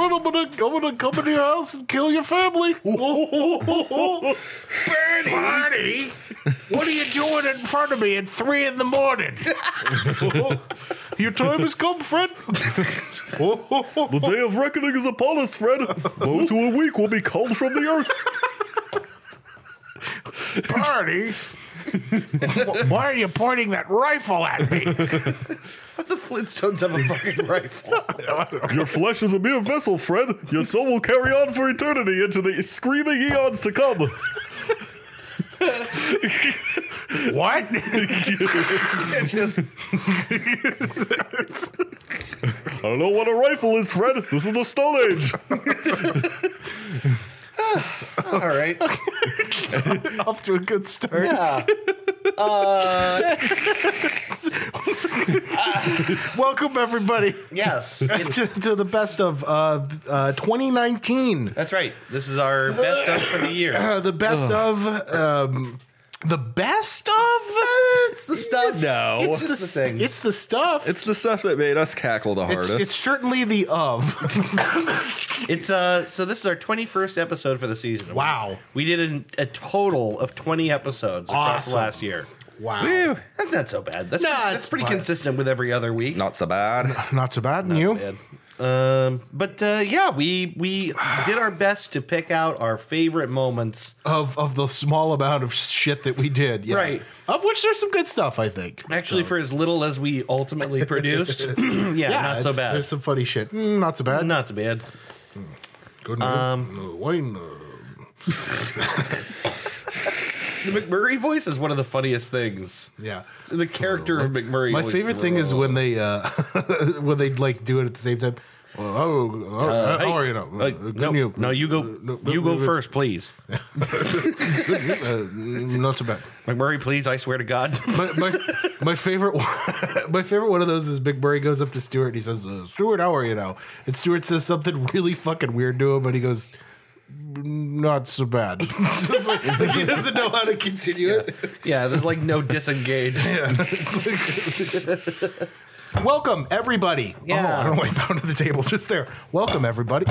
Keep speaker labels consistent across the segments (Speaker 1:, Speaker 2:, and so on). Speaker 1: I'm gonna, I'm gonna come into your house and kill your family. Bernie, Bernie, what are you doing in front of me at three in the morning? your time has come, Fred.
Speaker 2: The day of reckoning is upon us, Fred. Those who are weak will be culled from the earth.
Speaker 1: Bernie, wh- why are you pointing that rifle at me?
Speaker 3: The Flintstones have a fucking rifle.
Speaker 2: Your flesh is a mere vessel, Fred. Your soul will carry on for eternity into the screaming eons to come.
Speaker 1: What?
Speaker 3: Just-
Speaker 2: I don't know what a rifle is, Fred. This is the Stone Age.
Speaker 3: all right.
Speaker 1: Off to a good start. Uh,
Speaker 3: Yeah.
Speaker 1: Welcome everybody
Speaker 3: Yes. It's-
Speaker 1: to, to the best of uh, uh, 2019.
Speaker 3: that's right. This is our best of for the year.
Speaker 1: Uh, the best of um, the best of
Speaker 2: It's the stuff. No.
Speaker 1: it's
Speaker 2: It's,
Speaker 1: the,
Speaker 3: the
Speaker 1: s-
Speaker 3: thing.
Speaker 1: it's the stuff.
Speaker 2: the stuff that made us cackle the
Speaker 1: It's-
Speaker 2: hardest.
Speaker 1: it's certainly the of.
Speaker 3: It's uh so this is our 21st episode for the season.
Speaker 1: Wow.
Speaker 3: We did an, a total of 20 episodes across
Speaker 1: Awesome.
Speaker 3: last year.
Speaker 1: Wow,
Speaker 3: That's not so bad. That's
Speaker 1: No,
Speaker 3: pretty,
Speaker 1: it's
Speaker 3: that's pretty
Speaker 1: fine.
Speaker 3: consistent with every other week.
Speaker 2: Not so bad.
Speaker 1: not so bad. and you?
Speaker 3: bad. Um, but uh, yeah, we we did our best to pick out our favorite moments.
Speaker 1: of of the small amount of shit that we did, yeah.
Speaker 3: Right.
Speaker 1: Of which there's some good stuff, I think.
Speaker 3: Actually, for as little as we ultimately produced, yeah, not so
Speaker 1: it's-
Speaker 3: bad. Uh,
Speaker 1: There's some funny shit. Mm, not so bad.
Speaker 3: Not so bad.
Speaker 1: Good um, wine. uh,
Speaker 3: The McMurray voice is one of the funniest things.
Speaker 1: Yeah.
Speaker 3: The character of McMurray.
Speaker 1: My
Speaker 3: was-
Speaker 1: favorite thing is when they uh when they like do it at the same time. Oh, oh, oh,
Speaker 3: Hey,
Speaker 1: how are you now?
Speaker 3: uh,
Speaker 1: Good
Speaker 3: no,
Speaker 1: new-
Speaker 3: no, you go.
Speaker 1: no, no,
Speaker 3: you go
Speaker 1: it's-
Speaker 3: first, please.
Speaker 1: Uh, not so bad.
Speaker 3: McMurray, please. I swear to God.
Speaker 1: My, my, my favorite one, my favorite one of those is Big Murray goes up to Stuart and he says, uh, "Stuart, how are you now?" And Stuart says something really fucking weird to him, and he goes, "Not so bad." Just like, like he doesn't know how to continue it.
Speaker 3: yeah, there's like no disengage.
Speaker 1: Welcome everybody.
Speaker 3: Yeah.
Speaker 1: Oh, I don't know why I pounded the table just there. Welcome everybody.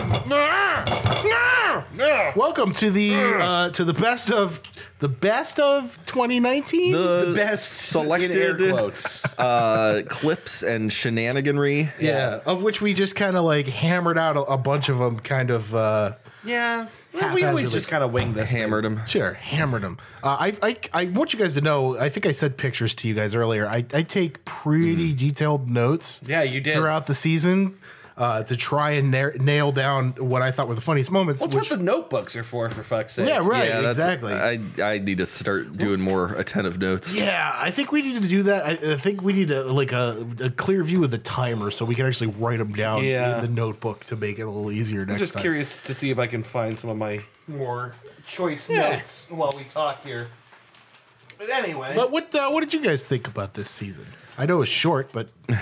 Speaker 1: Welcome to the uh, to the best of the best of 2019.
Speaker 2: The
Speaker 3: best
Speaker 2: Uh, selected
Speaker 3: in air quotes.
Speaker 2: uh, clips and shenaniganry.
Speaker 1: yeah, of which we just kind of like hammered out a, a bunch of them, kind of. Uh,
Speaker 3: Yeah, well, we always
Speaker 1: Haphazardly.
Speaker 3: just kind of wing this. thing.
Speaker 2: Hammered him.
Speaker 1: Sure, hammered them. Uh, I, I, I want you guys to know. I think I sent pictures to you guys earlier. I, I take pretty detailed notes.
Speaker 3: Mm-hmm. Yeah, you did.
Speaker 1: throughout the season uh, to try and na- nail down what I thought were the funniest moments.
Speaker 3: That's
Speaker 1: which,
Speaker 3: what the notebooks are for, for fuck's sake.
Speaker 1: yeah, right,
Speaker 2: yeah, that's,
Speaker 1: exactly.
Speaker 2: I, I need to start doing more attentive notes.
Speaker 1: yeah, I think we need to do that. I, I think we need a, like a, a clear view of the timer so we can actually write them down
Speaker 3: Yeah.
Speaker 1: in the notebook to make it a little easier next
Speaker 3: I'm just
Speaker 1: time.
Speaker 3: curious to see if I can find some of my more choice
Speaker 1: Yeah.
Speaker 3: notes while we talk here. But anyway,
Speaker 1: But what uh, what did you guys think about this season? I know it's short, but
Speaker 3: I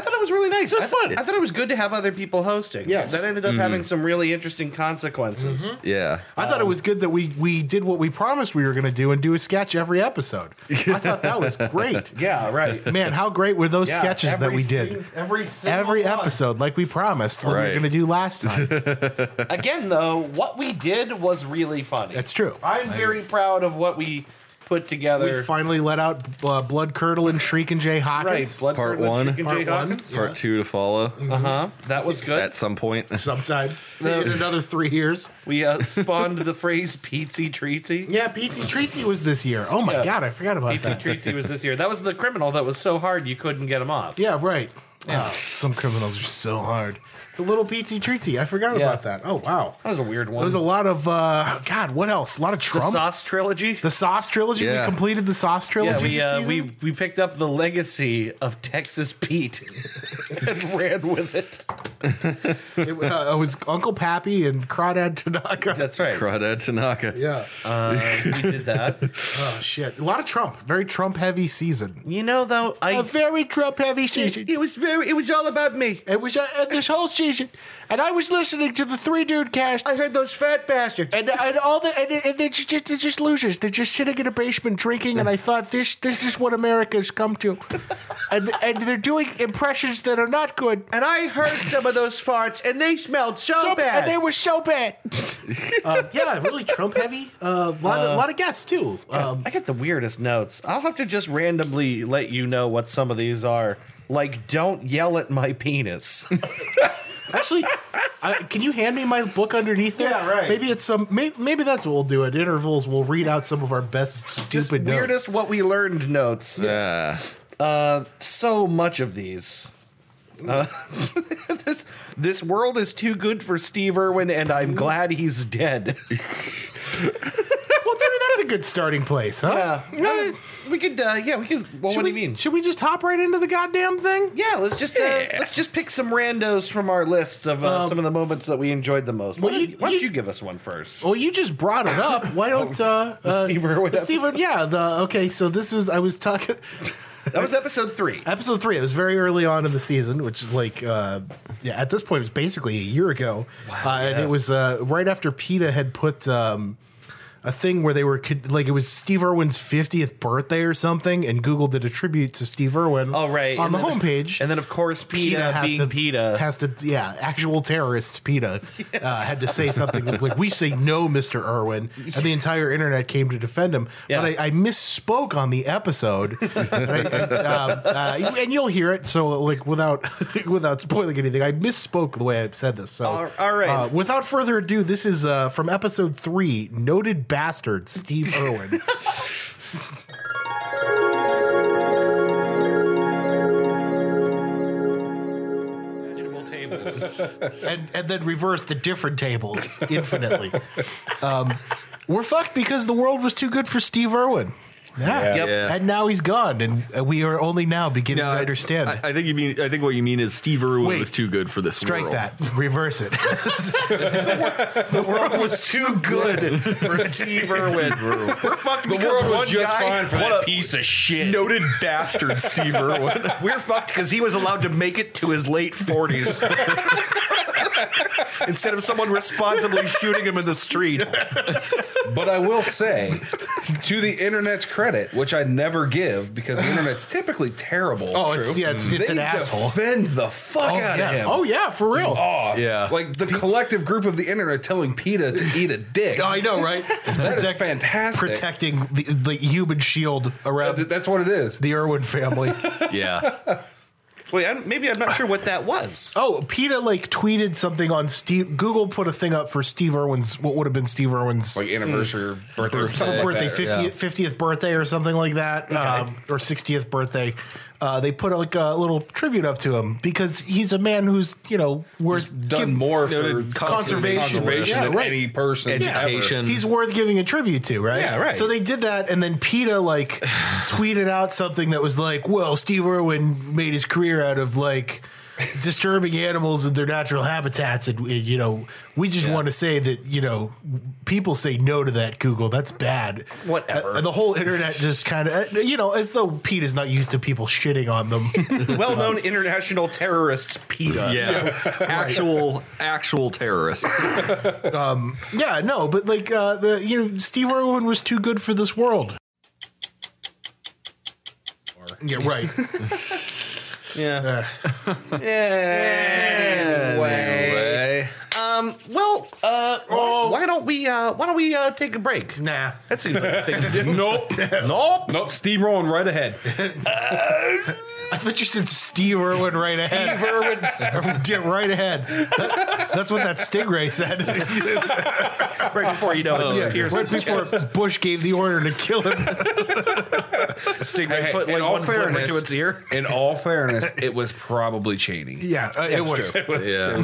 Speaker 3: thought it was really nice. It
Speaker 1: was
Speaker 3: I thought-
Speaker 1: fun.
Speaker 3: I thought it was good to have other people hosting.
Speaker 1: Yes. Mm-hmm.
Speaker 3: That ended up having some really interesting consequences.
Speaker 2: Yeah.
Speaker 1: I thought it was good that we we did what we promised we were going to do and do a sketch every episode. I thought that was great.
Speaker 3: Yeah, right.
Speaker 1: Man, how great were those
Speaker 3: Yeah,
Speaker 1: sketches that
Speaker 3: every
Speaker 1: we
Speaker 3: sing-
Speaker 1: did?
Speaker 3: every single
Speaker 1: Every
Speaker 3: one.
Speaker 1: episode, like we promised, that we
Speaker 2: Right.
Speaker 1: were going to do last time.
Speaker 3: Again, though, what we did was really funny.
Speaker 1: That's true.
Speaker 3: I'm very proud of what we put
Speaker 1: we
Speaker 3: together.
Speaker 1: finally let out uh, blood curdling shriek and Jay
Speaker 3: right,
Speaker 1: Hawkins.
Speaker 3: Blood
Speaker 2: Part
Speaker 3: Curdlin'
Speaker 2: one.
Speaker 3: Chicken
Speaker 1: Part
Speaker 3: Jay
Speaker 1: one.
Speaker 3: Hawkins.
Speaker 2: Part two to follow
Speaker 3: Uh huh. That was good.
Speaker 2: at some point.
Speaker 1: Sometime in another three years.
Speaker 3: We uh, spawned the phrase "peatsy treatsy."
Speaker 1: Yeah, Peatsy Treatsy was this year. Oh my
Speaker 3: Yeah.
Speaker 1: god, I forgot about
Speaker 3: Peatsy
Speaker 1: that.
Speaker 3: treatsy was this year. That was the criminal that was so hard you couldn't get him off.
Speaker 1: yeah, right. Ah, some criminals are so hard. The little Peatsy Treatsy, I forgot
Speaker 3: Yeah.
Speaker 1: about that. Oh wow,
Speaker 3: That was a weird one.
Speaker 1: there was a lot of uh, God. What else? A lot of
Speaker 3: the
Speaker 1: Trump.
Speaker 3: Sauce trilogy.
Speaker 1: The Sauce trilogy.
Speaker 2: Yeah.
Speaker 1: We completed the Sauce
Speaker 3: yeah,
Speaker 1: trilogy.
Speaker 3: we
Speaker 1: this
Speaker 3: uh,
Speaker 1: season?
Speaker 3: we we picked up the legacy of Texas Pete and ran with it.
Speaker 1: It, uh, it was Uncle Pappy and Crawdad Tanaka.
Speaker 3: That's right.
Speaker 2: Rada Tanaka.
Speaker 1: yeah.
Speaker 3: We did that.
Speaker 1: oh shit. A lot of Trump. Very Trump heavy season.
Speaker 3: You know, though, I
Speaker 1: A very Trump heavy season.
Speaker 3: it, it was very it was all about me.
Speaker 1: It was uh, uh, this whole season, and I was listening to the three dude cast.
Speaker 3: I heard those fat bastards.
Speaker 1: And, and all the and, and they're, just, they're just losers. They're just sitting in a basement drinking. And I thought this this is what America's come to, and and they're doing impressions that are not good.
Speaker 3: And I heard some of those farts, and they smelled so, bad.
Speaker 1: And they were so bad. um, yeah, really Trump heavy. Uh, A lot,
Speaker 3: Uh,
Speaker 1: of, lot of guests too. Um,
Speaker 3: I get the weirdest notes. I'll have to just randomly let you know what some of these are. Like, don't yell at my penis.
Speaker 1: actually, I, can you hand me my book underneath there?
Speaker 3: Yeah, right.
Speaker 1: Maybe it's some. Maybe, maybe that's what we'll do at intervals. We'll read out some of our best
Speaker 3: just
Speaker 1: stupid notes.
Speaker 3: weirdest what we learned notes.
Speaker 2: Yeah.
Speaker 3: Uh, so much of these. Uh, this this world is too good for Steve Irwin, and
Speaker 1: Mm.
Speaker 3: I'm glad he's dead.
Speaker 1: Well, maybe that's a good starting place, huh?
Speaker 3: Uh, we could, uh, yeah, we could. Well,
Speaker 1: Should
Speaker 3: what
Speaker 1: we,
Speaker 3: do you mean?
Speaker 1: Should we just hop right into the goddamn thing?
Speaker 3: Yeah, let's just Uh, let's just pick some randos from our lists of uh, some of the moments that we enjoyed the most. Why,
Speaker 1: Um, well,
Speaker 3: don't
Speaker 1: you-
Speaker 3: you, why don't
Speaker 1: you-
Speaker 3: you give us one first?
Speaker 1: Well, you just brought it up. Why don't uh,
Speaker 3: the
Speaker 1: uh,
Speaker 3: Steve Irwin
Speaker 1: the Steve Irwin- yeah. The okay. So this was I was talking
Speaker 3: That was episode three.
Speaker 1: episode three. It was very early on in the season, which is like uh, yeah. At this point, it was basically a year ago, uh, and it was uh, right after PETA had put. Um, a thing where they were con- like it was Steve Irwin's 50th birthday or something, and Google did a tribute to Steve Irwin.
Speaker 3: Oh, right.
Speaker 1: on
Speaker 3: And
Speaker 1: the
Speaker 3: then-
Speaker 1: homepage,
Speaker 3: And then, of course, PETA,
Speaker 1: PETA has
Speaker 3: being
Speaker 1: to
Speaker 3: PETA.
Speaker 1: has to yeah actual terrorists PETA uh, had to say something like we say no Mr. Irwin and the entire internet came to defend him
Speaker 3: Yeah.
Speaker 1: but I, I misspoke on the episode and, I- um, uh, and you'll hear it so like without without spoiling anything I misspoke the way I said this so
Speaker 3: All- all right.
Speaker 1: uh, without further ado this is uh, from episode three noted bastard Steve Irwin and, and then reverse the different tables infinitely. um, we're fucked because the world was too good for Steve Irwin. Yeah.
Speaker 3: Yep.
Speaker 2: Yeah.
Speaker 1: And now he's gone, and uh, we are only now beginning
Speaker 2: No,
Speaker 1: to
Speaker 2: I
Speaker 1: understand.
Speaker 2: I, I think you mean. I think what you mean is Steve Irwin
Speaker 1: Wait.
Speaker 2: was too good for this.
Speaker 1: Strike
Speaker 2: world.
Speaker 1: that. Reverse it.
Speaker 3: the world was too good for Steve Irwin. We're fucked
Speaker 4: The
Speaker 3: because
Speaker 4: world
Speaker 3: one
Speaker 4: was just
Speaker 3: guy-
Speaker 4: fine for
Speaker 2: what
Speaker 4: that
Speaker 2: a-
Speaker 4: piece of shit.
Speaker 2: Noted bastard Steve Irwin.
Speaker 3: We're fucked because he was allowed to make it to his late 40s. Instead of someone responsibly shooting him in the street.
Speaker 4: But I will say, to the internet's credit, which I never give because the internet's typically terrible.
Speaker 1: Oh, it's- yeah, it's- it's
Speaker 4: they
Speaker 1: an asshole.
Speaker 4: Defend the fuck
Speaker 1: oh,
Speaker 4: out
Speaker 1: yeah.
Speaker 4: of him.
Speaker 1: oh, yeah, for real.
Speaker 4: Oh,
Speaker 2: Yeah.
Speaker 4: Like the collective group of the internet telling PETA to eat a dick.
Speaker 1: Oh, I know, right?
Speaker 4: That is fantastic.
Speaker 1: Protecting the, the human shield around
Speaker 4: Th- That's what it is.
Speaker 1: the Irwin family.
Speaker 2: Yeah.
Speaker 3: Wait, I'm, maybe I'm not sure what that was.
Speaker 1: Oh, PETA like tweeted something on Steve. Google put a thing up for Steve Irwin's, what would have been Steve Irwin's
Speaker 4: Like anniversary or birthday, or something
Speaker 1: Or
Speaker 4: like
Speaker 1: birthday
Speaker 4: that.
Speaker 1: 50th, 50th birthday or something like that um, or 60th birthday uh, they put like a little tribute up to him because he's a man who's you know worth giv-
Speaker 4: Done more for
Speaker 2: Noted
Speaker 1: conservation.
Speaker 4: conservation
Speaker 1: Yeah,
Speaker 4: than
Speaker 1: right.
Speaker 4: any person
Speaker 2: Education.
Speaker 1: he's worth giving a tribute to right
Speaker 3: Yeah, right.
Speaker 1: so they did that and then PETA like tweeted out something that was like well Steve Irwin made his career out of like disturbing animals in their natural habitats and, uh, you know we just want to say that you know people say no to that Google that's bad
Speaker 3: Whatever.
Speaker 1: Uh, the whole internet just kind of, you know, as though Pete is not used to people shitting on them.
Speaker 3: Well known international terrorists, PETA.
Speaker 2: Yeah. Actual actual terrorists.
Speaker 1: yeah, no, but like, uh, the you know, Steve Irwin was too good for this world. Yeah, right.
Speaker 3: Yeah. Anyway. Um, well, uh, why, why don't we uh, why don't we uh, take a break?
Speaker 1: nah.
Speaker 3: That seems like a thing to do.
Speaker 4: Nope.
Speaker 3: Nope.
Speaker 4: nope. Steamrolling right ahead.
Speaker 1: I thought you said Steve Irwin right ahead.
Speaker 3: Steve Irwin.
Speaker 1: Dip right ahead. That- that's what that stingray said.
Speaker 3: Right before you know it,
Speaker 4: yeah.
Speaker 3: Pierce
Speaker 1: right before Bush gave the order to kill him.
Speaker 4: Hey, hey,
Speaker 3: put, like, one flipper to its ear.
Speaker 4: in all fairness, it was probably Cheney.
Speaker 1: Yeah, uh, it was.
Speaker 2: Yeah.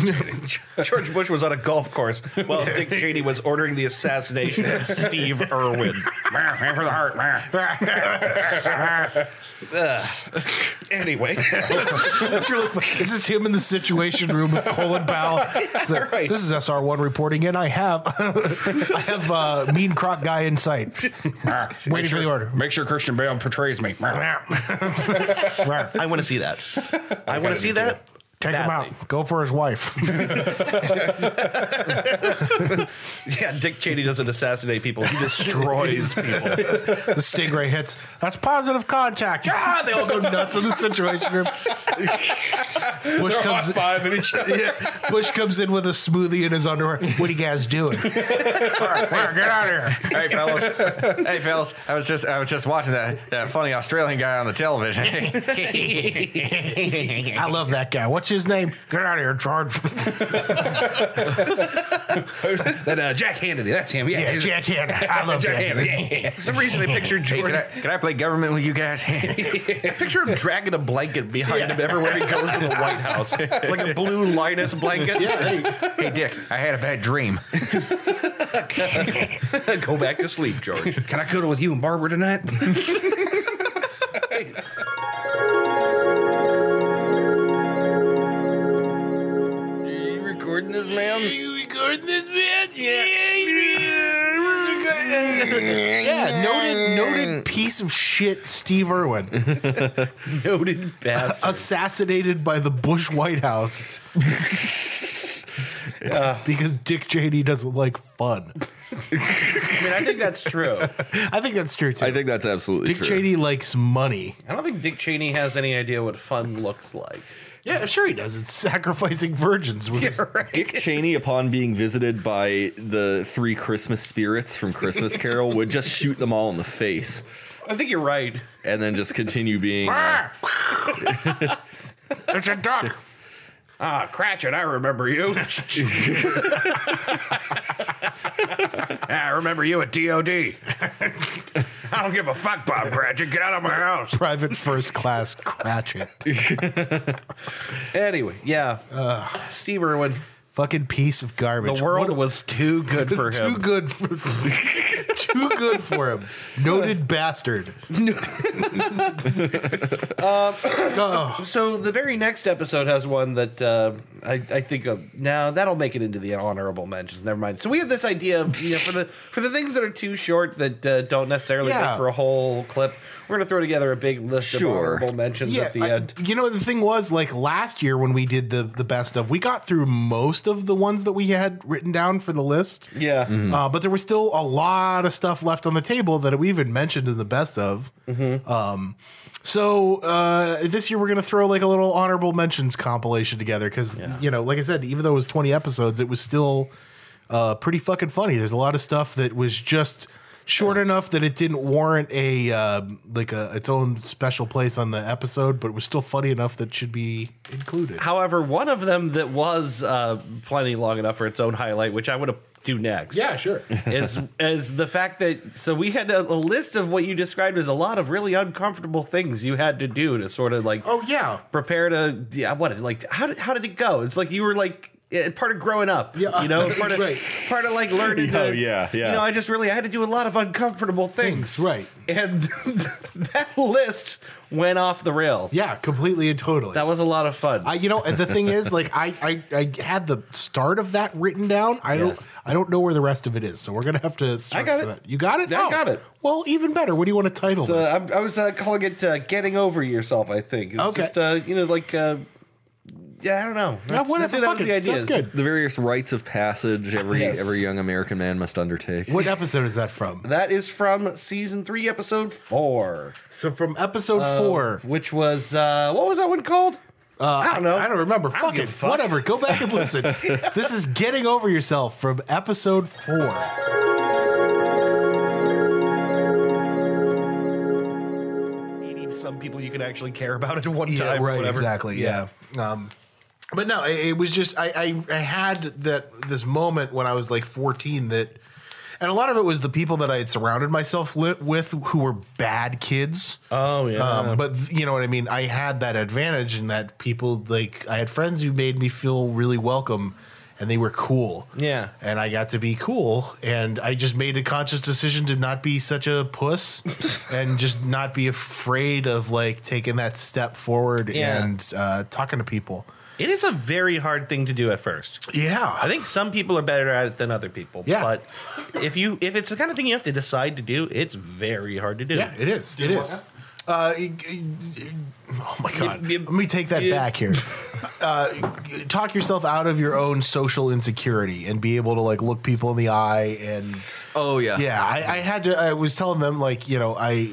Speaker 3: George Bush was on a golf course while Dick Cheney was ordering the assassination of Steve Irwin.
Speaker 4: Man for the heart. man.
Speaker 3: Anyway, that's, that's really fucking.
Speaker 1: This is him in the Situation Room with Colin Powell. It's like,
Speaker 3: right.
Speaker 1: This is SR1 reporting, and I have, I have uh, Mean Croc guy in sight, waiting for the order.
Speaker 4: Make sure Christian Bale portrays me.
Speaker 3: I want to see that. I want to see that.
Speaker 1: Take him
Speaker 3: Badly.
Speaker 1: out. Go for his wife.
Speaker 3: Yeah, Dick Cheney doesn't assassinate people; he destroys people.
Speaker 1: the stingray hits. That's positive contact. Yeah, they all go nuts in the situation room. Bush comes,
Speaker 4: five in each other.
Speaker 1: yeah, Bush comes in with a smoothie in his underwear. What are you guys doing? All right, here, get out of here.
Speaker 5: hey fellas, hey fellas, I was just I was just watching that that funny Australian guy on the television.
Speaker 1: I love that guy. What's his name? Get out of here, George.
Speaker 4: that uh, Jack Hannity. That's him. Yeah,
Speaker 1: Yeah,
Speaker 4: he's-
Speaker 1: Jack Hanna. I love
Speaker 4: Jack
Speaker 1: Jack Hanna.
Speaker 4: Hannity. Yeah, yeah,
Speaker 3: For some reason, I pictured
Speaker 5: hey, can I,
Speaker 3: Jordan.
Speaker 5: can I play government with you guys?
Speaker 3: I picture him dragging a blanket behind him everywhere he goes in the White House, like a blue lioness blanket.
Speaker 5: hey Dick, I had a bad dream.
Speaker 3: Go back to sleep, George.
Speaker 4: yeah. Can I cuddle with you and Barbara tonight?
Speaker 3: Recording this, man.
Speaker 1: Yeah, noted, noted piece of shit Steve Irwin,
Speaker 3: Noted bastard.
Speaker 1: assassinated by the Bush White House because Dick Cheney doesn't like fun.
Speaker 3: I mean, I think that's true.
Speaker 1: I think that's true too.
Speaker 2: I think that's absolutely
Speaker 1: Dick
Speaker 2: true.
Speaker 1: Cheney likes money.
Speaker 3: I don't think Dick Cheney has any idea what fun looks like.
Speaker 1: Yeah, sure he does. It's sacrificing virgins. With his,
Speaker 2: Dick Cheney, upon being visited by the three Christmas spirits from Christmas Carol, would just shoot them all in the face
Speaker 3: I think you're right.
Speaker 2: and then just continue being. uh,
Speaker 1: it's a duck.
Speaker 3: Ah, Cratchit, I remember you. I remember you at DOD. I don't give a fuck, Bob Cratchit. Get out of my house.
Speaker 1: Private first class Cratchit.
Speaker 3: Anyway, yeah. Steve Irwin.
Speaker 1: Fucking piece of
Speaker 3: The
Speaker 1: garbage.
Speaker 3: world
Speaker 1: What-
Speaker 3: was too good for
Speaker 1: too
Speaker 3: him.
Speaker 1: good for too good for him. Noted bastard. Um, Oh,
Speaker 3: So the very next episode has one that uh, I, I think of. Now that'll make it into the honorable mentions. Never mind. So we have this idea of you know, for the for the things that are too short that uh, don't necessarily
Speaker 1: Yeah.
Speaker 3: make for a whole clip. We're gonna throw together a big list
Speaker 2: Sure.
Speaker 3: of honorable mentions
Speaker 1: yeah,
Speaker 3: at the
Speaker 1: I-
Speaker 3: end.
Speaker 1: you know the thing was like last year when we did the the best of, we got through most of the ones that we had written down for the list.
Speaker 3: Yeah.
Speaker 1: Uh, but there was still a lot of stuff left on the table that we even mentioned in the best of. Um, so uh, this year we're gonna throw like a little honorable mentions compilation together because you know, like I said, even though it was twenty episodes, it was still uh, pretty fucking funny. There's a lot of stuff that was just short enough that it didn't warrant a uh, like a its own special place on the episode, but it was still funny enough that should be included.
Speaker 3: However, one of them that was uh, plenty long enough for its own highlight, which I would do next.
Speaker 1: sure.
Speaker 3: is is the fact that so we had a, a list of what you described as a lot of really uncomfortable things you had to do to sort of like
Speaker 1: oh yeah.
Speaker 3: prepare to yeah what like how did, how did it go? It's like you were like eh, part of growing up,
Speaker 1: Yeah,
Speaker 3: you know, part of
Speaker 1: right.
Speaker 3: part of like learning.
Speaker 2: Oh,
Speaker 3: to,
Speaker 2: yeah, yeah.
Speaker 3: You know, I just really I had to do a lot of uncomfortable things,
Speaker 1: Things, right.
Speaker 3: And that list went off the rails.
Speaker 1: Yeah, completely and totally.
Speaker 3: that was a lot of fun.
Speaker 1: I, you know, and the thing is, like, I, I, I had the start of that written down. I don't, I don't know where the rest of it is, so we're gonna have to. Search
Speaker 3: got
Speaker 1: for
Speaker 3: it.
Speaker 1: That. You got it. Oh.
Speaker 3: I got it.
Speaker 1: Well, even better. What do you want to title
Speaker 3: So
Speaker 1: this?
Speaker 3: I, I was uh, calling it uh, "Getting Over Yourself." I think. It's
Speaker 1: Okay.
Speaker 3: Just, uh, you know, like uh, yeah, I don't know.
Speaker 1: Yeah,
Speaker 3: That's-
Speaker 1: whatever,
Speaker 3: see, that was
Speaker 1: fuck
Speaker 3: the
Speaker 1: it.
Speaker 3: idea.
Speaker 1: That's good.
Speaker 2: the various rites of passage every
Speaker 3: Yes.
Speaker 2: every young American man must undertake.
Speaker 1: What episode is that from?
Speaker 3: That is from season three, episode four, Uh,
Speaker 1: So from episode four.
Speaker 3: which was uh, what was that one called? Uh, I don't know.
Speaker 1: I don't remember.
Speaker 3: I don't
Speaker 1: Fuck
Speaker 3: give
Speaker 1: it.
Speaker 3: a fuck.
Speaker 1: Whatever. Go back and listen. this is getting over yourself from episode four.
Speaker 3: Some people you can actually care about at one
Speaker 1: Yeah,
Speaker 3: time.
Speaker 1: right,
Speaker 3: whatever.
Speaker 1: exactly. Yeah. Um, but no, it, it was just I, I I had that this moment when I was like 14 that, and a lot of it was the people that I had surrounded myself li- with who were bad kids.
Speaker 3: Oh yeah.
Speaker 1: Um, but th- you know what I mean. I had that advantage in that people like I had friends who made me feel really welcome, and they were cool.
Speaker 3: Yeah.
Speaker 1: and I got to be cool, and I just made a conscious decision to not be such a puss, and just not be afraid of like taking that step forward
Speaker 3: Yeah.
Speaker 1: and uh, talking to people.
Speaker 3: it is a very hard thing to do at first.
Speaker 1: Yeah,
Speaker 3: I think some people are better at it than other people.
Speaker 1: Yeah.
Speaker 3: But if you if it's the kind of thing you have to decide to do, it's very hard to do.
Speaker 1: yeah, it is. It is. Uh, y- y- y- oh my god!
Speaker 3: Yep, yep.
Speaker 1: Let me take that
Speaker 3: Yep.
Speaker 1: back here. Uh, y- talk yourself out of your own social insecurity and be able to like look people in the eye and
Speaker 6: Oh yeah.
Speaker 1: yeah. I, I had to. I was telling them like you know I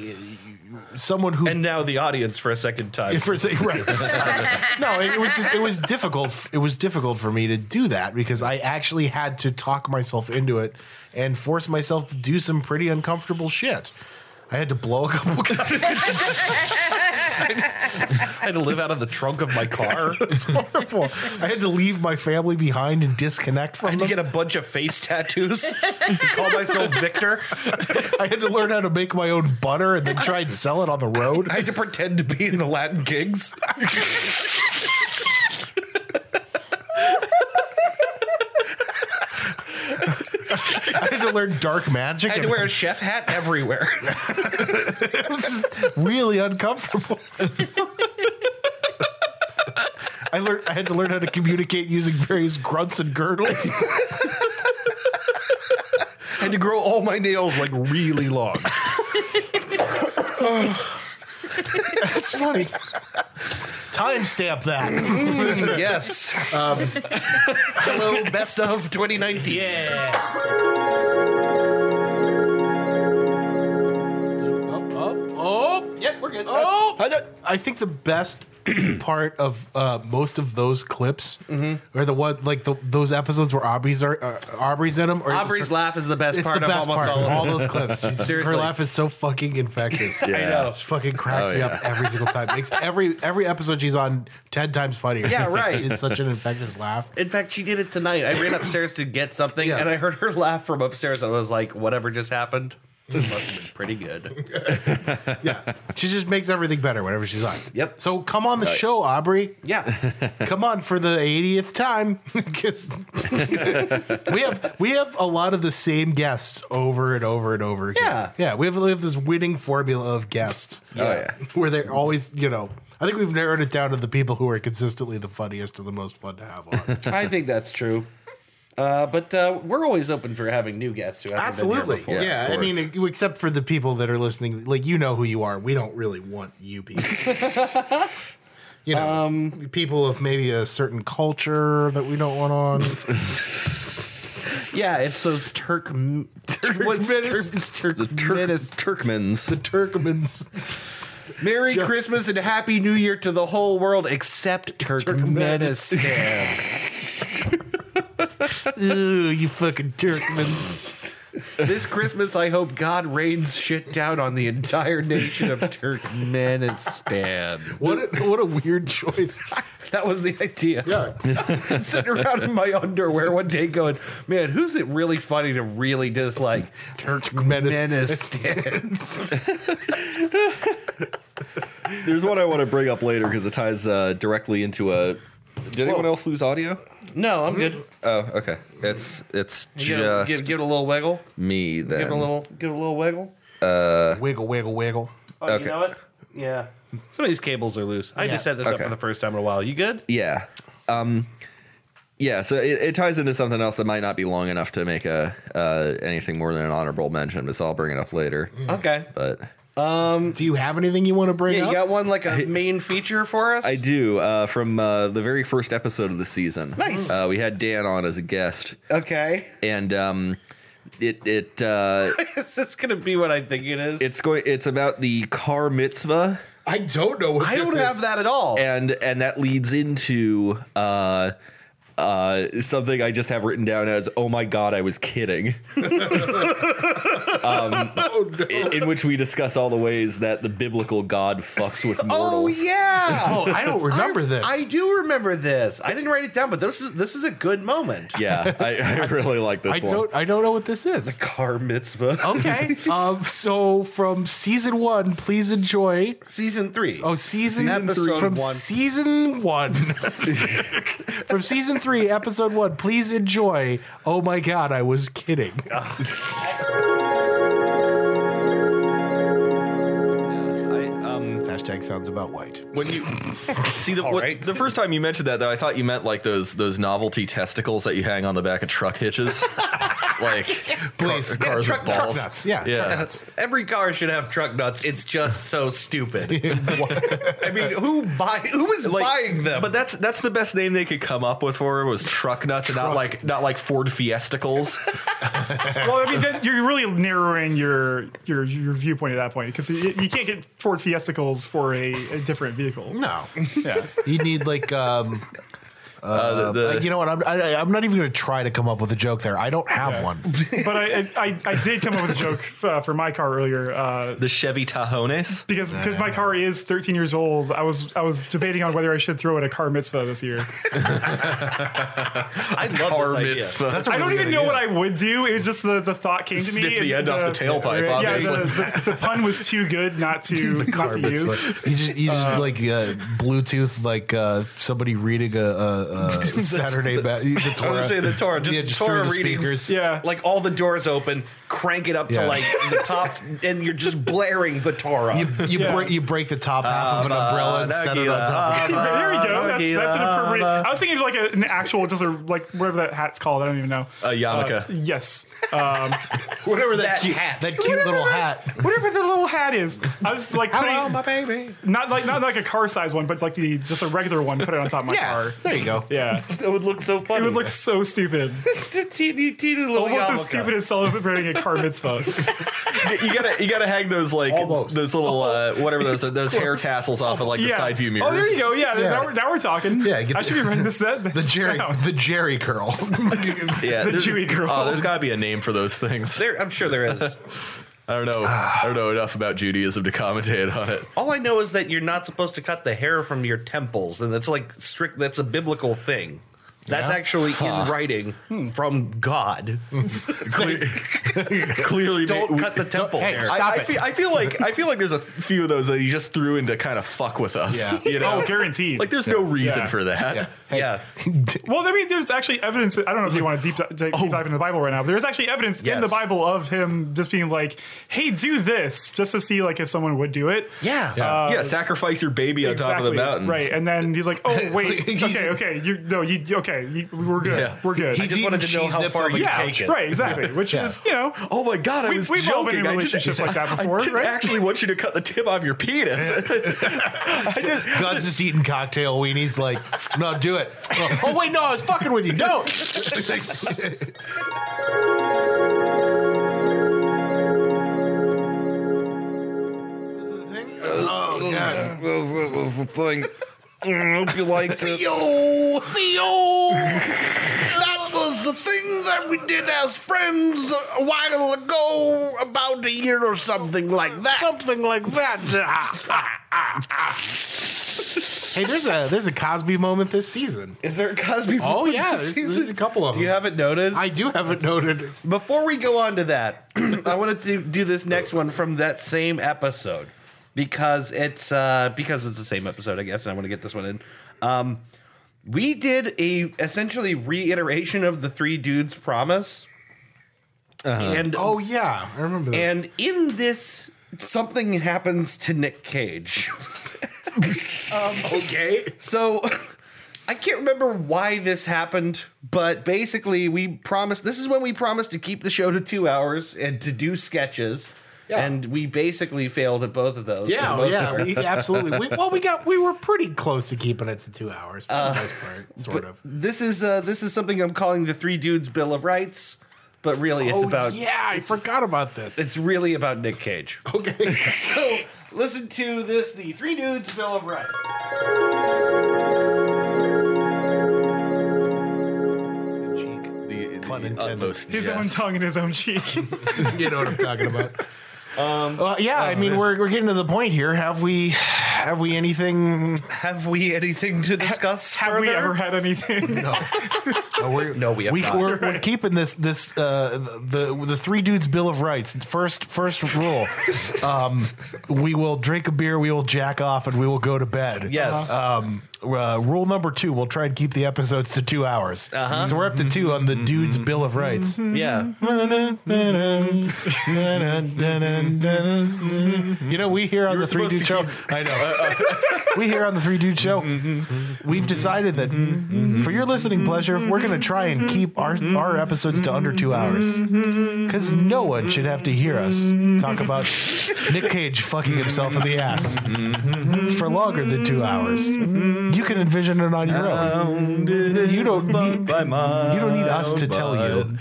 Speaker 1: someone who
Speaker 3: And now the audience for a second time.
Speaker 1: for a sec- right. Sorry. no, it, it was just it was difficult. It was difficult for me to do that because I actually had to talk myself into it and force myself to do some pretty uncomfortable shit. I had to blow a couple guys.
Speaker 3: I had to live out of the trunk of my car.
Speaker 1: It's horrible. I had to leave my family behind and disconnect from
Speaker 3: I had to
Speaker 1: them.
Speaker 3: get a bunch of face tattoos. and call myself Victor.
Speaker 1: I had to learn how to make my own butter and then try and sell it on the road.
Speaker 3: I had to pretend to be in the Latin gigs.
Speaker 1: I had to learn dark magic.
Speaker 3: I had to
Speaker 1: and-
Speaker 3: wear a chef hat everywhere.
Speaker 1: It was just really uncomfortable. I learned I had to learn how to communicate using various grunts and girdles.
Speaker 3: I had to grow all my nails like really long.
Speaker 1: That's funny. Timestamp that.
Speaker 3: yes. Um, hello, best of 2019.
Speaker 1: Oh,
Speaker 3: Yep, we're good.
Speaker 1: I think the best part of uh, most of those clips
Speaker 3: Mm-hmm.
Speaker 1: are the one like the, those episodes where Aubrey's are uh, Aubrey's in them. Or
Speaker 3: Aubrey's
Speaker 1: it's,
Speaker 3: laugh is the best
Speaker 1: it's
Speaker 3: part
Speaker 1: the
Speaker 3: of
Speaker 1: best
Speaker 3: almost
Speaker 1: part.
Speaker 3: all of
Speaker 1: all those clips. She's-
Speaker 3: Seriously.
Speaker 1: her laugh is so fucking infectious.
Speaker 5: Yeah.
Speaker 3: I know.
Speaker 1: She fucking cracks
Speaker 6: Oh,
Speaker 1: me
Speaker 6: yeah.
Speaker 1: up every single time. Makes every every episode she's on ten times funnier.
Speaker 3: Yeah, right.
Speaker 1: It's such an infectious laugh.
Speaker 3: In fact, she did it tonight. I ran upstairs to get something,
Speaker 1: Yeah.
Speaker 3: and I heard her laugh from upstairs. I was like, "Whatever just happened." It must have been pretty good.
Speaker 1: She just makes everything better whenever she's on.
Speaker 3: Yep.
Speaker 1: So come on the show, Aubrey.
Speaker 3: Yeah.
Speaker 1: Come on for the 80th time because we have we have a lot of the same guests over and over and over again.
Speaker 3: Yeah.
Speaker 1: Yeah. We have, we have this winning formula of guests.
Speaker 6: Oh, yeah.
Speaker 1: Where they're always, you know, I think we've narrowed it down to the people who are consistently the funniest and the most fun to have on.
Speaker 3: I think that's true. Uh, but uh, we're always open for having new guests who haven't
Speaker 1: Absolutely.
Speaker 3: Been here
Speaker 1: Yeah.
Speaker 6: before. Yeah, of course.
Speaker 1: I mean, e, except for the people that are listening, like, you know who you are. We don't really want you people. you know, people of maybe a certain culture that we don't want on.
Speaker 3: before. yeah, it's those Turk. m- what's
Speaker 1: Turkmenis.
Speaker 3: Turk- it's Turk-
Speaker 5: The Turk- Turkmens.
Speaker 1: The Turkmens.
Speaker 3: Merry
Speaker 1: Just-
Speaker 3: Christmas and Happy New Year to the whole world except Turkmenistan.
Speaker 1: Ooh, you fucking Turkmens.
Speaker 3: this Christmas, I hope God rains shit down on the entire nation of Turkmenistan.
Speaker 1: What a, what a weird choice.
Speaker 3: That was the idea.
Speaker 1: Yeah.
Speaker 3: Sitting around in my underwear one day going, man, who's it really funny to really dislike Turkmenistan?
Speaker 5: There's one I want to bring up later because it ties uh, directly into a. Did anyone else lose audio?
Speaker 3: no, I'm good.
Speaker 5: Oh, okay. It's it's
Speaker 3: Give, it-
Speaker 5: just
Speaker 3: give, give it a little wiggle.
Speaker 5: me then.
Speaker 3: Give it a little, give it a little wiggle.
Speaker 1: Wiggle, wiggle, wiggle.
Speaker 3: Oh,
Speaker 5: Okay.
Speaker 3: you know what? Yeah. Some of these cables are loose. I
Speaker 1: Yeah.
Speaker 3: just set this up
Speaker 5: Okay.
Speaker 3: for the first time in a while. You good?
Speaker 5: Yeah. Um. Yeah. So it, it ties into something else that might not be long enough to make a uh, anything more than an honorable mention, but so I'll bring it up later.
Speaker 3: Okay.
Speaker 5: But
Speaker 1: Do you have anything you want to bring
Speaker 3: Yeah,
Speaker 1: up?
Speaker 3: you got one like a main feature for us?
Speaker 5: I do uh, from uh, the very first episode of the season.
Speaker 3: Nice.
Speaker 5: Uh, we had Dan on as a guest,
Speaker 3: Okay.
Speaker 5: and um, it it uh,
Speaker 3: is this going to be what I think it is?
Speaker 5: it's going it's about the car mitzvah.
Speaker 1: I don't know what
Speaker 3: I don't have that at all.
Speaker 5: and and that leads into uh uh something i just have written down as oh my god i was kidding
Speaker 1: Oh, no.
Speaker 5: in, in which we discuss all the ways that the biblical god fucks with
Speaker 3: oh,
Speaker 5: mortals
Speaker 3: yeah.
Speaker 1: Oh, I don't remember this.
Speaker 3: I do remember this. I didn't write it down, but this is this is a good moment.
Speaker 5: yeah i, I really like this
Speaker 1: I
Speaker 5: one
Speaker 1: don't I don't know what this is.
Speaker 3: Car mitzvah.
Speaker 1: Okay. um so from season 1, please enjoy
Speaker 3: Season three.
Speaker 1: Oh, season,
Speaker 3: Season three.
Speaker 1: from
Speaker 3: one.
Speaker 1: season one, from season three, episode one. Please enjoy. Oh my god, I was kidding.
Speaker 2: uh,
Speaker 1: Hashtag sounds about white.
Speaker 5: when you see the, what-
Speaker 3: right.
Speaker 5: the first time you mentioned that though i thought you meant like those those novelty testicles that you hang on the back of truck hitches
Speaker 2: like
Speaker 1: Please.
Speaker 2: car- cars
Speaker 3: Yeah,
Speaker 2: with
Speaker 3: truck- truck
Speaker 2: balls.
Speaker 1: nuts. Yeah.
Speaker 2: yeah.
Speaker 3: Every car should have truck nuts. It's just so stupid. I mean, who buy? Who is
Speaker 2: Like,
Speaker 3: buying them?
Speaker 2: But that's that's the best name they could come up with for it was truck nuts, and not like not like Ford Fiesticles.
Speaker 7: well, I mean, then you're really narrowing your your your viewpoint at that point because you, you can't get Ford Fiesticles for a, a different vehicle.
Speaker 1: No.
Speaker 7: Yeah.
Speaker 1: You need like um
Speaker 2: Uh, the-
Speaker 1: like, you know what? I'm I, I'm not even going to try to come up with a joke there. I don't have one.
Speaker 7: But I, I- I, I did come up with a joke uh, for my car earlier. Uh,
Speaker 2: the Chevy Tahones.
Speaker 7: because because my car is 13 years old, I was I was debating on whether I should throw it a car mitzvah this year.
Speaker 3: I love this idea.
Speaker 1: That's a
Speaker 7: I don't
Speaker 1: really
Speaker 7: even
Speaker 1: good idea.
Speaker 7: know what I would do. It was just the, the thought came to me.
Speaker 2: Snip the end off the tailpipe,
Speaker 7: Yeah,
Speaker 2: obviously.
Speaker 7: the, the, the pun was too good not to not to use.
Speaker 1: You just, you just like uh, Bluetooth, like uh, somebody reading a, a, a Saturday ba- the
Speaker 3: I was
Speaker 1: Torah.
Speaker 3: gonna say the Torah, just,
Speaker 1: Yeah,
Speaker 3: Torah
Speaker 1: through the
Speaker 3: readings.
Speaker 1: speakers.
Speaker 7: Yeah.
Speaker 3: like all the doors open, crank it up
Speaker 1: Yeah.
Speaker 3: to like the top, and you're just blaring the Torah.
Speaker 1: You, you,
Speaker 7: Yeah.
Speaker 1: break, you break the top half of an
Speaker 3: Ah,
Speaker 1: umbrella and set it on top. Of
Speaker 7: there we go. That's, that's an appropriate. I was thinking of like a, an actual, just a like whatever that hat's called. I don't even know.
Speaker 2: A yarmulke.
Speaker 7: Uh, yes. Um,
Speaker 1: Whatever that,
Speaker 3: That
Speaker 1: cute,
Speaker 3: hat.
Speaker 1: that cute little hat.
Speaker 7: whatever the little hat is. I was like
Speaker 1: Hello,
Speaker 7: putting
Speaker 1: my baby.
Speaker 7: not like not like a car size one, but like the just a regular one. Put it on top of my
Speaker 1: Yeah,
Speaker 7: car.
Speaker 1: there you go.
Speaker 7: Yeah,
Speaker 3: that would look so funny.
Speaker 7: it would look so stupid.
Speaker 3: teeny, teeny little
Speaker 7: Almost as
Speaker 3: yarmulke.
Speaker 7: stupid as celebrating a car mitzvah.
Speaker 2: you gotta you gotta hang those like
Speaker 1: Almost.
Speaker 2: those little uh, whatever those those hair tassels off of like the
Speaker 7: yeah.
Speaker 2: side view mirrors.
Speaker 7: Oh, there you go. Yeah.
Speaker 1: Yeah.
Speaker 7: Now, we're, now we're talking.
Speaker 1: Yeah, get
Speaker 7: I
Speaker 1: the-
Speaker 7: should be running this. That,
Speaker 1: The Jerry, the Jerry curl.
Speaker 2: Yeah,
Speaker 7: The
Speaker 2: there's-
Speaker 7: Jewy girl.
Speaker 2: Oh, there's got to be a name for those things.
Speaker 3: There, I'm sure there is.
Speaker 2: I don't know. I don't know enough about Judaism to commentate on it.
Speaker 3: All I know is that you're not supposed to cut the hair from your temples, and that's like strict. That's a biblical thing. That's actually in writing from God.
Speaker 2: Clearly,
Speaker 3: Don't
Speaker 2: we-
Speaker 3: cut the temple
Speaker 1: hey,
Speaker 3: hair.
Speaker 1: stop
Speaker 2: I, I
Speaker 1: it.
Speaker 2: feel, I feel like I feel like there's a few of those that you just threw in to kind of fuck with us.
Speaker 1: Yeah.
Speaker 2: You know,
Speaker 7: Oh, guaranteed.
Speaker 2: like there's no reason
Speaker 7: Yeah.
Speaker 2: for that.
Speaker 1: Yeah.
Speaker 3: yeah,
Speaker 7: Well, I mean, there's actually evidence. I don't know if you want to deep, di- take-
Speaker 1: Oh.
Speaker 7: deep dive into the Bible right now, but there's actually evidence in
Speaker 3: Yes.
Speaker 7: the Bible of him just being like, "Hey, do this," just to see like if someone would do it.
Speaker 3: yeah.
Speaker 2: yeah, sacrifice your baby on top of the mountain.
Speaker 7: Um, Right, and then he's like, "Oh, wait,
Speaker 1: He's-
Speaker 7: okay, okay, you no, you okay, you, we're good,
Speaker 2: Yeah.
Speaker 7: we're good."
Speaker 1: He's
Speaker 3: just wanted to
Speaker 1: eating
Speaker 3: know
Speaker 1: cheese
Speaker 3: how
Speaker 1: nips
Speaker 3: far
Speaker 1: on
Speaker 3: we
Speaker 1: the-
Speaker 7: yeah,
Speaker 3: take it.
Speaker 7: right, exactly. Which
Speaker 1: Yeah.
Speaker 7: is you know,
Speaker 2: Oh my god, I
Speaker 7: We-
Speaker 2: was
Speaker 7: we've all been
Speaker 2: joking.
Speaker 7: in
Speaker 2: I didn't-
Speaker 7: relationships like that before,
Speaker 2: I didn't
Speaker 7: right?
Speaker 2: actually want you to cut the tip off your penis.
Speaker 1: God's just eating cocktail weenies. Like, no, do it. Oh wait, no, I was fucking with you. Don't.
Speaker 2: this thing. I hope you liked it.
Speaker 3: Theo, Theo, that was the thing that we did as friends a while ago, about a year or something like that.
Speaker 7: something like
Speaker 1: Ah.
Speaker 7: that.
Speaker 1: Hey, there's a there's a Cosby moment this season.
Speaker 3: Is there a Cosby?
Speaker 1: Oh
Speaker 3: Moments
Speaker 1: yeah,
Speaker 3: this
Speaker 1: there's,
Speaker 3: season?
Speaker 1: there's a couple of them.
Speaker 3: Do you have it noted?
Speaker 1: I do have it noted.
Speaker 3: Before we go on to that, I wanted to do this next one from that same episode because it's uh, because it's the same episode, I guess. And I want to get this one in. Um, we did a essentially reiteration of the three dudes promise, and
Speaker 1: Oh yeah, I remember that.
Speaker 3: and in this, something happens to Nick Cage.
Speaker 1: okay,
Speaker 3: So I can't remember why this happened, but basically we promised this is when we promised to keep the show to two hours and to do sketches.
Speaker 1: Yeah.
Speaker 3: And we basically failed at both of those. for the
Speaker 1: yeah, oh,
Speaker 3: most
Speaker 1: yeah,
Speaker 3: part.
Speaker 1: we, absolutely. We, well, we got we were pretty close to keeping it to two hours for the most part, sort of.
Speaker 3: This is uh, this is something I'm calling the three dudes Bill of Rights, but really it's
Speaker 1: oh
Speaker 3: about
Speaker 1: yeah, I forgot about this.
Speaker 3: it's really about Nick Cage.
Speaker 1: okay.
Speaker 3: so listen to this: the three dudes Bill of Rights.
Speaker 2: The,
Speaker 1: Pun intended.
Speaker 2: utmost.
Speaker 7: His own
Speaker 2: yes.
Speaker 7: tongue in his own cheek.
Speaker 1: you know what I'm talking about. Um, well, yeah, I
Speaker 3: uh,
Speaker 1: mean, we're, we're getting to the point here. Have we have we anything?
Speaker 3: Have we anything to discuss?
Speaker 7: Have we ever had anything?
Speaker 3: No, we have
Speaker 1: We,
Speaker 3: not.
Speaker 1: we're, we're keeping this this uh, the the three dudes bill of rights first first rule. um, we will drink a beer, we will jack off, and we will go to bed.
Speaker 3: Yes.
Speaker 1: Um, uh, rule number two: We'll try and keep the episodes to two hours.
Speaker 3: Uh-huh.
Speaker 1: So we're up to two on the
Speaker 3: Mm-hmm.
Speaker 1: dudes bill of rights.
Speaker 3: yeah.
Speaker 1: you know, we here on the three dudes
Speaker 2: supposed to
Speaker 1: show. I know. we here on the Three Dude Show,
Speaker 2: Mm-hmm.
Speaker 1: we've decided that for your listening pleasure, we're going to try and keep our,
Speaker 2: Mm-hmm.
Speaker 1: our episodes to under two hours. Because no one should have to hear us talk about Nick Cage fucking himself in the ass
Speaker 2: Mm-hmm.
Speaker 1: for longer than two hours. You can envision it on your own. You don't need, you don't need us to tell you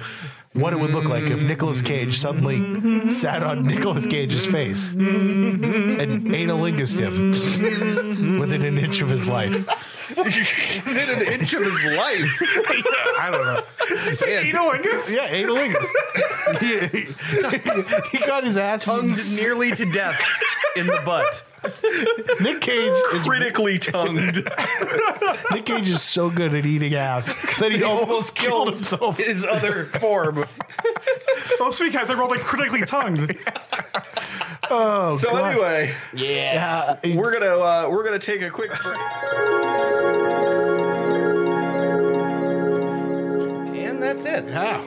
Speaker 1: what it would look like if Nicolas Cage suddenly sat on Nicolas Cage's face and analingused him within an inch of his life.
Speaker 3: Within an inch of his life.
Speaker 1: I don't know.
Speaker 7: Say anal ingus?
Speaker 1: Yeah, analingus. he, he got his ass
Speaker 3: Tongued nearly to death in the butt.
Speaker 1: Nick Cage is
Speaker 3: Critically tongued.
Speaker 1: Nick Cage is so good at eating ass that he almost killed himself.
Speaker 3: His other form.
Speaker 7: Last week, guys, I rolled like critically tongued.
Speaker 3: Oh,
Speaker 5: so anyway,
Speaker 1: Yeah, he-
Speaker 5: we're gonna uh, we're gonna take a quick break.
Speaker 3: And that's it.
Speaker 1: yeah.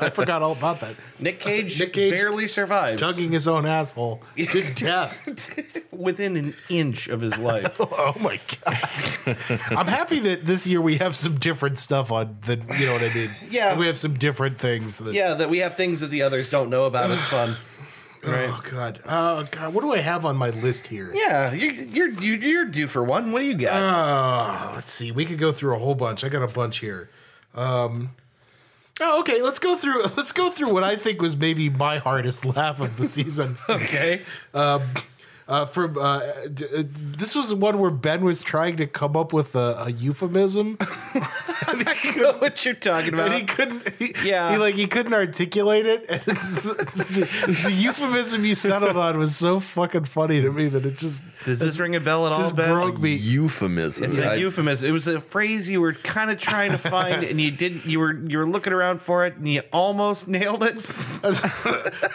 Speaker 1: I forgot all about that.
Speaker 3: Nick Cage,
Speaker 1: Nick Cage
Speaker 3: barely survives
Speaker 1: Tugging his own asshole to death.
Speaker 3: within an inch of his life.
Speaker 1: Oh my god! I'm happy that this year we have some different stuff on the. You know what I mean?
Speaker 3: Yeah.
Speaker 1: we have some different things. That,
Speaker 3: yeah, that we have things that the others don't know about is fun.
Speaker 1: Oh god. Oh god. What do I have on my list here?
Speaker 3: Yeah, you, you're you, you're due for one. What do you got?
Speaker 1: Uh, let's see. We could go through a whole bunch. I got a bunch here. Um, oh, okay. Let's go through. Let's go through what I think was maybe my hardest laugh of the season.
Speaker 3: okay.
Speaker 1: uh, from uh, d- uh, this was the one where Ben was trying to come up with a, a euphemism, and he
Speaker 3: know
Speaker 1: couldn't.
Speaker 3: what you're talking
Speaker 1: And
Speaker 3: about.
Speaker 1: he couldn't. He,
Speaker 3: Yeah.
Speaker 1: he like he couldn't articulate it. And it's- the, the euphemism you settled on was so fucking funny to me that it just
Speaker 3: Does this ring a bell at all,
Speaker 1: just
Speaker 3: Ben?
Speaker 1: broke me.
Speaker 5: Euphemism.
Speaker 3: It's
Speaker 5: I-
Speaker 3: a euphemism. It was a phrase you were kind of trying to find, and you didn't. You were you were looking around for it, and you almost nailed it.
Speaker 1: All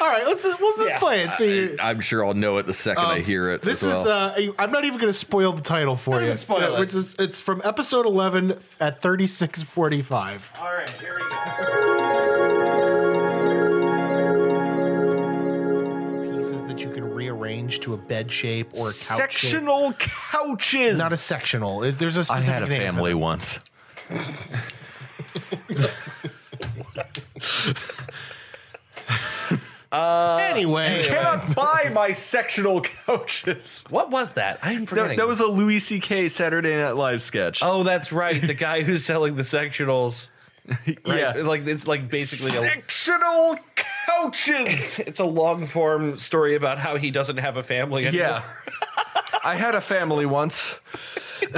Speaker 1: right, let's we'll just play it. See.
Speaker 5: I'm sure I'll know it the second I hear it.
Speaker 1: This
Speaker 5: as well.
Speaker 1: is uh, I'm not even going to spoil the title for you.
Speaker 3: even spoil
Speaker 1: Yeah,
Speaker 3: it.
Speaker 1: Which is it's from episode 11 at 36:45.
Speaker 3: All right, here we go.
Speaker 1: Pieces that you can rearrange to a bed shape or a couch shape.
Speaker 5: sectional couches.
Speaker 1: Not a sectional. It- There's a
Speaker 5: I
Speaker 1: specific
Speaker 5: had a
Speaker 1: name for
Speaker 5: family once.
Speaker 1: that. Anyway,
Speaker 8: cannot buy my sectional couches.
Speaker 3: What was that? I'm
Speaker 5: That,
Speaker 3: forgetting.
Speaker 5: that was a Louis C.K. Saturday Night Live sketch.
Speaker 3: oh, that's right. The guy who's selling the sectionals.
Speaker 5: yeah.
Speaker 3: It's Like it's like basically a,
Speaker 5: sectional couches.
Speaker 3: it's a long form story about how he doesn't have a family. Anymore.
Speaker 5: yeah. I had a family once.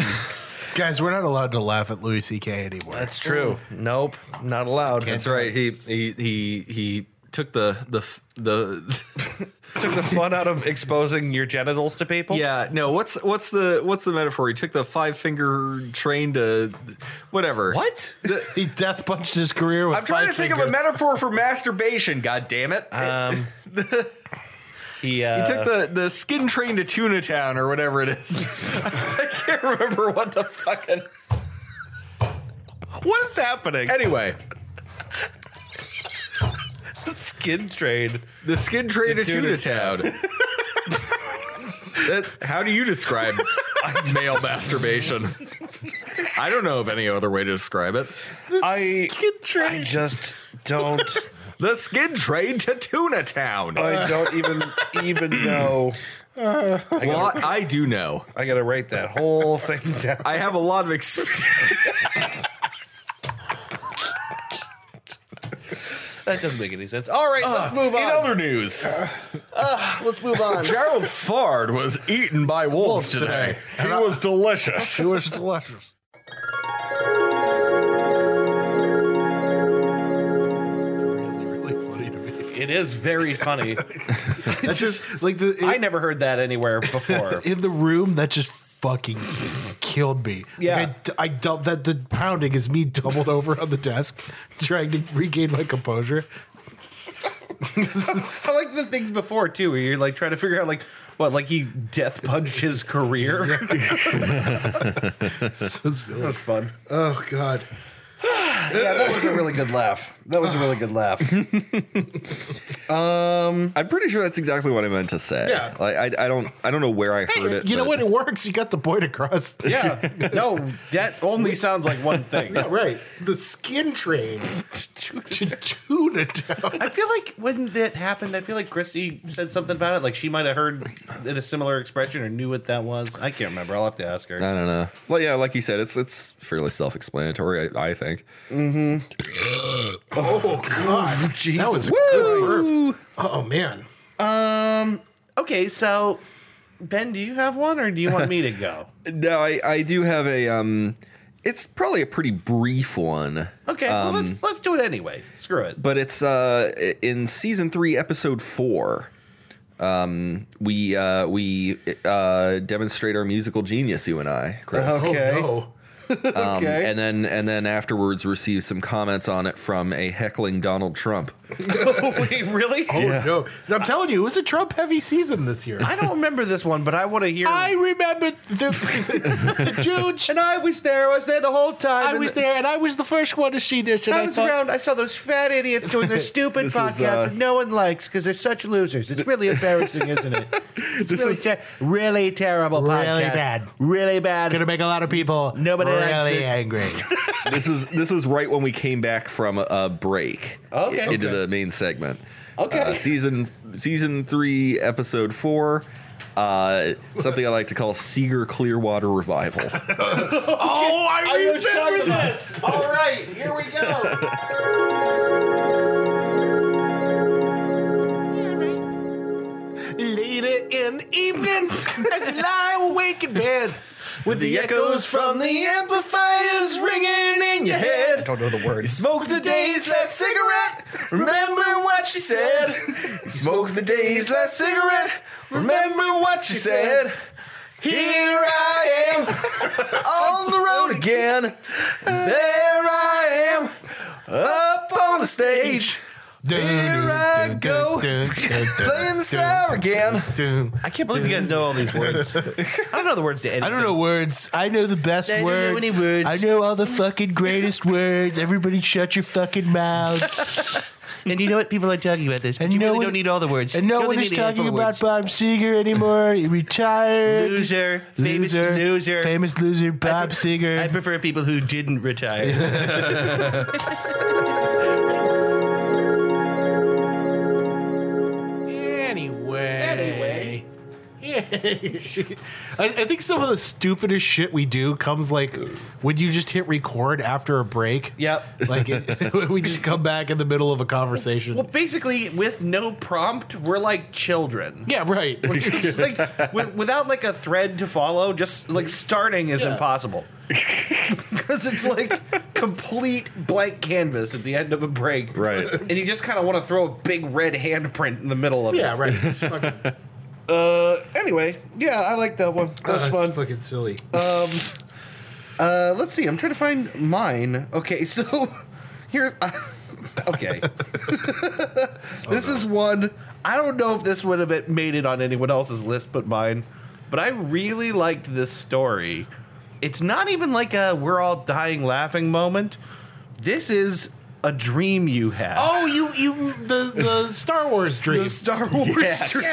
Speaker 1: guys, we're not allowed to laugh at Louis CK anymore.
Speaker 3: that's true. Nope, not allowed.
Speaker 5: That's right. He he he he took the the the
Speaker 3: Took the fun out of exposing your genitals to people.
Speaker 5: yeah no what's what's the what's the metaphor he took the five finger train to whatever
Speaker 3: What?
Speaker 1: he death punched his career with
Speaker 5: i'm trying to think of a metaphor for masturbation god damn it
Speaker 3: Um, he, uh,
Speaker 5: he took the the skin train to tuna town or whatever it is i can't remember what the fucking
Speaker 3: What is happening?
Speaker 5: anyway
Speaker 3: skin trade.
Speaker 5: the skin train to, tuna,
Speaker 3: Tuna
Speaker 5: town, That- how do you describe male masturbation i don't know of any other way to describe it
Speaker 3: I, I just don't.
Speaker 5: The skin train to Tuna Town.
Speaker 3: I don't even even know. I
Speaker 5: well,
Speaker 3: gotta,
Speaker 5: I, I do know.
Speaker 3: I gotta write that whole thing down.
Speaker 5: I have a lot of experience.
Speaker 3: That doesn't make any sense. All right, let's move on.
Speaker 5: news,
Speaker 3: let's move on.
Speaker 5: Gerald Ford was eaten by wolves today. He was delicious.
Speaker 1: It was delicious. Really, really funny to me.
Speaker 3: It is very funny.
Speaker 1: That's just like the
Speaker 3: I never heard that anywhere before.
Speaker 1: in the room that just fucking killed me.
Speaker 3: Yeah.
Speaker 1: Like I, d- I dumped that the pounding is me doubled over on the desk trying to regain my composure.
Speaker 3: I like the things before too, where you're like trying to figure out like what, like he death punched his career.
Speaker 1: So silly.
Speaker 3: Fun.
Speaker 1: Oh god. Oh,
Speaker 3: Yeah, that was a really good laugh. That was a really good laugh.
Speaker 5: I'm pretty sure that's exactly what I meant to say.
Speaker 1: Yeah.
Speaker 5: Like I, I don't I don't know where I heard it.
Speaker 1: you know
Speaker 5: but-
Speaker 1: what? It works. You got the point across.
Speaker 3: yeah. No, that only sounds like one thing.
Speaker 1: Yeah, right. The skin train to tuna town.
Speaker 3: I feel like when that happened, I feel like Christy said something about it. Like she might have heard in a similar expression or knew what that was. I can't remember. I'll have to ask her.
Speaker 5: I don't know. Well, yeah, like you said, it's it's fairly self-explanatory. I, I think. Mm-hmm.
Speaker 1: Oh God, that was a good burp. Oh man,
Speaker 3: Okay, so Ben, do you have one, or do you want me to go?
Speaker 5: No, I I do have a um. It's probably a pretty brief one,
Speaker 3: Okay, well, let's let's do it anyway. Screw it.
Speaker 5: but it's uh i- in season three, episode four. Um, we uh we uh demonstrate our musical genius, you and I, Chris. Um,
Speaker 3: Okay.
Speaker 1: oh
Speaker 3: okay.
Speaker 5: And then and then afterwards receive some comments on it from a heckling Donald Trump.
Speaker 3: Wait, really?
Speaker 1: no, oh no! I'm telling you, it was a Trump heavy season this year.
Speaker 3: I don't remember this one, but I want to hear.
Speaker 1: I remember the the Judge.
Speaker 3: and I was there. I was there the whole time.
Speaker 1: I
Speaker 3: and
Speaker 1: was
Speaker 3: the-
Speaker 1: there, and I was the first one to see this, and
Speaker 3: I
Speaker 1: I,
Speaker 3: was
Speaker 1: thought,
Speaker 3: around. I saw those fat idiots doing their stupid
Speaker 5: This is,
Speaker 3: podcasts
Speaker 5: uh,
Speaker 3: that no one likes because they're such losers. It's really embarrassing, isn't it? It's really, ter- really terrible
Speaker 1: Really
Speaker 3: podcast.
Speaker 1: bad.
Speaker 3: Really bad.
Speaker 1: gonna make a lot of people
Speaker 3: Nobody likes it.
Speaker 1: really angry.
Speaker 5: this is this is right when we came back from a break
Speaker 3: Okay.
Speaker 5: into
Speaker 3: Okay.
Speaker 5: the main segment
Speaker 3: Okay.
Speaker 5: Uh, season season three episode four uh, something I like to call Seeger Clearwater Revival.
Speaker 1: oh, I remember that.
Speaker 3: this. All right, here we go.
Speaker 1: Later in the evening, as you lie awake in bed, with the echoes from the amplifiers ringing in your head.
Speaker 3: don't know the words.
Speaker 1: Smoke the day's last cigarette. Remember what she said. Smoke the day's last cigarette. Remember what she said. Here I am on the road again. There I am up on the stage. Here I go playing the star again.
Speaker 3: I can't believe you guys know all these words. I don't know the words to anything.
Speaker 1: I don't know words. I know the best
Speaker 3: I don't know
Speaker 1: words.
Speaker 3: any words.
Speaker 1: I know all the fucking greatest words. Everybody shut your fucking mouths.
Speaker 3: And you know what? People are talking about this, but
Speaker 1: And
Speaker 3: you
Speaker 1: no
Speaker 3: really
Speaker 1: one-
Speaker 3: don't need all the words.
Speaker 1: And no
Speaker 3: You
Speaker 1: one
Speaker 3: only
Speaker 1: is
Speaker 3: need a handful
Speaker 1: talking
Speaker 3: of
Speaker 1: about
Speaker 3: words.
Speaker 1: Bob Seger anymore. He retired.
Speaker 3: loser, famous
Speaker 1: Loser.
Speaker 3: loser,
Speaker 1: Famous loser Bob Seger.
Speaker 3: I prefer people who didn't retire.
Speaker 1: Anyway. Anyway. I, I think some of the stupidest shit we do comes like when you just hit record after a break.
Speaker 3: Yep.
Speaker 1: Like it, we just come back in the middle of a conversation.
Speaker 3: Well, basically, with no prompt, we're like children.
Speaker 1: yeah, right.
Speaker 3: Just, like wi- without like a thread to follow, just like starting is impossible because it's like complete blank canvas at the end of a break,
Speaker 5: Right.
Speaker 3: And you just kind of want to throw a big red handprint in the middle of
Speaker 1: yeah,
Speaker 3: it.
Speaker 1: right. It's fucking,
Speaker 3: Uh, anyway, yeah, I like that one. That's
Speaker 1: it's
Speaker 3: fun.
Speaker 1: fucking silly.
Speaker 3: Uh, let's see. I'm trying to find mine. Okay, so here's. Uh, okay.
Speaker 1: Oh,
Speaker 3: this is one. I don't know if this would have made it on anyone else's list but mine, but I really liked this story. It's not even like a we're all dying laughing moment. This is a dream you had.
Speaker 1: oh, you you the the Star Wars dream.
Speaker 3: the Star Wars dream.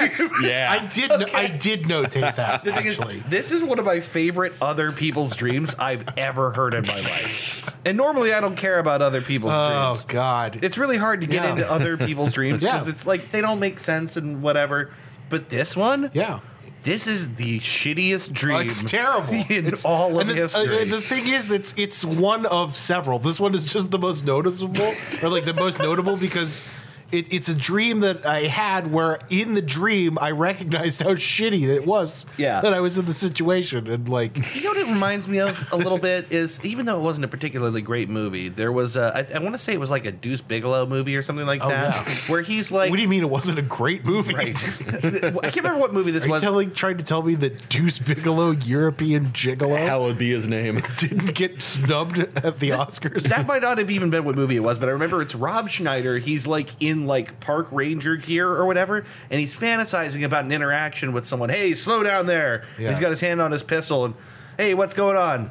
Speaker 1: I did no- I did notate that
Speaker 3: The thing is,
Speaker 1: actually.
Speaker 3: this is one of my favorite other people's dreams I've ever heard in my life. And normally I don't care about other people's
Speaker 1: oh
Speaker 3: dreams.
Speaker 1: God.
Speaker 3: It's really hard to get
Speaker 1: Yeah.
Speaker 3: into other people's dreams because
Speaker 1: Yeah.
Speaker 3: it's like they don't make sense and whatever. But this one,
Speaker 1: yeah.
Speaker 3: this is the shittiest dream.
Speaker 1: Oh, it's terrible.
Speaker 3: in
Speaker 1: It's-
Speaker 3: all of
Speaker 1: and the,
Speaker 3: history.
Speaker 1: uh, the thing is, it's it's one of several. This one is just the most noticeable, or like the most notable, because it, it's a dream that I had where in the dream I recognized how shitty it was.
Speaker 3: Yeah.
Speaker 1: that I was in the situation, and like
Speaker 3: You know what it reminds me of a little bit is even though it wasn't a particularly great movie, there was a, I, I want to say it was like a Deuce Bigelow movie or something like that,
Speaker 1: Oh, yeah.
Speaker 3: where he's like,
Speaker 1: what do you mean it wasn't a great movie?
Speaker 3: right? I can't remember what movie this
Speaker 1: Are you
Speaker 3: was.
Speaker 1: telling, trying to tell me that Deuce Bigelow, European gigolo,
Speaker 5: would be his name.
Speaker 1: didn't get snubbed at the Oscars?
Speaker 3: that might not have even been what movie it was, but I remember it's Rob Schneider. He's like in like park ranger gear or whatever, and he's fantasizing about an interaction with someone. Hey, slow down there.
Speaker 1: Yeah.
Speaker 3: He's got his hand on his pistol and hey, what's going on?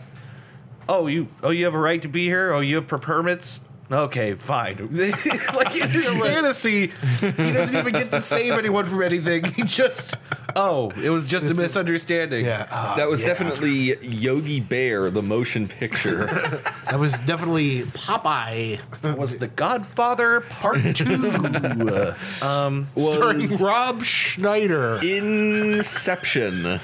Speaker 3: Oh, you oh you have a right to be here? Oh, you have per- permits? Okay, fine. like in his fantasy, he doesn't even get to save anyone from anything. He just, oh, it was just a misunderstanding.
Speaker 1: Yeah, uh,
Speaker 2: That was definitely Yogi Bear, the motion picture.
Speaker 1: that was definitely Popeye.
Speaker 3: That was The Godfather Part Two. um,
Speaker 1: Starring
Speaker 2: was
Speaker 1: Rob Schneider,
Speaker 2: Inception.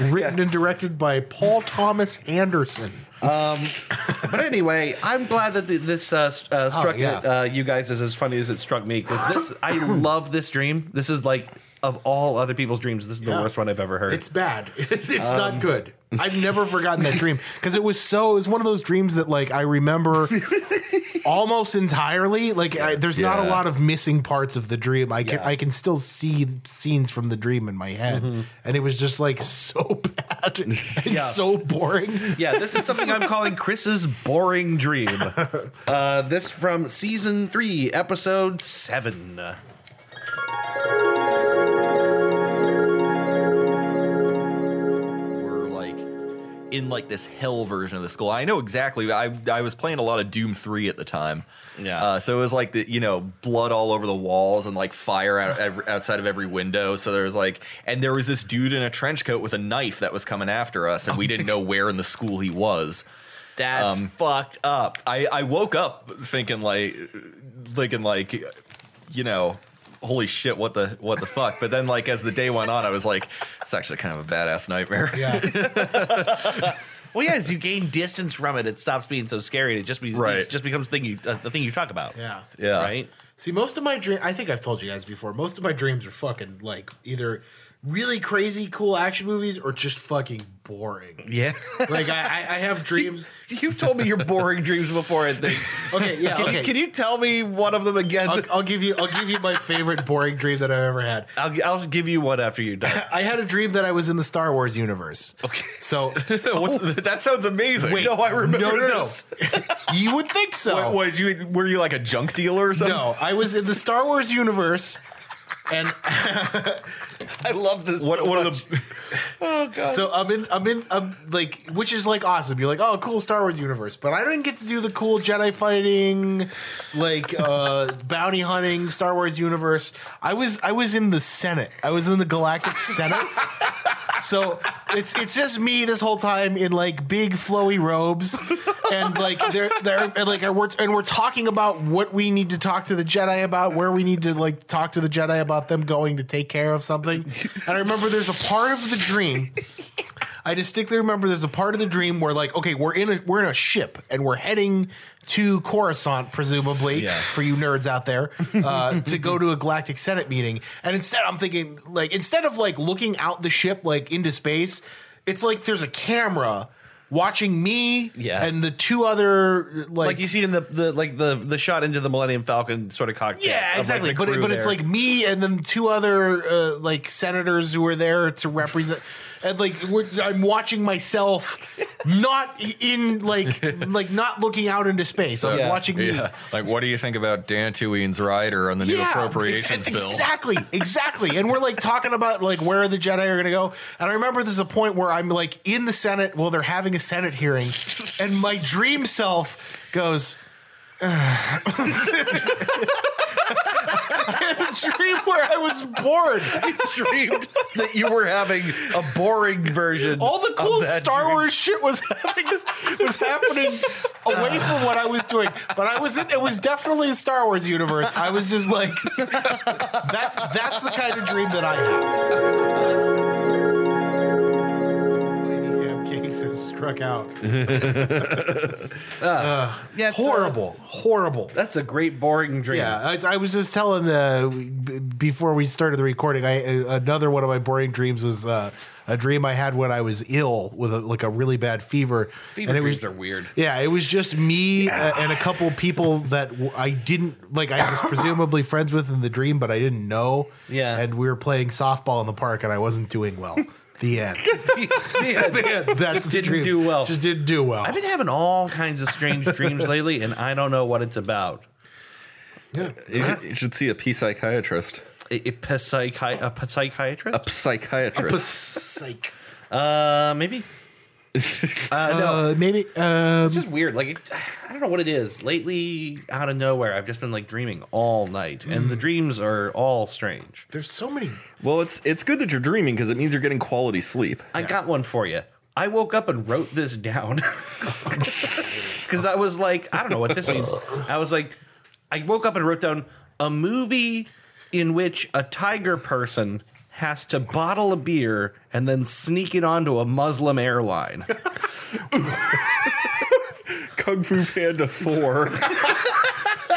Speaker 1: written and directed by Paul Thomas Anderson.
Speaker 3: but anyway, I'm glad that th- this uh, st- uh, struck
Speaker 1: yeah.
Speaker 3: uh, you guys as as funny as it struck me because this, I love this dream. This is like of all other people's dreams, this is the
Speaker 1: Yeah.
Speaker 3: worst one I've ever heard.
Speaker 1: It's bad. It's, it's
Speaker 2: Um,
Speaker 1: not good. I've never forgotten that dream because it was so. It was one of those dreams that like I remember almost entirely. Like I, there's not a
Speaker 2: Yeah.
Speaker 1: lot of missing parts of the dream. I can I can still see scenes from the dream in my head,
Speaker 2: Mm-hmm.
Speaker 1: and it was just like so bad and so boring.
Speaker 3: Yeah, this is something I'm calling Chris's boring dream. Uh, this from season three, episode seven.
Speaker 5: were like in like this hell version of the skull. I know exactly. I I was playing a lot of Doom Three at the time.
Speaker 3: Yeah.
Speaker 5: Uh, so it was like the you know blood all over the walls and like fire out, ev- outside of every window. So there was like and there was this dude in a trench coat with a knife that was coming after us, and we didn't know where in the school he was.
Speaker 3: That's
Speaker 5: Um,
Speaker 3: fucked up.
Speaker 5: I, I woke up thinking like thinking like you know holy shit what the what the fuck but then like as the day went on i was like it's actually kind of a badass nightmare
Speaker 1: Yeah,
Speaker 3: Well, yeah, as you gain distance from it, it stops being so scary. and It just be,
Speaker 5: Right.
Speaker 3: it just becomes thing you uh, the thing you talk about.
Speaker 1: yeah,
Speaker 5: yeah
Speaker 3: Right.
Speaker 1: See, most of my dream I think I've told you guys before, most of my dreams are fucking like either really crazy cool action movies or just fucking boring.
Speaker 3: Yeah.
Speaker 1: Like I, I, I have dreams.
Speaker 3: You've told me your boring dreams before. And think,
Speaker 1: Okay, yeah,
Speaker 3: can,
Speaker 1: okay.
Speaker 3: you, can you tell me one of them again?
Speaker 1: I'll, I'll give you I'll give you my favorite boring dream that I've ever had.
Speaker 3: I'll, I'll give you one after you're
Speaker 5: Uh,
Speaker 3: done.
Speaker 1: I had a dream that I was in the Star Wars universe.
Speaker 3: Okay.
Speaker 1: So
Speaker 5: What's, that sounds amazing
Speaker 1: Wait.
Speaker 5: no i remember
Speaker 1: No, no, no.
Speaker 5: this.
Speaker 1: you would think so.
Speaker 5: What, what, did you were you like a junk dealer or something
Speaker 1: No, I was in the Star Wars universe and
Speaker 3: I love this.
Speaker 5: what
Speaker 3: so
Speaker 5: what are
Speaker 3: much.
Speaker 5: the
Speaker 3: Oh god.
Speaker 1: So I'm in, I'm in, I'm like, which is like awesome. You're like, oh, cool Star Wars universe, but I didn't get to do the cool Jedi fighting, like uh, bounty hunting Star Wars universe. I was, I was in the Senate. I was in the Galactic Senate. so it's it's just me this whole time in like big flowy robes, and like they're they're and like we're and we're talking about what we need to talk to the Jedi about, where we need to like talk to the Jedi about them going to take care of something. And I remember there's a part of the dream. I distinctly remember there's a part of the dream where like okay we're in a we're in a ship and we're heading to Coruscant presumably for you nerds out there uh, to go to a Galactic Senate meeting and instead I'm thinking like instead of like looking out the ship like into space it's like there's a camera watching me
Speaker 3: Yeah.
Speaker 1: and the two other like,
Speaker 3: like you see in the, the like the the shot into the Millennium Falcon sort of cockpit. of,
Speaker 1: yeah,
Speaker 3: like,
Speaker 1: exactly.
Speaker 3: the
Speaker 1: but it,
Speaker 3: crew
Speaker 1: but it's
Speaker 3: there.
Speaker 1: like me and then two other uh, like senators who were there to represent. And like we're, I'm watching myself, not in like like not looking out into space. I'm
Speaker 3: Yeah.
Speaker 1: watching me.
Speaker 5: yeah like what do you think about dan Tuine's rider on the new
Speaker 1: Yeah,
Speaker 5: appropriations
Speaker 1: ex-
Speaker 5: bill
Speaker 1: Exactly, exactly. and we're like talking about like where the Jedi are going to go. And I remember there's a point where I'm like in the Senate, well, they're having a Senate hearing, and my dream self goes. I had a dream where I was bored.
Speaker 3: dreamed that you were having a boring version.
Speaker 1: All the cool
Speaker 3: of that
Speaker 1: Star
Speaker 3: dream.
Speaker 1: Wars shit was happening was happening away from what I was doing. But I was in it was definitely a Star Wars universe. I was just like that's that's the kind of dream that I have. Lady Ham Cakes has struck out.
Speaker 3: Yeah, it's, uh,
Speaker 1: Horrible. Horrible.
Speaker 3: that's a great boring dream.
Speaker 1: Yeah, I, was- I was just telling uh, b- before we started the recording. I uh, another one of my boring dreams was uh, a dream I had when I was ill with a, like a really bad fever.
Speaker 3: Fever
Speaker 1: it
Speaker 3: dreams
Speaker 1: was,
Speaker 3: are weird.
Speaker 1: Yeah, it was just me uh, and a couple people that w- I didn't like. I was presumably friends with in the dream, but I didn't know.
Speaker 3: Yeah.
Speaker 1: and we were playing softball in the park, and I wasn't doing well. The end. That's
Speaker 3: Just
Speaker 1: the
Speaker 3: didn't
Speaker 1: dream.
Speaker 3: do well.
Speaker 1: Just didn't do well.
Speaker 3: I've been having all kinds of strange dreams lately, and I don't know what it's about.
Speaker 2: You should, you should see a p psychiatrist.
Speaker 3: A, a, psychi- a psychiatrist?
Speaker 2: Psychiatrist.
Speaker 1: Psych.
Speaker 3: Uh, maybe. Uh, no,
Speaker 1: Uh, maybe. Um,
Speaker 3: it's just weird. Like it- I don't know what it is. Lately, out of nowhere, I've just been like dreaming all night, and the dreams are all strange.
Speaker 1: there's so many.
Speaker 2: Well, it's it's good that you're dreaming because it means you're getting quality sleep.
Speaker 3: I got one for you. I woke up and wrote this down because I was like, I don't know what this means. I was like, I woke up and wrote down a movie in which a tiger person has to bottle a beer and then sneak it onto a Muslim airline.
Speaker 2: Kung Fu Panda 4.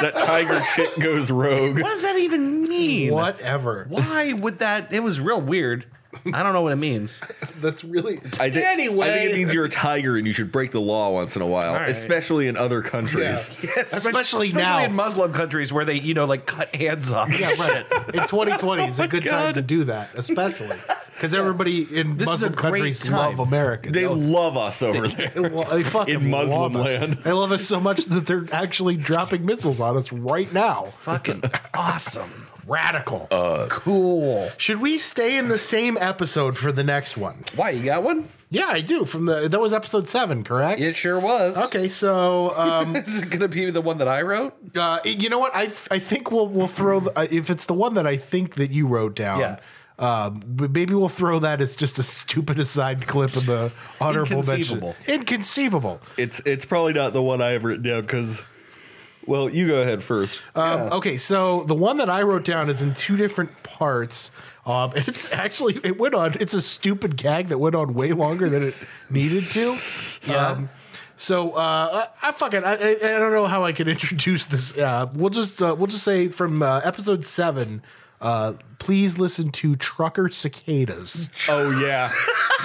Speaker 2: that tiger chick goes rogue.
Speaker 3: What does that even mean?
Speaker 1: Whatever.
Speaker 3: Why would that? It was real weird. I don't know what it means.
Speaker 1: That's really.
Speaker 2: I thi- I think
Speaker 1: Anyway.
Speaker 2: it means you're a tiger and you should break the law once in a while,
Speaker 3: right.
Speaker 2: especially in other countries.
Speaker 1: Especially now.
Speaker 3: in Muslim countries where they, you know, like cut hands off.
Speaker 1: Yeah, right. In 2020 is a good time to do that, especially because everybody in
Speaker 3: This is
Speaker 1: Muslim
Speaker 3: a great
Speaker 1: countries
Speaker 3: time.
Speaker 1: love Americans.
Speaker 2: They love us over there.
Speaker 1: Well, they fucking
Speaker 2: In Muslim
Speaker 1: love us.
Speaker 2: land.
Speaker 1: They love us so much that they're actually dropping missiles on us right now.
Speaker 3: Fucking awesome.
Speaker 1: Radical.
Speaker 3: Cool.
Speaker 1: Uh, Should we stay in the same episode for the next one?
Speaker 3: Why you got one?
Speaker 1: Yeah, I do. From the that was episode seven, correct?
Speaker 3: It sure was.
Speaker 1: Okay, so um,
Speaker 3: Is it gonna be the one that I wrote?
Speaker 1: uh, you know what? I, f- I think we'll we'll throw the, uh, if it's the one that I think that you wrote down.
Speaker 3: Yeah.
Speaker 1: Um, but maybe we'll throw that as just a stupid aside clip in the honorable mention.
Speaker 3: Inconceivable.
Speaker 1: Inconceivable.
Speaker 2: It's it's probably not the one I have written down because well, you go ahead first.
Speaker 1: Um, Okay, so the one that I wrote down is in two different parts. Um, and it's actually it went on. It's a stupid gag that went on way longer than it needed to. Um,
Speaker 3: Yeah.
Speaker 1: So uh, I, I fucking I, I I don't know how I can introduce this. Uh, we'll just uh, we'll just say from uh, episode seven. Uh, please listen to Trucker Cicadas.
Speaker 2: oh yeah.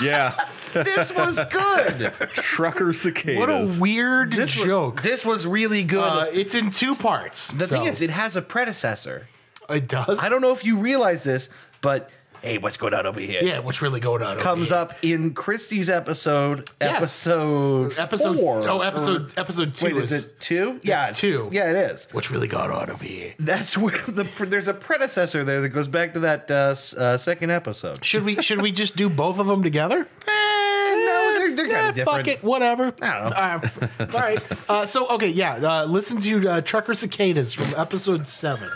Speaker 2: Yeah.
Speaker 3: this was good.
Speaker 2: Trucker
Speaker 1: What a
Speaker 2: cicadas.
Speaker 1: weird
Speaker 3: This was-
Speaker 1: joke!
Speaker 3: this was really good.
Speaker 1: uh, it's in two parts.
Speaker 3: the thing
Speaker 1: so-
Speaker 3: is, it has a predecessor.
Speaker 1: it does.
Speaker 3: I don't know if you realize this, but hey, what's going on over here?
Speaker 1: Yeah, what's really going on? over
Speaker 3: Comes
Speaker 1: here?
Speaker 3: up in Christie's episode,
Speaker 1: Yes.
Speaker 3: episode,
Speaker 1: episode.
Speaker 3: four.
Speaker 1: oh, episode episode two.
Speaker 3: Wait, is, it two? yeah, it's
Speaker 1: two.
Speaker 3: Yeah, it is.
Speaker 1: What's really going on over here?
Speaker 3: That's where the there's a predecessor there that goes back to that uh, s- uh, second episode.
Speaker 1: Should we should we just do both of them together?
Speaker 3: Eh, no, they're- they're kinda
Speaker 1: Eh,
Speaker 3: different.
Speaker 1: Fuck it, whatever.
Speaker 3: I
Speaker 1: Uh, all right. Uh, so okay, yeah. Uh, listen to uh, Trucker Cicadas from episode seven.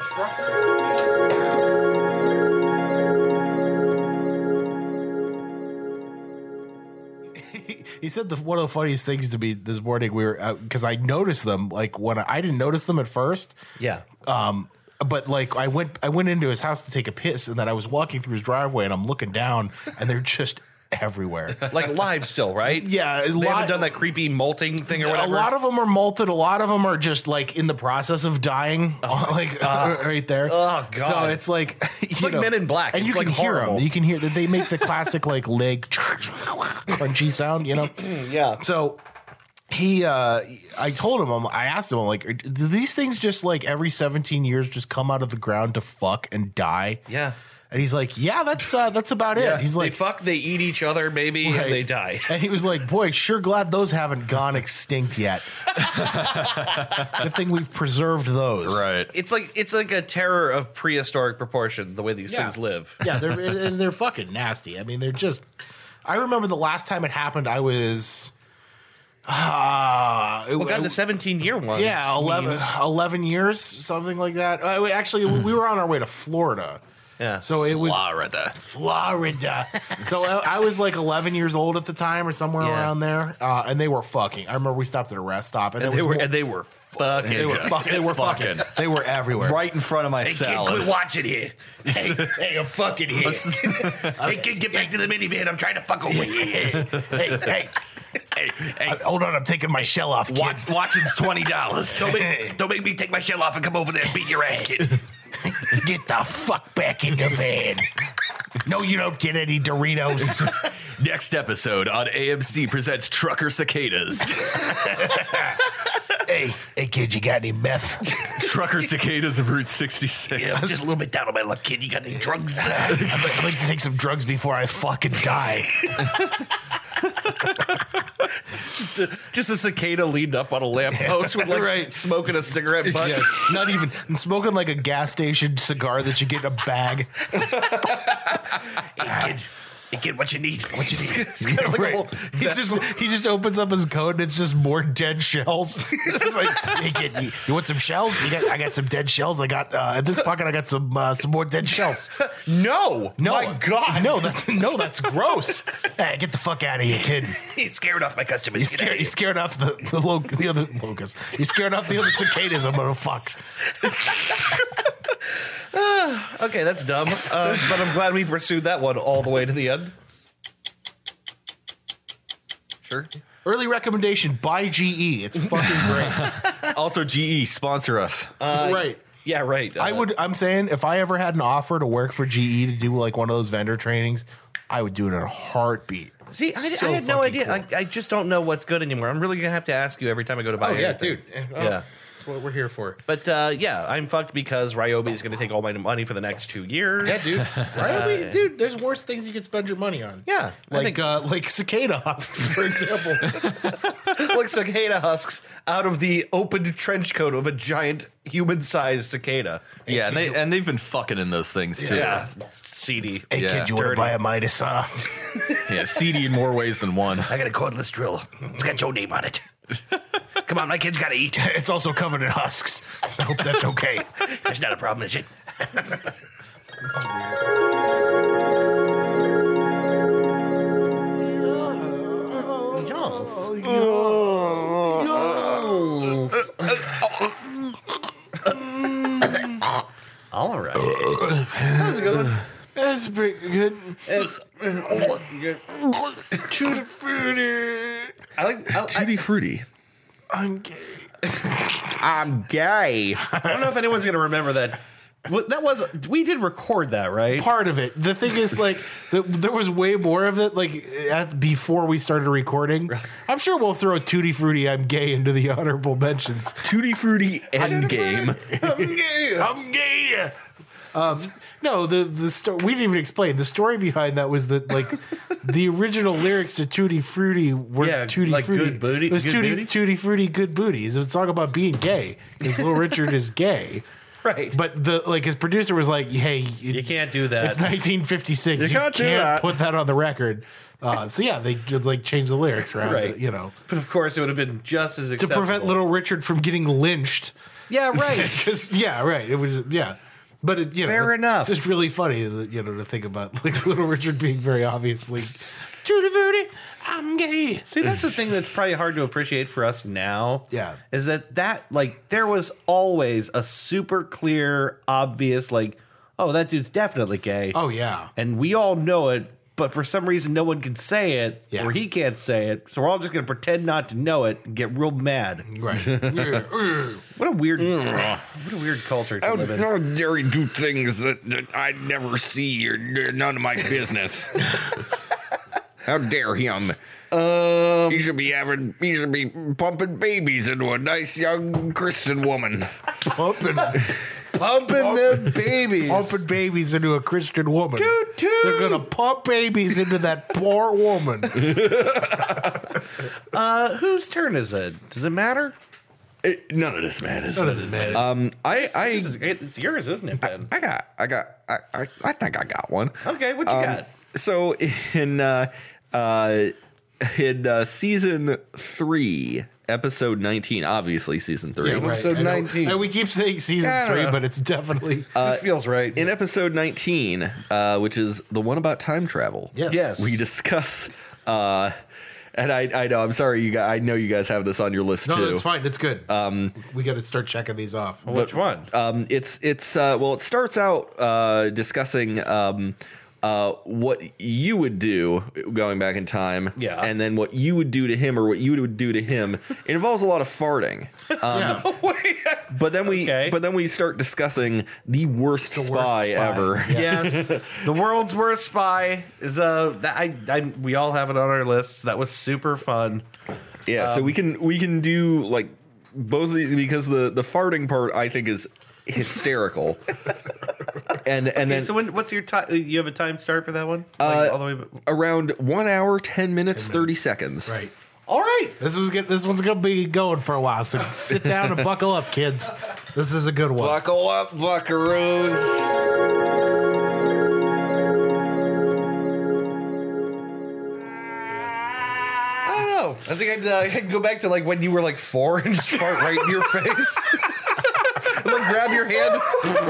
Speaker 1: He said the one of the funniest things to me this morning. We were because I noticed them like when I, I didn't notice them at first.
Speaker 3: Yeah.
Speaker 1: Um, but like I went, I went into his house to take a piss, and then I was walking through his driveway, and I'm looking down, and they're just everywhere.
Speaker 3: Like live still, right?
Speaker 1: Yeah, a
Speaker 3: They
Speaker 1: lot-
Speaker 3: haven't done that creepy molting thing or
Speaker 1: a
Speaker 3: whatever.
Speaker 1: lot of them are molted. A lot of them are just like in the process of dying, like uh, right there.
Speaker 3: Oh, God.
Speaker 1: So it's like it's
Speaker 3: like Men in Black.
Speaker 1: and
Speaker 3: It's,
Speaker 1: you can
Speaker 3: like,
Speaker 1: hear
Speaker 3: horrible.
Speaker 1: them. You can hear that they make the classic like leg crunchy sound. You know.
Speaker 3: yeah.
Speaker 1: So he, uh, I told him, I'm, I asked him, I'm like, do these things just like every 17 years just come out of the ground to fuck and die?
Speaker 3: Yeah.
Speaker 1: And he's like, yeah, that's uh, that's about it. He's like,
Speaker 3: they fuck, they eat each other, maybe,
Speaker 1: Right.
Speaker 3: and they die.
Speaker 1: and he was like, boy, sure glad those haven't gone extinct yet. Good thing we've preserved those.
Speaker 5: Right.
Speaker 3: It's like it's like a terror of prehistoric proportion, the way these
Speaker 1: Yeah.
Speaker 3: things live.
Speaker 1: Yeah, they're and they're fucking nasty. I mean, they're just. I remember the last time it happened. I was. Uh,
Speaker 3: Well, Oh, God, the 17 year ones.
Speaker 1: Yeah, 11,
Speaker 3: means-
Speaker 1: 11 years, something like that. Uh, wait, actually, we were on our way to Florida.
Speaker 3: Yeah.
Speaker 1: So it was
Speaker 5: Florida.
Speaker 1: Florida. so I, I was like 11 years old at the time or somewhere
Speaker 3: Yeah.
Speaker 1: around there. Uh, and they were fucking. I remember we stopped at a rest stop and, there
Speaker 3: they
Speaker 1: was
Speaker 3: were
Speaker 1: more-
Speaker 3: and they were fucking.
Speaker 1: they were, fuck, they were fucking.
Speaker 5: Fucking.
Speaker 1: They were everywhere.
Speaker 5: Right in front of my
Speaker 3: Kid, quit
Speaker 5: salad.
Speaker 3: watching here. Hey, hey, I'm fucking here. hey, kid, get back to the minivan. I'm trying to fuck over here.
Speaker 1: Hey, hey, hey, hey. Hold on, I'm taking my shell off, kid.
Speaker 5: Watch, watching's twenty dollars.
Speaker 3: Don't make, don't make me take my shell off and come over there and beat your ass, kid.
Speaker 1: Get the fuck back in the van. No, you don't get any Doritos.
Speaker 5: Next episode on AMC presents Trucker Cicadas.
Speaker 1: hey, hey, kid, you got any meth?
Speaker 5: Trucker Cicadas of Route 66.
Speaker 3: I'm just a little bit down on my luck, kid. You got any drugs?
Speaker 1: I'd like, I'd like to take some drugs before I fucking die.
Speaker 3: just, a, just a cicada leaned up on a lamppost with like smoking a cigarette butt.
Speaker 1: Not even and smoking like a gas station cigar that you get in a bag. Ah,
Speaker 3: Hey, kid, get what you need. What you need.
Speaker 1: It's kind of like a whole- he's just he just opens up his coat and it's just more dead shells. it's just like, hey kid, you, you want some shells? You got, I got some dead shells. I got uh, in this pocket. I got some uh, some more dead shells.
Speaker 3: no,
Speaker 1: No,
Speaker 3: my God,
Speaker 1: no, that's no, that's gross. hey, get the fuck out of here, kid.
Speaker 3: He's scared off my customers.
Speaker 1: You
Speaker 3: Get out
Speaker 1: scared,
Speaker 3: of
Speaker 1: you
Speaker 3: here.
Speaker 1: scared off the the, lo- the other locust. You scared off the other cicadas. I'm gonna fuck.
Speaker 3: Okay, that's dumb. Uh, but I'm glad we pursued that one all the way to the end.
Speaker 9: Sure.
Speaker 1: Early recommendation: buy GE. It's fucking great.
Speaker 9: Also, GE sponsor us.
Speaker 5: Uh,
Speaker 3: Uh,
Speaker 1: right.
Speaker 3: Yeah, right.
Speaker 1: I
Speaker 3: Uh,
Speaker 1: would. I'm saying if I ever had an offer to work for GE to do like one of those vendor trainings, I would do it in a heartbeat.
Speaker 3: see. I,
Speaker 1: So
Speaker 3: I had no
Speaker 1: fucking
Speaker 3: idea.
Speaker 1: cool. Oh,
Speaker 3: I, I just don't know what's good anymore. I'm really gonna have to ask you every time I go to buy. anything. Yeah.
Speaker 1: That's what we're here for.
Speaker 3: But uh, yeah, I'm fucked because Ryobi is gonna take all my money for the next two years.
Speaker 1: Yeah, dude. Right? dude, there's worse things you could spend your money on.
Speaker 3: Uh, Yeah, I
Speaker 1: Like
Speaker 3: think-
Speaker 1: uh, like cicada husks, for example.
Speaker 3: like cicada husks out of the opened trench coat of a giant human-sized cicada.
Speaker 9: Yeah, and they and they've been fucking in those things too.
Speaker 3: CD.
Speaker 1: hey,
Speaker 9: Yeah.
Speaker 1: kid, you want to
Speaker 3: Dirty.
Speaker 1: buy a Midas saw?
Speaker 9: yeah, seedy in more ways than one.
Speaker 3: I got a cordless drill. It's got your name on it. Come on, my kid's gotta eat.
Speaker 1: it's also covered in husks. I hope that's okay.
Speaker 3: That's not a problem, is it? All right.
Speaker 1: that's pretty good.
Speaker 3: I like. I, I,
Speaker 5: Tutti frutti.
Speaker 1: I'm gay.
Speaker 5: I'm gay.
Speaker 3: I don't know if anyone's gonna remember that. Well, That was we did record that, right?
Speaker 1: part of it. The thing is, like, th there was way more of it, like, at, before we started recording. I'm sure we'll throw Tutti Frutti, I'm gay, into the honorable mentions.
Speaker 5: Tutti frutti endgame.
Speaker 1: I'm gay. Um, no, the the sto- we didn't even explain the story behind that was that like the original lyrics to Tutti Frutti were
Speaker 3: Yeah,
Speaker 1: Tutti
Speaker 3: like
Speaker 1: Frutti.
Speaker 3: good booty-
Speaker 1: it was
Speaker 3: good
Speaker 1: Tutti
Speaker 3: booty?
Speaker 1: Tutti Frutti good booties. It was a song about being gay because Little Richard is gay.
Speaker 3: Right.
Speaker 1: But the like his producer was like, "Hey, you
Speaker 3: can't do that.
Speaker 1: It's 1956. You,
Speaker 5: can't
Speaker 1: can't,
Speaker 5: do that."
Speaker 1: put that on the record." Uh, so yeah, they just like changed the lyrics around,
Speaker 3: Right.
Speaker 1: you know,
Speaker 3: But of course, it would have been just as
Speaker 1: to
Speaker 3: acceptable.
Speaker 1: prevent Little Richard from getting lynched.
Speaker 3: Yeah, right.
Speaker 1: Because yeah, right. It was yeah, but it, you know,
Speaker 3: Fair enough.
Speaker 1: It's just really funny, that, you know, to think about like Little Richard being very obviously Judy Fruity, I'm gay.
Speaker 3: See, that's the thing that's probably hard to appreciate for us now.
Speaker 1: Yeah.
Speaker 3: Is that that, like, there was always a super clear, obvious, like, oh, that dude's definitely gay.
Speaker 1: Oh yeah,
Speaker 3: And we all know it, but for some reason, no one can say it,
Speaker 1: Yeah.
Speaker 3: or he can't say it. So we're all just going to pretend not to know it and get real mad.
Speaker 1: right. Yeah.
Speaker 3: What a weird,
Speaker 5: Mm.
Speaker 3: what a weird culture to
Speaker 5: How,
Speaker 3: live in.
Speaker 5: how dare you do things that, that I never see or they're none of my business? how dare him? Um, he should be having, he should be pumping babies into a nice young Christian woman.
Speaker 1: Pumping,
Speaker 3: Pumping them babies.
Speaker 1: pumping babies into a Christian woman.
Speaker 3: Toot, toot.
Speaker 1: They're gonna pump babies into that poor woman.
Speaker 3: Uh, Whose turn is it? Does it matter?
Speaker 5: It- none of this matters.
Speaker 1: None of this matters.
Speaker 5: Um, I, I,
Speaker 3: This is, it's yours, isn't it, Ben?
Speaker 5: I got, I got, I, I, I think I got one.
Speaker 3: Okay, what you
Speaker 5: Um,
Speaker 3: got?
Speaker 5: So in uh, uh, in uh, season three, episode nineteen, obviously season three.
Speaker 1: Yeah, right.
Speaker 3: episode
Speaker 1: I know.
Speaker 3: 19.
Speaker 1: and we keep saying season
Speaker 5: Yeah, I don't
Speaker 1: three,
Speaker 5: know.
Speaker 1: but it's definitely
Speaker 3: this feels right.
Speaker 5: uh, In episode nineteen, uh, which is the one about time travel.
Speaker 1: Yes.
Speaker 3: yes.
Speaker 5: we discuss. Uh, and I, I know, I'm sorry, you guys. I know you guys have this on your list
Speaker 1: no,
Speaker 5: too.
Speaker 1: that's fine. It's good. Um, we got to start checking these off.
Speaker 3: Which one?
Speaker 5: um, it's it's uh, well, it starts out uh, discussing um, uh, what you would do going back in time,
Speaker 3: Yeah.
Speaker 5: and then what you would do to him or what you would do to him. it involves a lot of farting, um,
Speaker 1: yeah.
Speaker 5: but then we
Speaker 3: Okay.
Speaker 5: but then we start discussing the worst,
Speaker 1: worst
Speaker 5: spy,
Speaker 1: spy.
Speaker 5: ever.
Speaker 3: yes, the world's worst spy is uh, that I, I we all have it on our lists. That was super fun.
Speaker 5: Yeah, so
Speaker 7: Um,
Speaker 5: we can we can do like both of these because the the farting part I think is hysterical. and and then
Speaker 3: So when what's your time? You have a time start for that one?
Speaker 5: Uh,
Speaker 3: all the way. b-
Speaker 5: around 1 hour 10 minutes 30 seconds.
Speaker 1: Right.
Speaker 3: All right.
Speaker 1: This was good. This one's gonna be going for a while. So sit down and buckle up, kids. This is a good one.
Speaker 5: Buckle up, buckaroos.
Speaker 3: know. I think I'd, uh, I'd go back to like when you were like four and just fart right in your face. And, like grab your hand,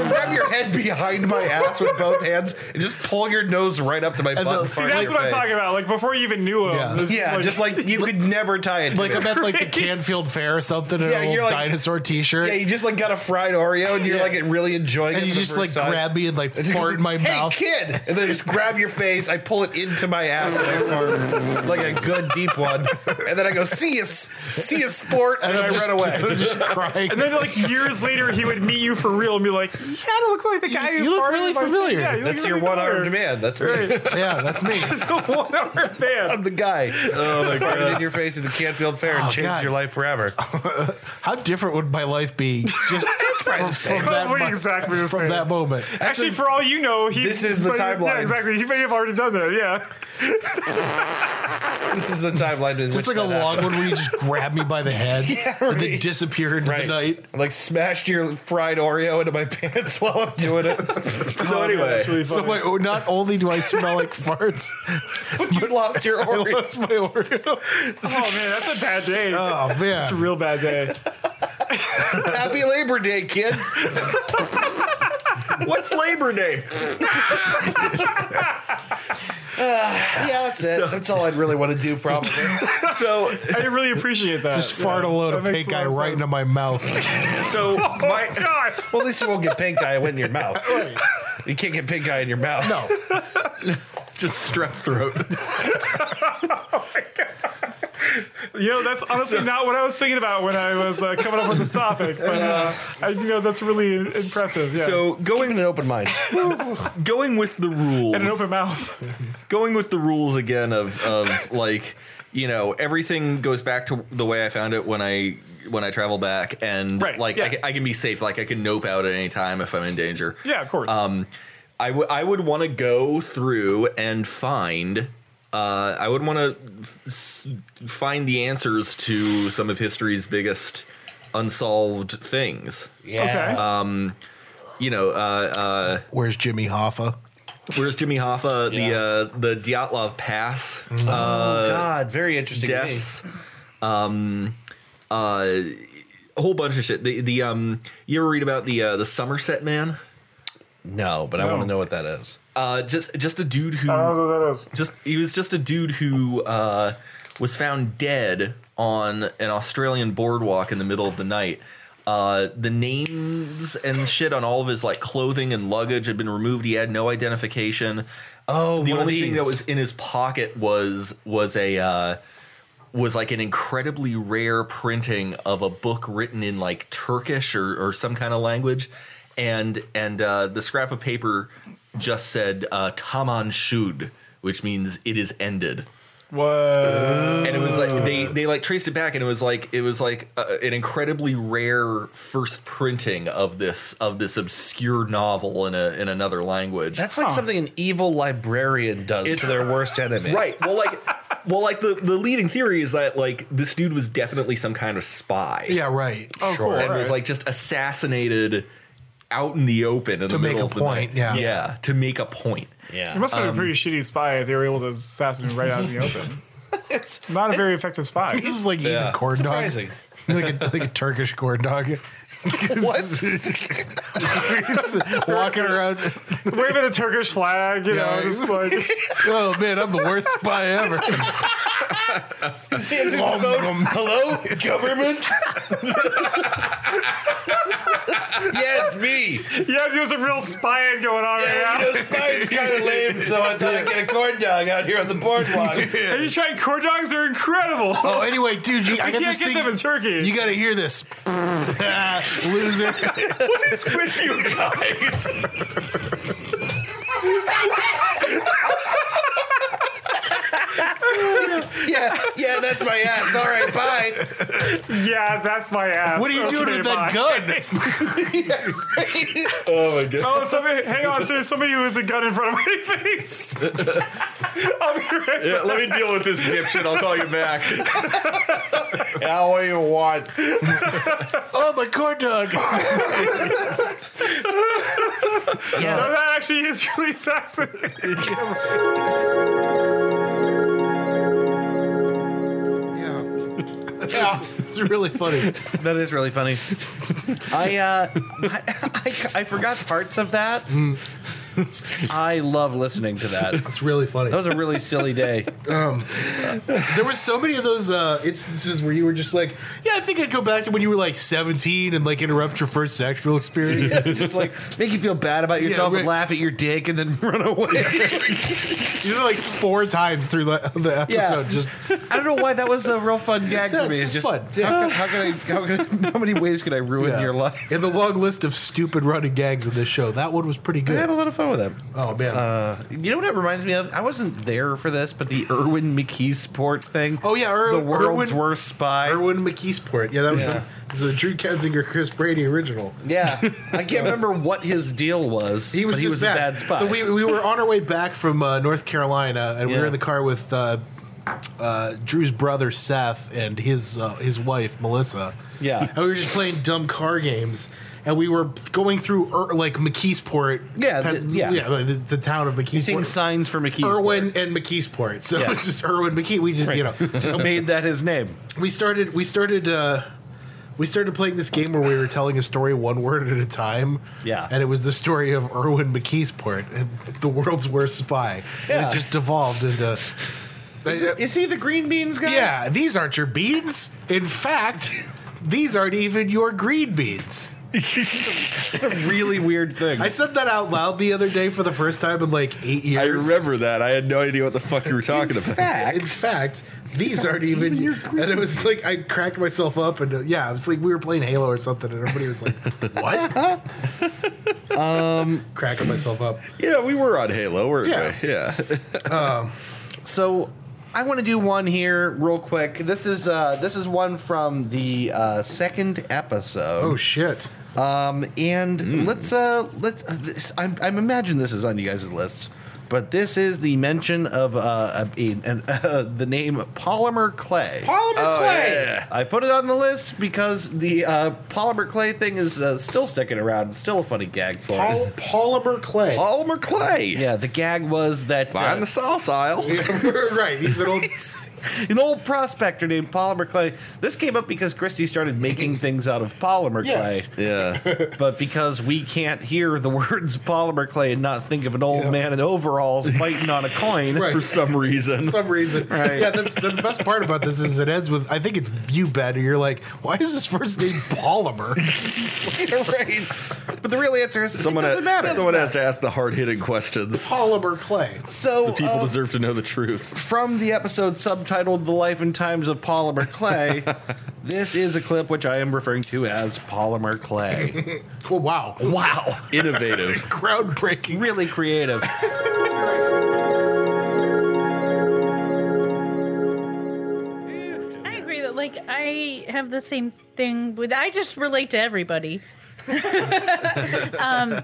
Speaker 3: grab your head behind my ass with both hands, and just pull your nose right up to my butt.
Speaker 1: the-
Speaker 3: and
Speaker 1: See,
Speaker 7: See,
Speaker 3: fart in
Speaker 7: that's
Speaker 3: your
Speaker 7: what I'm
Speaker 3: face.
Speaker 7: talking about. Like before you even knew him.
Speaker 1: Yeah.
Speaker 7: this is
Speaker 3: Yeah, just like you could never tie it. To
Speaker 1: Like
Speaker 3: me.
Speaker 1: I'm at like the Canfield Fair or something, and
Speaker 3: Yeah,
Speaker 1: a
Speaker 3: you're
Speaker 1: little
Speaker 3: like-
Speaker 1: dinosaur T-shirt,
Speaker 3: yeah, you just like got a fried Oreo, and you're
Speaker 1: Yeah.
Speaker 3: like really enjoying it.
Speaker 1: and you
Speaker 3: for the
Speaker 1: just like
Speaker 3: first time.
Speaker 1: grab me and like
Speaker 3: It's
Speaker 1: fart in my
Speaker 3: hey,
Speaker 1: mouth.
Speaker 3: kid! And then just grab your face. I pull it into my ass and I fart, like a good deep one. And then I go, see you, s- see you, sport. And,
Speaker 1: I'm
Speaker 3: then I
Speaker 1: just-
Speaker 3: run away.
Speaker 1: I'm just crying.
Speaker 7: And then, like years later, he would meet you for real and be like, "You kind of look like the guy who
Speaker 1: you look
Speaker 7: farted
Speaker 1: really
Speaker 7: in my-
Speaker 1: familiar."
Speaker 7: Yeah, you look
Speaker 3: That's your
Speaker 7: really
Speaker 3: one armed
Speaker 7: familiar."
Speaker 3: man. That's me.
Speaker 1: yeah, that's me.
Speaker 7: one armed man.
Speaker 3: I'm the guy. Oh my God. in your face at the Canfield Fair and
Speaker 1: Oh,
Speaker 3: changed
Speaker 1: God.
Speaker 3: your life forever.
Speaker 1: How different would my life be just from, from that,
Speaker 7: Probably
Speaker 1: mo-
Speaker 7: exactly the
Speaker 1: from
Speaker 7: same.
Speaker 1: that moment?
Speaker 7: Actually, for all you know, he
Speaker 3: This is the
Speaker 7: but-
Speaker 3: timeline.
Speaker 7: Yeah, exactly. He may have already done that. Yeah.
Speaker 3: This is the timeline. in which
Speaker 1: It's like a
Speaker 3: that
Speaker 1: long
Speaker 3: happened.
Speaker 1: one where you just grab me by the head and then
Speaker 3: right.
Speaker 1: disappear into the night.
Speaker 3: I, Like smashed your fried Oreo into my pants while I'm doing it.
Speaker 7: Oh,
Speaker 5: So anyway,
Speaker 1: So my, oh, not only do I smell like farts,
Speaker 3: but you lost your
Speaker 1: I
Speaker 3: Oreo.
Speaker 1: lost my Oreo.
Speaker 7: Oh man, that's a bad day.
Speaker 1: Oh
Speaker 7: That's a
Speaker 1: man,
Speaker 7: real bad day.
Speaker 3: Happy Labor Day, kid.
Speaker 5: what's Labor Day?
Speaker 3: Yeah, that's it. That's all I'd really want to do, probably.
Speaker 5: So
Speaker 7: I really appreciate that.
Speaker 1: just fart a load
Speaker 7: that
Speaker 1: of
Speaker 7: makes
Speaker 1: pink
Speaker 7: a lot
Speaker 1: eye
Speaker 7: of
Speaker 1: right
Speaker 7: sense.
Speaker 1: into my mouth.
Speaker 5: so
Speaker 7: My
Speaker 5: my
Speaker 7: God.
Speaker 3: Well, at least you won't get pink eye when in your mouth. You can't get pink eye in your mouth. No.
Speaker 5: just strep throat.
Speaker 7: You know, that's honestly not what I was thinking about when I was uh, coming up with this topic. But uh, I, you know, that's really impressive. Yeah.
Speaker 5: So going
Speaker 3: An open mind.
Speaker 5: going with the rules.
Speaker 7: and an open mouth.
Speaker 5: going with the rules again of of like you know everything goes back to the way I found it when I when I travel back and
Speaker 7: Right,
Speaker 5: like
Speaker 7: yeah.
Speaker 5: I, ca- I can be safe like I can nope out at any time if I'm in danger.
Speaker 7: Yeah, of course.
Speaker 5: Um, I would I would want to go through and find. Uh, I would want to f- s- find the answers to some of history's biggest unsolved things.
Speaker 7: Okay.
Speaker 3: Yeah.
Speaker 5: You know, uh,
Speaker 1: Where's Jimmy Hoffa?
Speaker 5: where's Jimmy Hoffa?
Speaker 3: Yeah.
Speaker 5: The uh, the Dyatlov Pass. uh,
Speaker 3: Oh, God. Very interesting. to me.
Speaker 5: deaths, um, uh, a whole bunch of shit. The the um, you ever read about the uh, the Somerset Man?
Speaker 3: No, but I
Speaker 7: No.
Speaker 3: want to know what that is.
Speaker 5: Uh, just just a dude who
Speaker 7: I don't know what that is.
Speaker 5: just he was just a dude who uh, was found dead on an Australian boardwalk in the middle of the night. Uh, the names and shit on all of his like clothing and luggage had been removed. He had no identification.
Speaker 3: Oh,
Speaker 5: the
Speaker 3: one of
Speaker 5: only thing that
Speaker 3: these.
Speaker 5: was in his pocket was was a uh, was like an incredibly rare printing of a book written in like Turkish or, or some kind of language, and and uh, the scrap of paper just said uh, "Taman Shud," which means it is ended.
Speaker 1: Uh,
Speaker 7: What?
Speaker 5: And it was like they they like traced it back, and it was like it was like uh, an incredibly rare first printing of this of this obscure novel in a in another language.
Speaker 3: That's like something an evil librarian does
Speaker 5: It's-
Speaker 3: to their worst enemy.
Speaker 5: Right. Well, like, well, like the the leading theory is that like this dude was definitely some kind of spy.
Speaker 1: Yeah, right.
Speaker 7: Oh, cool.
Speaker 5: and was
Speaker 7: alright.
Speaker 5: like just assassinated out in the open in the
Speaker 1: make
Speaker 5: middle
Speaker 1: a
Speaker 5: of the
Speaker 1: point,
Speaker 5: night.
Speaker 1: yeah.
Speaker 5: yeah, to make a point.
Speaker 3: Yeah.
Speaker 7: It must have been a pretty shitty spy if they were able to assassinate him right out in the open. Not a very effective spy.
Speaker 1: This is like eating
Speaker 5: Yeah.
Speaker 1: a corn dog,
Speaker 3: Surprising.
Speaker 1: like a, like a Turkish corn dog.
Speaker 3: What?
Speaker 1: Walking around,
Speaker 7: Waving a Turkish flag, you know,
Speaker 1: Yeah.
Speaker 7: just like
Speaker 1: oh man, I'm the worst spy ever.
Speaker 3: Just answers the phone. Hello, government? yeah, it's me.
Speaker 7: yeah, there was a real spying going on right
Speaker 3: You know, spine's kind of lame, so I thought I'd get a corn dog out here on the boardwalk.
Speaker 7: now. Have you tried corn dogs? They're incredible.
Speaker 1: Oh, anyway, dude, you, I
Speaker 7: I
Speaker 1: got
Speaker 7: can't
Speaker 1: this
Speaker 7: get
Speaker 1: thing.
Speaker 7: them in Turkey.
Speaker 1: You got to hear this, loser.
Speaker 5: What is with you guys?
Speaker 3: Yeah, yeah, that's my ass. All right, bye.
Speaker 7: yeah, that's my ass.
Speaker 1: What are you doing
Speaker 7: Okay,
Speaker 1: with
Speaker 7: bye.
Speaker 1: that gun?
Speaker 7: Oh, somebody, hang on, there's somebody who has a gun in front of my face. I'll be right back.
Speaker 5: Let me deal with this dipshit. I'll call you back.
Speaker 3: How what do you want?
Speaker 1: Oh, my corn dog.
Speaker 7: No, that actually is really fascinating.
Speaker 1: yeah, it's really funny.
Speaker 3: That is really funny. I, uh, I, I I forgot parts of that. I love listening to that. That
Speaker 1: It's really funny.
Speaker 3: was a really silly day.
Speaker 1: There were so many of those uh, instances where you were just like, yeah, I think I'd go back to when you were like 17 and like interrupt your first sexual experience.
Speaker 3: Just like make you feel bad about yourself
Speaker 1: right.
Speaker 3: and laugh at your dick and then run away.
Speaker 1: you know, like four times through the, the episode.
Speaker 3: Yeah.
Speaker 1: Just
Speaker 3: I don't know why that was a real fun gag
Speaker 1: Yeah,
Speaker 3: for me.
Speaker 1: it's
Speaker 3: It's
Speaker 1: just
Speaker 3: just
Speaker 1: fun.
Speaker 3: How, can, how can I? How, can, how many ways could I ruin
Speaker 1: yeah.
Speaker 3: your life?
Speaker 1: In the long list of stupid running gags in this show, that one was pretty
Speaker 3: I had a
Speaker 1: good.
Speaker 3: lot of fun with that.
Speaker 1: Oh man.
Speaker 3: Uh, you know what it reminds me of? I wasn't there for this, but the Irwin McKeesport thing.
Speaker 1: Oh, yeah, Ir-
Speaker 3: the world's
Speaker 1: Irwin-
Speaker 3: worst spy.
Speaker 1: Erwin McKeesport. Yeah, that was, A, it was a Drew Kensinger, Chris Brady original.
Speaker 3: Yeah, I can't remember what his deal was.
Speaker 1: He was just
Speaker 3: but he was
Speaker 1: bad.
Speaker 3: a bad spy.
Speaker 1: So we, we were on our way back from uh, North Carolina, and we were
Speaker 3: Yeah.
Speaker 1: in the car with uh, uh, Drew's brother Seth and his uh, his wife Melissa.
Speaker 3: Yeah.
Speaker 1: and we were just playing dumb car games. And we were going through er, like McKeesport,
Speaker 3: Yeah,
Speaker 1: Pen-
Speaker 3: the- yeah.
Speaker 1: like, the, the town of
Speaker 3: He's seeing
Speaker 1: McKeesport,
Speaker 3: signs for McKeesport.
Speaker 1: Irwin and McKeesport. So
Speaker 3: Yeah.
Speaker 1: it's just Irwin McKee. We just you know
Speaker 3: just made that his name.
Speaker 1: we started we started uh we started playing this game where we were telling a story one word at a time.
Speaker 3: Yeah.
Speaker 1: And it was the story of Erwin McKeesport, and the world's worst spy. And
Speaker 3: Yeah.
Speaker 1: it just devolved into. uh,
Speaker 3: Is he the green beans guy?
Speaker 1: yeah, these aren't your beans. In fact, these aren't even your green beans.
Speaker 3: it's a really weird thing.
Speaker 1: I said that out loud the other day for the first time in like eight years.
Speaker 2: I remember that. I had no idea what the fuck you were talking about.
Speaker 1: In fact, these aren't even. and it was like I cracked myself up, and uh, yeah, I was like, we were playing Halo or something, and everybody was like, "What?" um, cracking myself up.
Speaker 2: Yeah, we were on Halo, weren't
Speaker 1: Yeah.
Speaker 2: we? Yeah.
Speaker 3: So I want to do one here real quick. This is uh, this is one from the uh, second
Speaker 1: Oh
Speaker 3: episode.
Speaker 1: shit!
Speaker 2: Oh.
Speaker 3: Um, and
Speaker 2: Hmm.
Speaker 3: let's uh, let's. uh, This, I'm I'm imagine this is on you guys' lists, but this is the mention of uh, a, a- an, uh, the name polymer clay.
Speaker 4: Polymer
Speaker 2: Oh,
Speaker 4: clay.
Speaker 3: I put it on the list because the uh, polymer clay thing is uh, still sticking around. It's still a funny gag for
Speaker 1: Pol-
Speaker 3: us.
Speaker 1: polymer clay.
Speaker 2: Polymer Clay.
Speaker 3: Yeah, the gag was that uh,
Speaker 2: Find the sauce aisle.
Speaker 1: right, he's an old.
Speaker 3: an old prospector named Polymer Clay. This came up because Christie started making things out of polymer
Speaker 1: Yes.
Speaker 2: Yeah.
Speaker 3: clay, but because we can't hear the words polymer clay and not think of an old man in overalls biting on a coin.
Speaker 1: Right.
Speaker 2: For some reason.
Speaker 1: For some reason,
Speaker 3: Right.
Speaker 1: yeah. That's, that's the best part about this is it ends with I think it's you bet. You're like, why is his first name polymer?
Speaker 3: right. But the real answer is
Speaker 2: Someone,
Speaker 3: it
Speaker 2: ha-
Speaker 3: doesn't matter.
Speaker 2: someone has to ask the hard hitting questions.
Speaker 1: polymer clay.
Speaker 3: so
Speaker 2: The
Speaker 5: Oh.
Speaker 2: people
Speaker 3: uh,
Speaker 2: deserve to know the truth.
Speaker 3: from the episode subtitled The Life and Times of Polymer Clay, this is a clip which I am referring to as Polymer Clay.
Speaker 1: Oh, wow,
Speaker 3: Wow.
Speaker 2: Innovative.
Speaker 1: groundbreaking.
Speaker 3: Really creative.
Speaker 10: I agree that like I have the same thing with I just relate to everybody. um,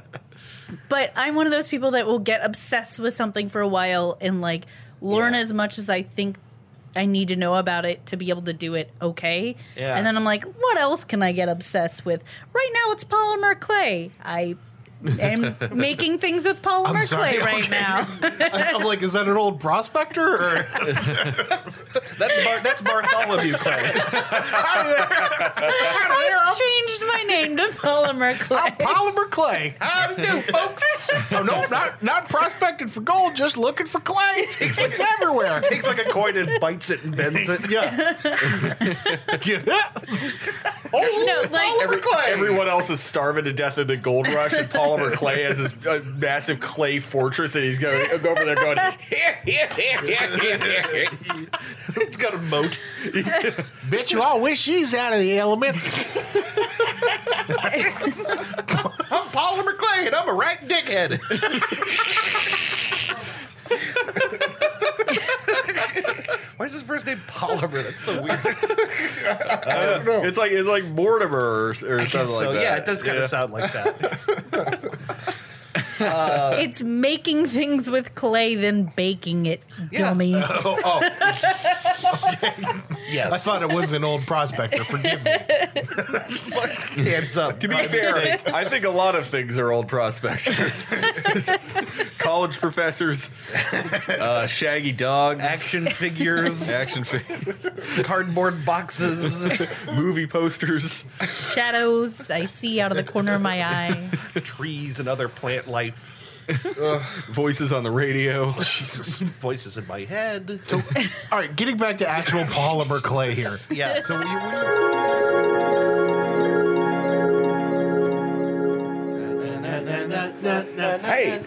Speaker 10: but I'm one of those people that will get obsessed with something for a while and like learn as much as I think I need to know about it to be able to do it okay.
Speaker 3: Yeah.
Speaker 10: And then I'm like, what else can I get obsessed with? Right now it's polymer clay. I am making things with polymer clay right
Speaker 1: okay.
Speaker 10: now.
Speaker 1: I'm like, is that an old prospector? Or
Speaker 3: That's, Bar- that's Bartholomew Clay.
Speaker 10: I've changed my name to polymer clay.
Speaker 1: polymer clay. How do you do, folks? oh, no, not not prospecting for gold, just looking for clay. It's everywhere.
Speaker 3: takes like a coin and bites it and bends it.
Speaker 1: Yeah.
Speaker 10: no, like
Speaker 5: Everyone else is starving to death in the gold rush, and Polymer Clay has this uh, massive clay fortress, and he's going to go over there going,
Speaker 1: It's got a moat. Bet you all wish he's out of the elements.
Speaker 3: I'm polymer clay and I'm a right dickhead. Why is his first name polymer? That's so weird.
Speaker 5: it's like it's like Mortimer or, or something like
Speaker 3: so
Speaker 5: that.
Speaker 3: yeah, it does kind of sound like that.
Speaker 10: it's making things with clay, then baking it, dummies.
Speaker 1: Oh, oh,
Speaker 3: Yes.
Speaker 1: I thought it was an old prospector. Forgive me.
Speaker 3: hands up.
Speaker 5: To be fair, I think a lot of things are old prospectors, college professors, uh, shaggy dogs,
Speaker 3: action figures,
Speaker 5: action figures,
Speaker 3: cardboard boxes,
Speaker 5: movie posters.
Speaker 10: Shadows I see out of the corner of my eye.
Speaker 3: trees, and other plant life.
Speaker 5: voices on the radio.
Speaker 3: Voices in my head.
Speaker 1: So, all right, getting back to actual polymer clay here.
Speaker 3: Yeah.
Speaker 1: So, we, we,
Speaker 2: Hey,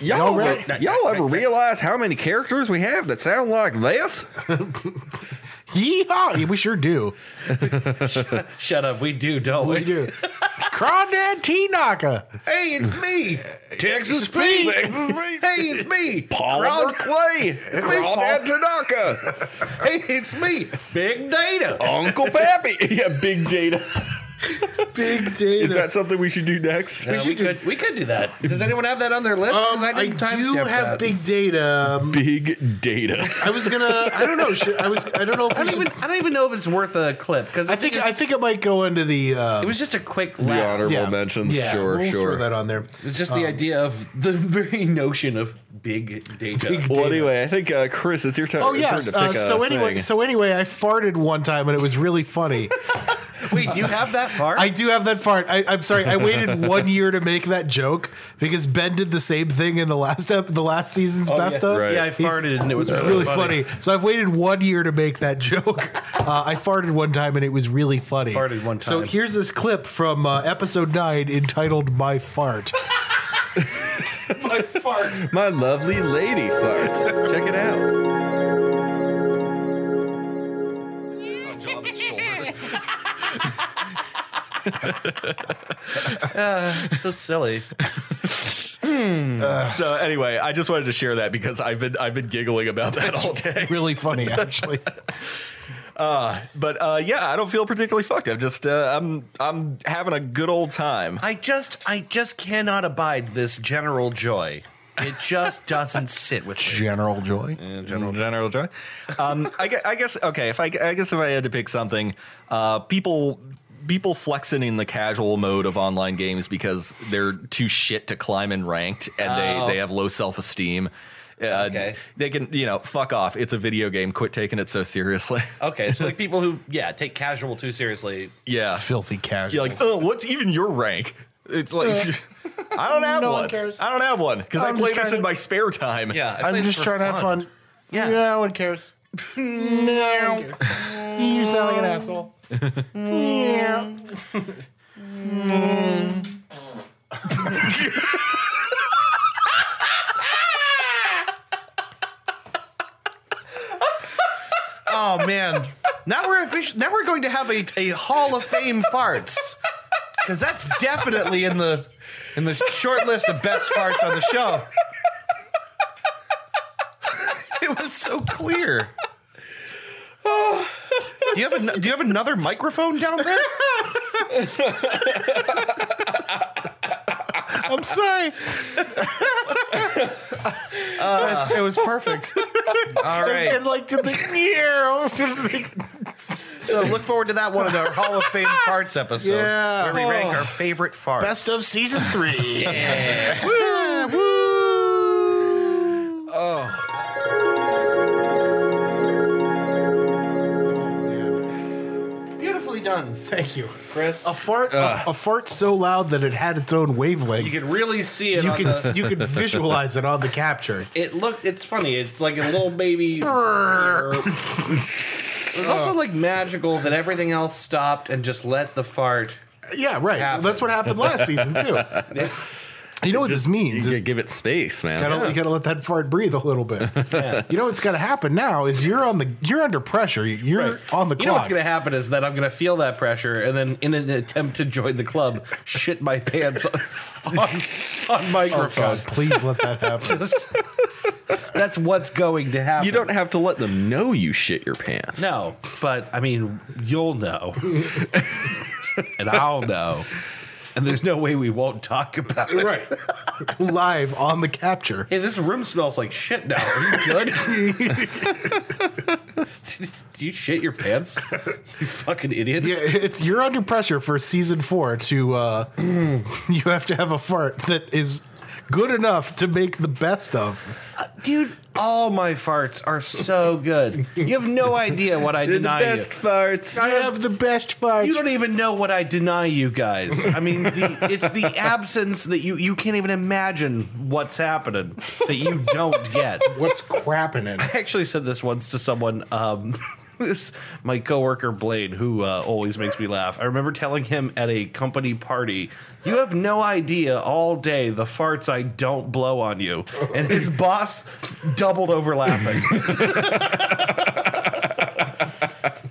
Speaker 1: Y'all
Speaker 2: y'all,
Speaker 1: ready?
Speaker 2: re- y'all ever realize how many characters we have that sound like this?
Speaker 1: yeehaw! We sure do.
Speaker 3: Shut up. We do, don't we?
Speaker 1: We do. Crawdad T Knocker.
Speaker 2: Hey, it's me, Texas
Speaker 1: Pete.
Speaker 2: Texas Pete. Hey, it's me,
Speaker 5: Polymer
Speaker 2: Clay. Crawdad Tanaka.
Speaker 3: Hey, it's me, Big Data.
Speaker 5: Uncle Pappy. yeah, big data.
Speaker 1: Big data.
Speaker 5: Is that something we should do next?
Speaker 3: we, could we could do that. Does anyone have that on their list?
Speaker 1: um,
Speaker 3: 'Cause
Speaker 1: I,
Speaker 3: didn't
Speaker 1: do
Speaker 3: timestamp
Speaker 1: have
Speaker 3: that.
Speaker 1: big data. Um,
Speaker 5: Big data.
Speaker 1: I was gonna. I don't know. Should, I was. I don't know if
Speaker 3: I
Speaker 1: we
Speaker 3: don't
Speaker 1: should,
Speaker 3: even I don't even know if it's worth a clip because
Speaker 1: I think. I think it might go into the. Uh,
Speaker 3: it was just a quick
Speaker 5: The
Speaker 3: laugh.
Speaker 5: honorable mentions. sure,
Speaker 1: we'll
Speaker 5: sure.
Speaker 1: Throw that on there.
Speaker 3: It's just the idea of the very notion of big data.
Speaker 5: Well, anyway, I think uh, Chris, it's your time.
Speaker 1: Oh
Speaker 5: turn
Speaker 1: yes.
Speaker 5: to
Speaker 1: Uh,
Speaker 5: pick a
Speaker 1: so anyway,
Speaker 5: thing.
Speaker 1: so anyway, I farted one time and it was really funny.
Speaker 3: Wait, do you have that far?
Speaker 1: I do have that fart. I, I'm sorry. I waited one year to make that joke because Ben did the same thing in the last ep- the last season's best
Speaker 3: Oh, yeah.
Speaker 1: of.
Speaker 5: Oh, Right.
Speaker 3: yeah, I
Speaker 1: He's-
Speaker 3: farted and it was
Speaker 1: It's really
Speaker 3: really,
Speaker 1: funny. So I've waited one year to make that joke. Uh, I farted one time and it was really funny.
Speaker 3: Farted one
Speaker 1: So
Speaker 3: time.
Speaker 1: here's this clip from uh, episode nine entitled "My Fart."
Speaker 5: my lovely lady farts. Check it out.
Speaker 3: It's so silly.
Speaker 5: So anyway, I just wanted to share that because I've been I've been giggling about that all day.
Speaker 1: really funny, actually.
Speaker 5: But uh, yeah, I don't feel particularly fucked. I'm just uh, I'm I'm having a good old time.
Speaker 3: I just I just cannot abide this general joy. It just doesn't sit with me.
Speaker 1: General Joy.
Speaker 5: General General Joy. Um, I, gue- I guess okay. If I, I guess if I had to pick something, uh, people people flexing in the casual mode of online games because they're too shit to climb in ranked and
Speaker 1: Oh.
Speaker 5: they they have low self esteem. Uh,
Speaker 3: Okay.
Speaker 5: They can you know fuck off. It's a video game. Quit taking it so seriously.
Speaker 3: Okay, so like people who yeah take casual too seriously.
Speaker 5: yeah.
Speaker 1: Filthy
Speaker 5: You're
Speaker 1: casual.
Speaker 5: like, oh, what's even your rank? It's like. I don't have
Speaker 1: Uh. No one
Speaker 5: one.
Speaker 1: cares.
Speaker 5: I don't have one because I
Speaker 1: I'm
Speaker 5: play
Speaker 1: just
Speaker 5: this
Speaker 1: trying
Speaker 5: in
Speaker 1: to-
Speaker 5: my spare time.
Speaker 3: Yeah, I play
Speaker 1: I'm
Speaker 3: this
Speaker 1: just
Speaker 3: for
Speaker 1: trying to have fun.
Speaker 3: Yeah.
Speaker 1: no one cares. no. You sound like an asshole.
Speaker 3: Oh man, now we're official. Now we're going to have a, a Hall of Fame farts because that's definitely in the in the short list of best farts on the show. It was so clear. do you have an, do you have another microphone down there?
Speaker 1: I'm sorry. Yes, it was perfect.
Speaker 3: All right.
Speaker 1: And like to the yeah.
Speaker 3: So look forward to that one of our Hall of Fame farts episode.
Speaker 1: Yeah. Oh.
Speaker 3: Where we rank our favorite farts.
Speaker 1: Best of season three.
Speaker 5: Oh.
Speaker 3: Beautifully done.
Speaker 1: Thank you.
Speaker 3: Chris.
Speaker 1: A fart, a, a fart so loud that it had its own wavelength.
Speaker 3: You can really see it.
Speaker 1: You
Speaker 3: on
Speaker 1: can,
Speaker 3: the-
Speaker 1: you can visualize it on the capture.
Speaker 3: it looked. It's funny. It's like a little baby. it's also like magical that everything else stopped and just let the fart.
Speaker 1: Yeah, right.
Speaker 3: Happened.
Speaker 1: That's what happened last season too. You know what this means?
Speaker 5: You
Speaker 1: is
Speaker 5: gotta give it space, man.
Speaker 1: gotta, you gotta let that fart breathe a little bit. You know what's gonna happen now is you're on the you're under pressure. You're on the
Speaker 3: You know
Speaker 1: clock.
Speaker 3: what's gonna happen is that I'm gonna feel that pressure, and then in an attempt to join the club, shit my pants on, on, on
Speaker 1: oh
Speaker 3: microphone.
Speaker 1: God! Please let that happen.
Speaker 3: That's what's going to happen.
Speaker 5: You don't have to let them know you shit your pants.
Speaker 3: No, but I mean, you'll know, and I'll know, and there's no way we won't talk about it.
Speaker 1: right. live on the capture.
Speaker 3: Hey, this room smells like shit now. Are you good? Did- Do you shit your pants? You fucking idiot.
Speaker 1: Yeah, it's you're under pressure for season four to uh, you have to have a fart that is good enough to make the best of.
Speaker 3: Dude, all my farts are so good. You have no idea what I deny you.
Speaker 5: farts.
Speaker 1: I have the best fart.
Speaker 3: You don't e- even know what I deny you guys. I mean, the, it's the absence that you you can't even imagine what's happening that you don't get.
Speaker 1: What's crapping in?
Speaker 3: I actually said this once to someone. Um, this my coworker Blade, who uh, always makes me laugh. I remember telling him at a company party, "You have no idea all day the farts I don't blow on you," and his boss doubled over laughing.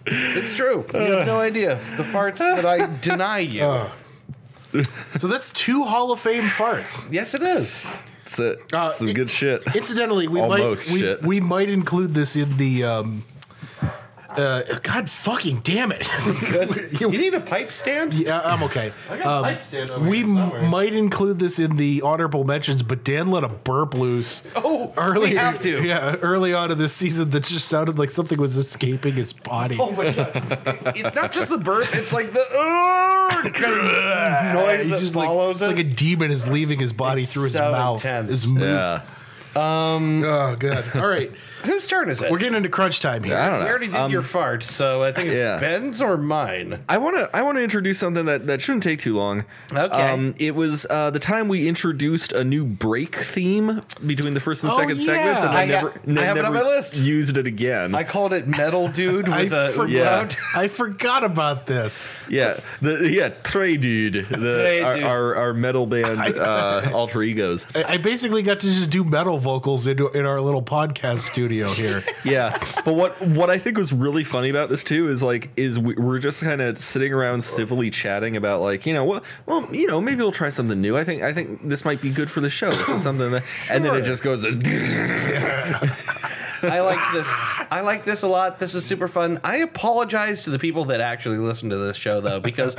Speaker 3: it's true. You have no idea the farts that I deny you.
Speaker 1: Uh, So that's two Hall of Fame farts.
Speaker 3: yes, it is.
Speaker 5: So,
Speaker 1: Uh,
Speaker 5: some
Speaker 1: it-
Speaker 5: good shit.
Speaker 1: Incidentally, we
Speaker 5: Almost
Speaker 1: might
Speaker 5: shit.
Speaker 1: We, we might include this in the. Um, uh, God fucking damn it!
Speaker 3: You need a pipe stand.
Speaker 1: yeah, I'm okay. Um,
Speaker 3: I got a pipe stand over
Speaker 1: We
Speaker 3: here somewhere.
Speaker 1: m- might include this in the honorable mentions, but Dan let a burp loose.
Speaker 3: Oh, we have to.
Speaker 1: Yeah, early on in this season, that just sounded like something was escaping his body.
Speaker 3: Oh my god! it's not just the burp; it's like the "Urgh," kind of noise
Speaker 1: He
Speaker 3: that
Speaker 1: just like,
Speaker 3: follows
Speaker 1: it's like a
Speaker 3: it.
Speaker 1: demon is leaving his body
Speaker 3: It's
Speaker 1: through his
Speaker 3: so
Speaker 1: mouth.
Speaker 3: intense.
Speaker 1: His mouth.
Speaker 5: Yeah.
Speaker 1: Oh god! All right,
Speaker 3: Whose turn is it?
Speaker 1: we're getting into crunch time here.
Speaker 5: I don't
Speaker 3: we
Speaker 5: know.
Speaker 3: already did your fart, so I think it's
Speaker 5: Uh, um, yeah.
Speaker 3: Ben's or mine.
Speaker 5: I want to I want to introduce something that, that shouldn't take too long.
Speaker 3: Okay.
Speaker 5: it was uh, the time we introduced a new break theme between the first and
Speaker 1: Oh,
Speaker 5: second segments,
Speaker 1: yeah.
Speaker 5: and I,
Speaker 3: I ha-
Speaker 5: never
Speaker 3: I have it on
Speaker 5: never
Speaker 3: my list.
Speaker 5: used it again.
Speaker 3: I called it metal dude with
Speaker 1: I
Speaker 3: a
Speaker 1: forgot.
Speaker 5: Yeah.
Speaker 1: I forgot about this.
Speaker 5: yeah, the yeah Trey dude, the
Speaker 3: Trey
Speaker 5: our,
Speaker 3: Dude.
Speaker 5: our our metal band uh, alter egos.
Speaker 1: I I basically got to just do metal vocals into in our little podcast studio here.
Speaker 5: yeah but what what i think was really funny about this too is like is we, we're just kind of sitting around civilly chatting about like you know well, well you know maybe we'll try something new i think i think this might be good for the show this is something that and then it just goes
Speaker 3: I like this. I like this a lot. This is super fun. I apologize to the people that actually listen to this show though, because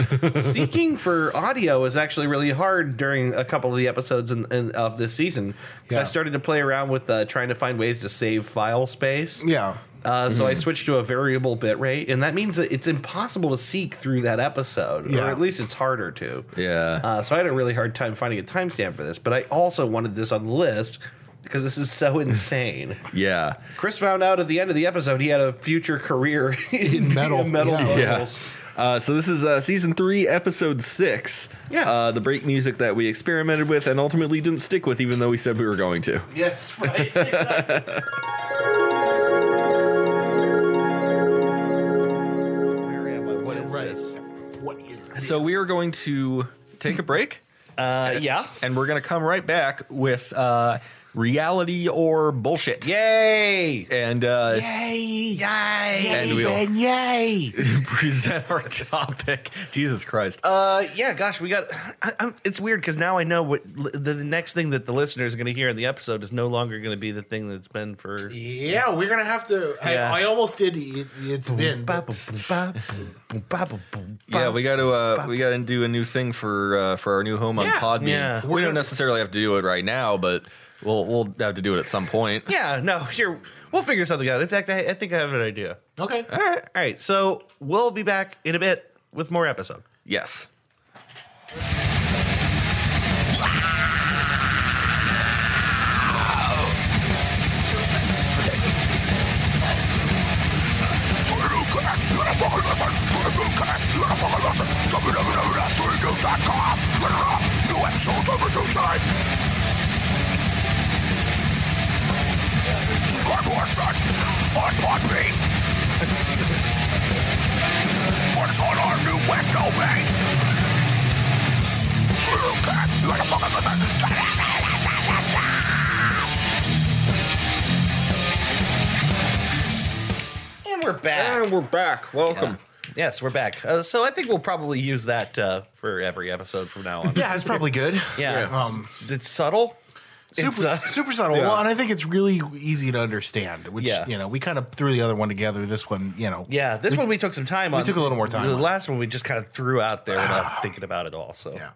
Speaker 3: seeking for audio is actually really hard during a couple of the episodes in, in, of this season. Because I
Speaker 1: Yeah.
Speaker 3: started to play around with uh, trying to find ways to save file space.
Speaker 1: Yeah.
Speaker 3: Uh, so I
Speaker 1: Mm-hmm.
Speaker 3: switched to a variable bit rate, and that means that it's impossible to seek through that episode, or
Speaker 1: Yeah.
Speaker 3: at least it's harder to.
Speaker 5: Yeah.
Speaker 3: Uh, so I had a really hard time finding a timestamp for this, but I also wanted this on the list because this is so insane.
Speaker 5: yeah
Speaker 3: Chris found out at the end of the episode he had a future career in metal,
Speaker 1: metal,
Speaker 3: metal
Speaker 1: yeah.
Speaker 5: yeah
Speaker 3: vocals.
Speaker 5: uh, so this is uh, season three, episode six.
Speaker 3: Yeah.
Speaker 5: Uh, the break music that we experimented with and ultimately didn't stick with, even though we said we were going to.
Speaker 3: Yes, right. exactly. Where am I? What is this?
Speaker 5: So we are going to take a break.
Speaker 3: Uh, yeah.
Speaker 5: and we're gonna come right back with uh, reality or bullshit.
Speaker 3: Yay!
Speaker 5: And uh,
Speaker 1: Yay! Yay!
Speaker 5: And we'll-
Speaker 1: Ben, yay!
Speaker 5: present our topic. Jesus Christ.
Speaker 3: Uh, yeah, gosh, we got. I, I'm, it's weird because now I know what li- the, the next thing that the listener is going to hear in the episode is no longer going to be the thing that's been for.
Speaker 1: Yeah, we're gonna have to.
Speaker 3: Yeah.
Speaker 1: I, I almost did. It, it's been.
Speaker 3: Ba-
Speaker 1: but-
Speaker 3: boom, ba- boom, boom, ba- boom, boom, ba-
Speaker 5: yeah, we got to uh, we got to do a new thing for uh, for our new home on
Speaker 1: Yeah.
Speaker 5: Podbean.
Speaker 3: Yeah.
Speaker 5: We don't necessarily have to do it right now, but we'll we'll have to do it at some point.
Speaker 3: Yeah, no, you're. We'll figure something out. In fact, I, I think I have an idea.
Speaker 1: okay.
Speaker 3: All right, all right. So we'll be back in a bit with more episode.
Speaker 5: Yes.
Speaker 3: And we're back.
Speaker 5: we're back. Welcome.
Speaker 3: Yes, we're back. Uh, so I think we'll probably use that uh, for every episode from now on.
Speaker 1: Yeah, it's probably good.
Speaker 3: Yeah.
Speaker 1: Um,
Speaker 3: It's, it's subtle.
Speaker 1: super,
Speaker 3: It's, uh,
Speaker 1: super subtle. Well, and I think it's really easy to understand. Which
Speaker 3: Yeah.
Speaker 1: you know, we kind of threw the other one together. This one, you know,
Speaker 3: Yeah, this one we took some time on.
Speaker 1: took a little more time
Speaker 3: The
Speaker 1: on. Ah.
Speaker 3: last one we just kind of threw out there without thinking about it all. So
Speaker 1: yeah.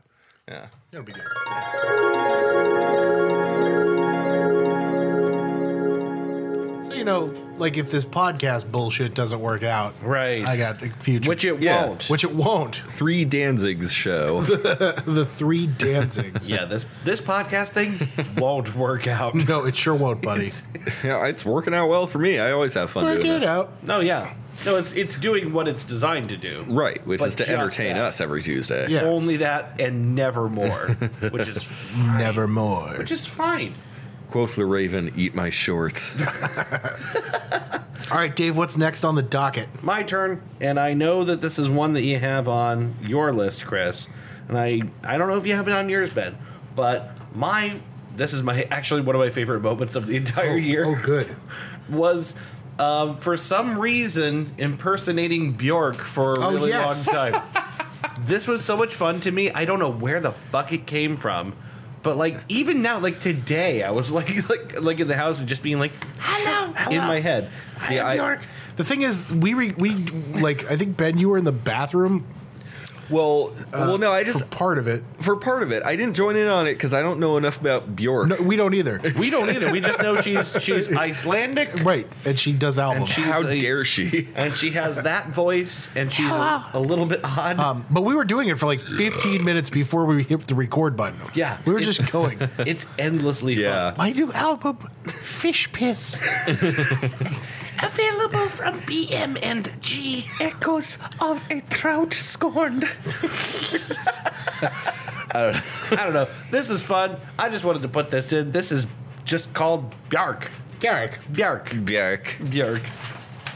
Speaker 5: Yeah.
Speaker 1: It'll be good. So you know, like if this podcast bullshit doesn't work out,
Speaker 3: Right.
Speaker 1: I got a future,
Speaker 3: Which it
Speaker 5: Yeah.
Speaker 3: won't.
Speaker 1: which it won't.
Speaker 5: Three Danzig's show.
Speaker 1: The three Danzigs.
Speaker 3: yeah, this this podcast thing won't work out.
Speaker 1: No, it sure won't, buddy.
Speaker 5: yeah, it's working out well for me. I always have fun
Speaker 1: Work
Speaker 5: doing
Speaker 1: it
Speaker 5: this.
Speaker 1: out.
Speaker 3: No, yeah. No, it's it's doing what it's designed to do.
Speaker 5: Right, which
Speaker 3: But
Speaker 5: is to
Speaker 3: just
Speaker 5: entertain
Speaker 3: that.
Speaker 5: us every Tuesday.
Speaker 1: Yeah. Yes.
Speaker 3: Only that and never more, which is
Speaker 1: Nevermore.
Speaker 3: which is fine.
Speaker 5: Quoth the Raven, eat my shorts.
Speaker 1: All right, Dave. What's next on the docket?
Speaker 3: My turn, and I know that this is one that you have on your list, Chris, and I I don't know if you have it on yours, Ben, but my this is my actually one of my favorite moments of the entire year
Speaker 1: Oh, good.
Speaker 3: was. Um, for some reason, impersonating Bjork for a
Speaker 1: Oh,
Speaker 3: really
Speaker 1: yes.
Speaker 3: long time. this was so much fun to me. I don't know where the fuck it came from, but like even now, like today, I was like like like in the house and just being like
Speaker 1: Hello.
Speaker 3: in my head.
Speaker 5: See, I,
Speaker 1: The thing is, we re- we like. I think Ben, you were in the bathroom
Speaker 5: well,
Speaker 3: Uh,
Speaker 5: well, no, I
Speaker 1: for
Speaker 5: just
Speaker 1: part of it.
Speaker 5: for part of it, I didn't join in on it because I don't know enough about Bjork.
Speaker 1: No, we don't either.
Speaker 3: We don't either. We just know she's she's Icelandic,
Speaker 1: Right, and she does
Speaker 3: and
Speaker 1: albums.
Speaker 3: she's
Speaker 5: How
Speaker 3: a-
Speaker 5: dare she?
Speaker 3: And she has that voice, and she's a, a little bit odd.
Speaker 1: Um, but we were doing it for like 15 minutes before we hit the record button.
Speaker 3: Yeah.
Speaker 1: We were just going,
Speaker 3: it's endlessly
Speaker 5: Yeah.
Speaker 1: my new album, Fish Piss.
Speaker 3: Available from BM and G.
Speaker 5: Echoes of a trout scorned.
Speaker 3: I don't know. This is fun. I just wanted to put this in. This is just called Bjark.
Speaker 1: Garrick.
Speaker 3: Bjark.
Speaker 5: Bjork.
Speaker 3: Bjark.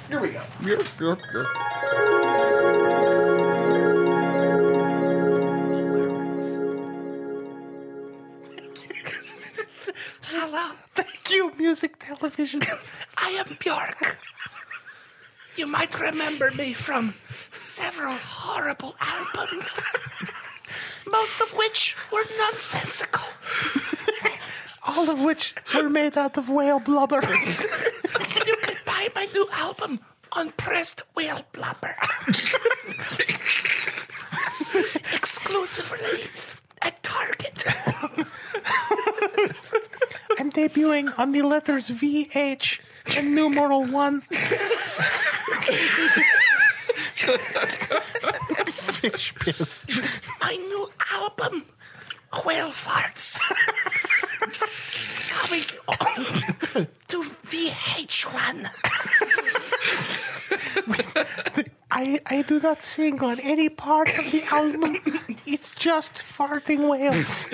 Speaker 3: Here we go.
Speaker 5: Bjork, Bjork, Bjork.
Speaker 11: Hello. Thank you, music television. I am Bjork. You might remember me from several horrible albums, most of which were nonsensical. All of which were made out of whale blubber. you can buy my new album on pressed whale blubber. Exclusive release at Target.
Speaker 12: I'm debuting on the letters VH and numeral one.
Speaker 11: my new album, Whale Farts. Coming on to VH1.
Speaker 12: I, I do not sing on any part of the album. It's just farting whales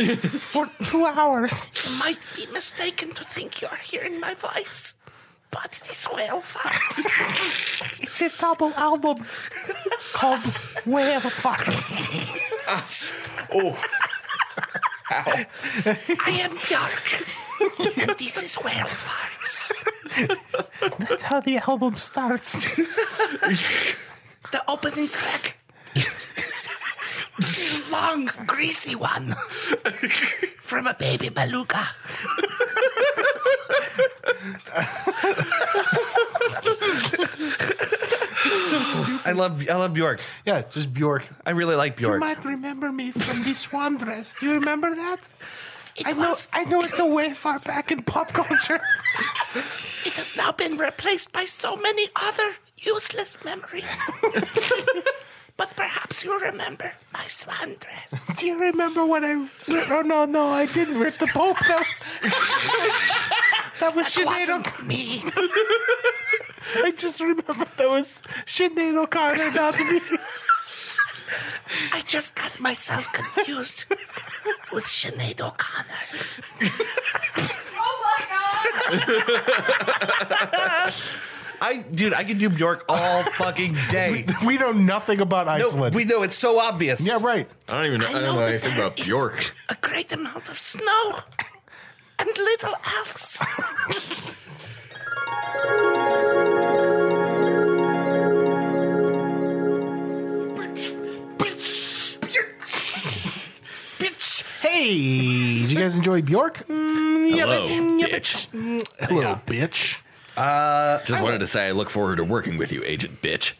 Speaker 12: for two hours.
Speaker 11: You might be mistaken to think you're hearing my voice, but it is Whale Farts.
Speaker 12: It's a double album called Whale Farts.
Speaker 11: I am Björk, and this is Whale Farts.
Speaker 12: That's how the album starts.
Speaker 11: The opening track. the long, greasy one from a baby beluga.
Speaker 3: I love I love Bjork.
Speaker 1: Yeah, just Bjork.
Speaker 3: I really like
Speaker 12: You
Speaker 3: Bjork.
Speaker 12: might remember me from the swan dress. Do you remember that?
Speaker 11: It
Speaker 12: I know,
Speaker 11: was
Speaker 12: I know it's a way far back in pop culture.
Speaker 11: It has now been replaced by so many other useless memories. but perhaps you remember my swan dress.
Speaker 12: Do you remember when I? Oh no, no, I didn't rip the Pope. That was that was
Speaker 11: It
Speaker 12: Sinead.
Speaker 11: wasn't
Speaker 12: O'Connor.
Speaker 11: me.
Speaker 12: I just remember that was Sinead O'Connor, not me.
Speaker 11: I just got myself confused with Sinead O'Connor.
Speaker 3: I dude, I could do Bjork all fucking day.
Speaker 1: We know nothing about
Speaker 3: no,
Speaker 1: Iceland.
Speaker 3: we know it's so obvious.
Speaker 1: yeah, right.
Speaker 5: I don't even know, I don't know
Speaker 11: that
Speaker 5: anything
Speaker 11: there
Speaker 5: about
Speaker 11: is
Speaker 5: Bjork.
Speaker 11: A great amount of snow and little else.
Speaker 1: Hey, did you guys enjoy Bjork?
Speaker 5: Hello, bitch.
Speaker 1: Hello, bitch.
Speaker 5: Just wanted to say I look forward to working with you, Agent Bitch.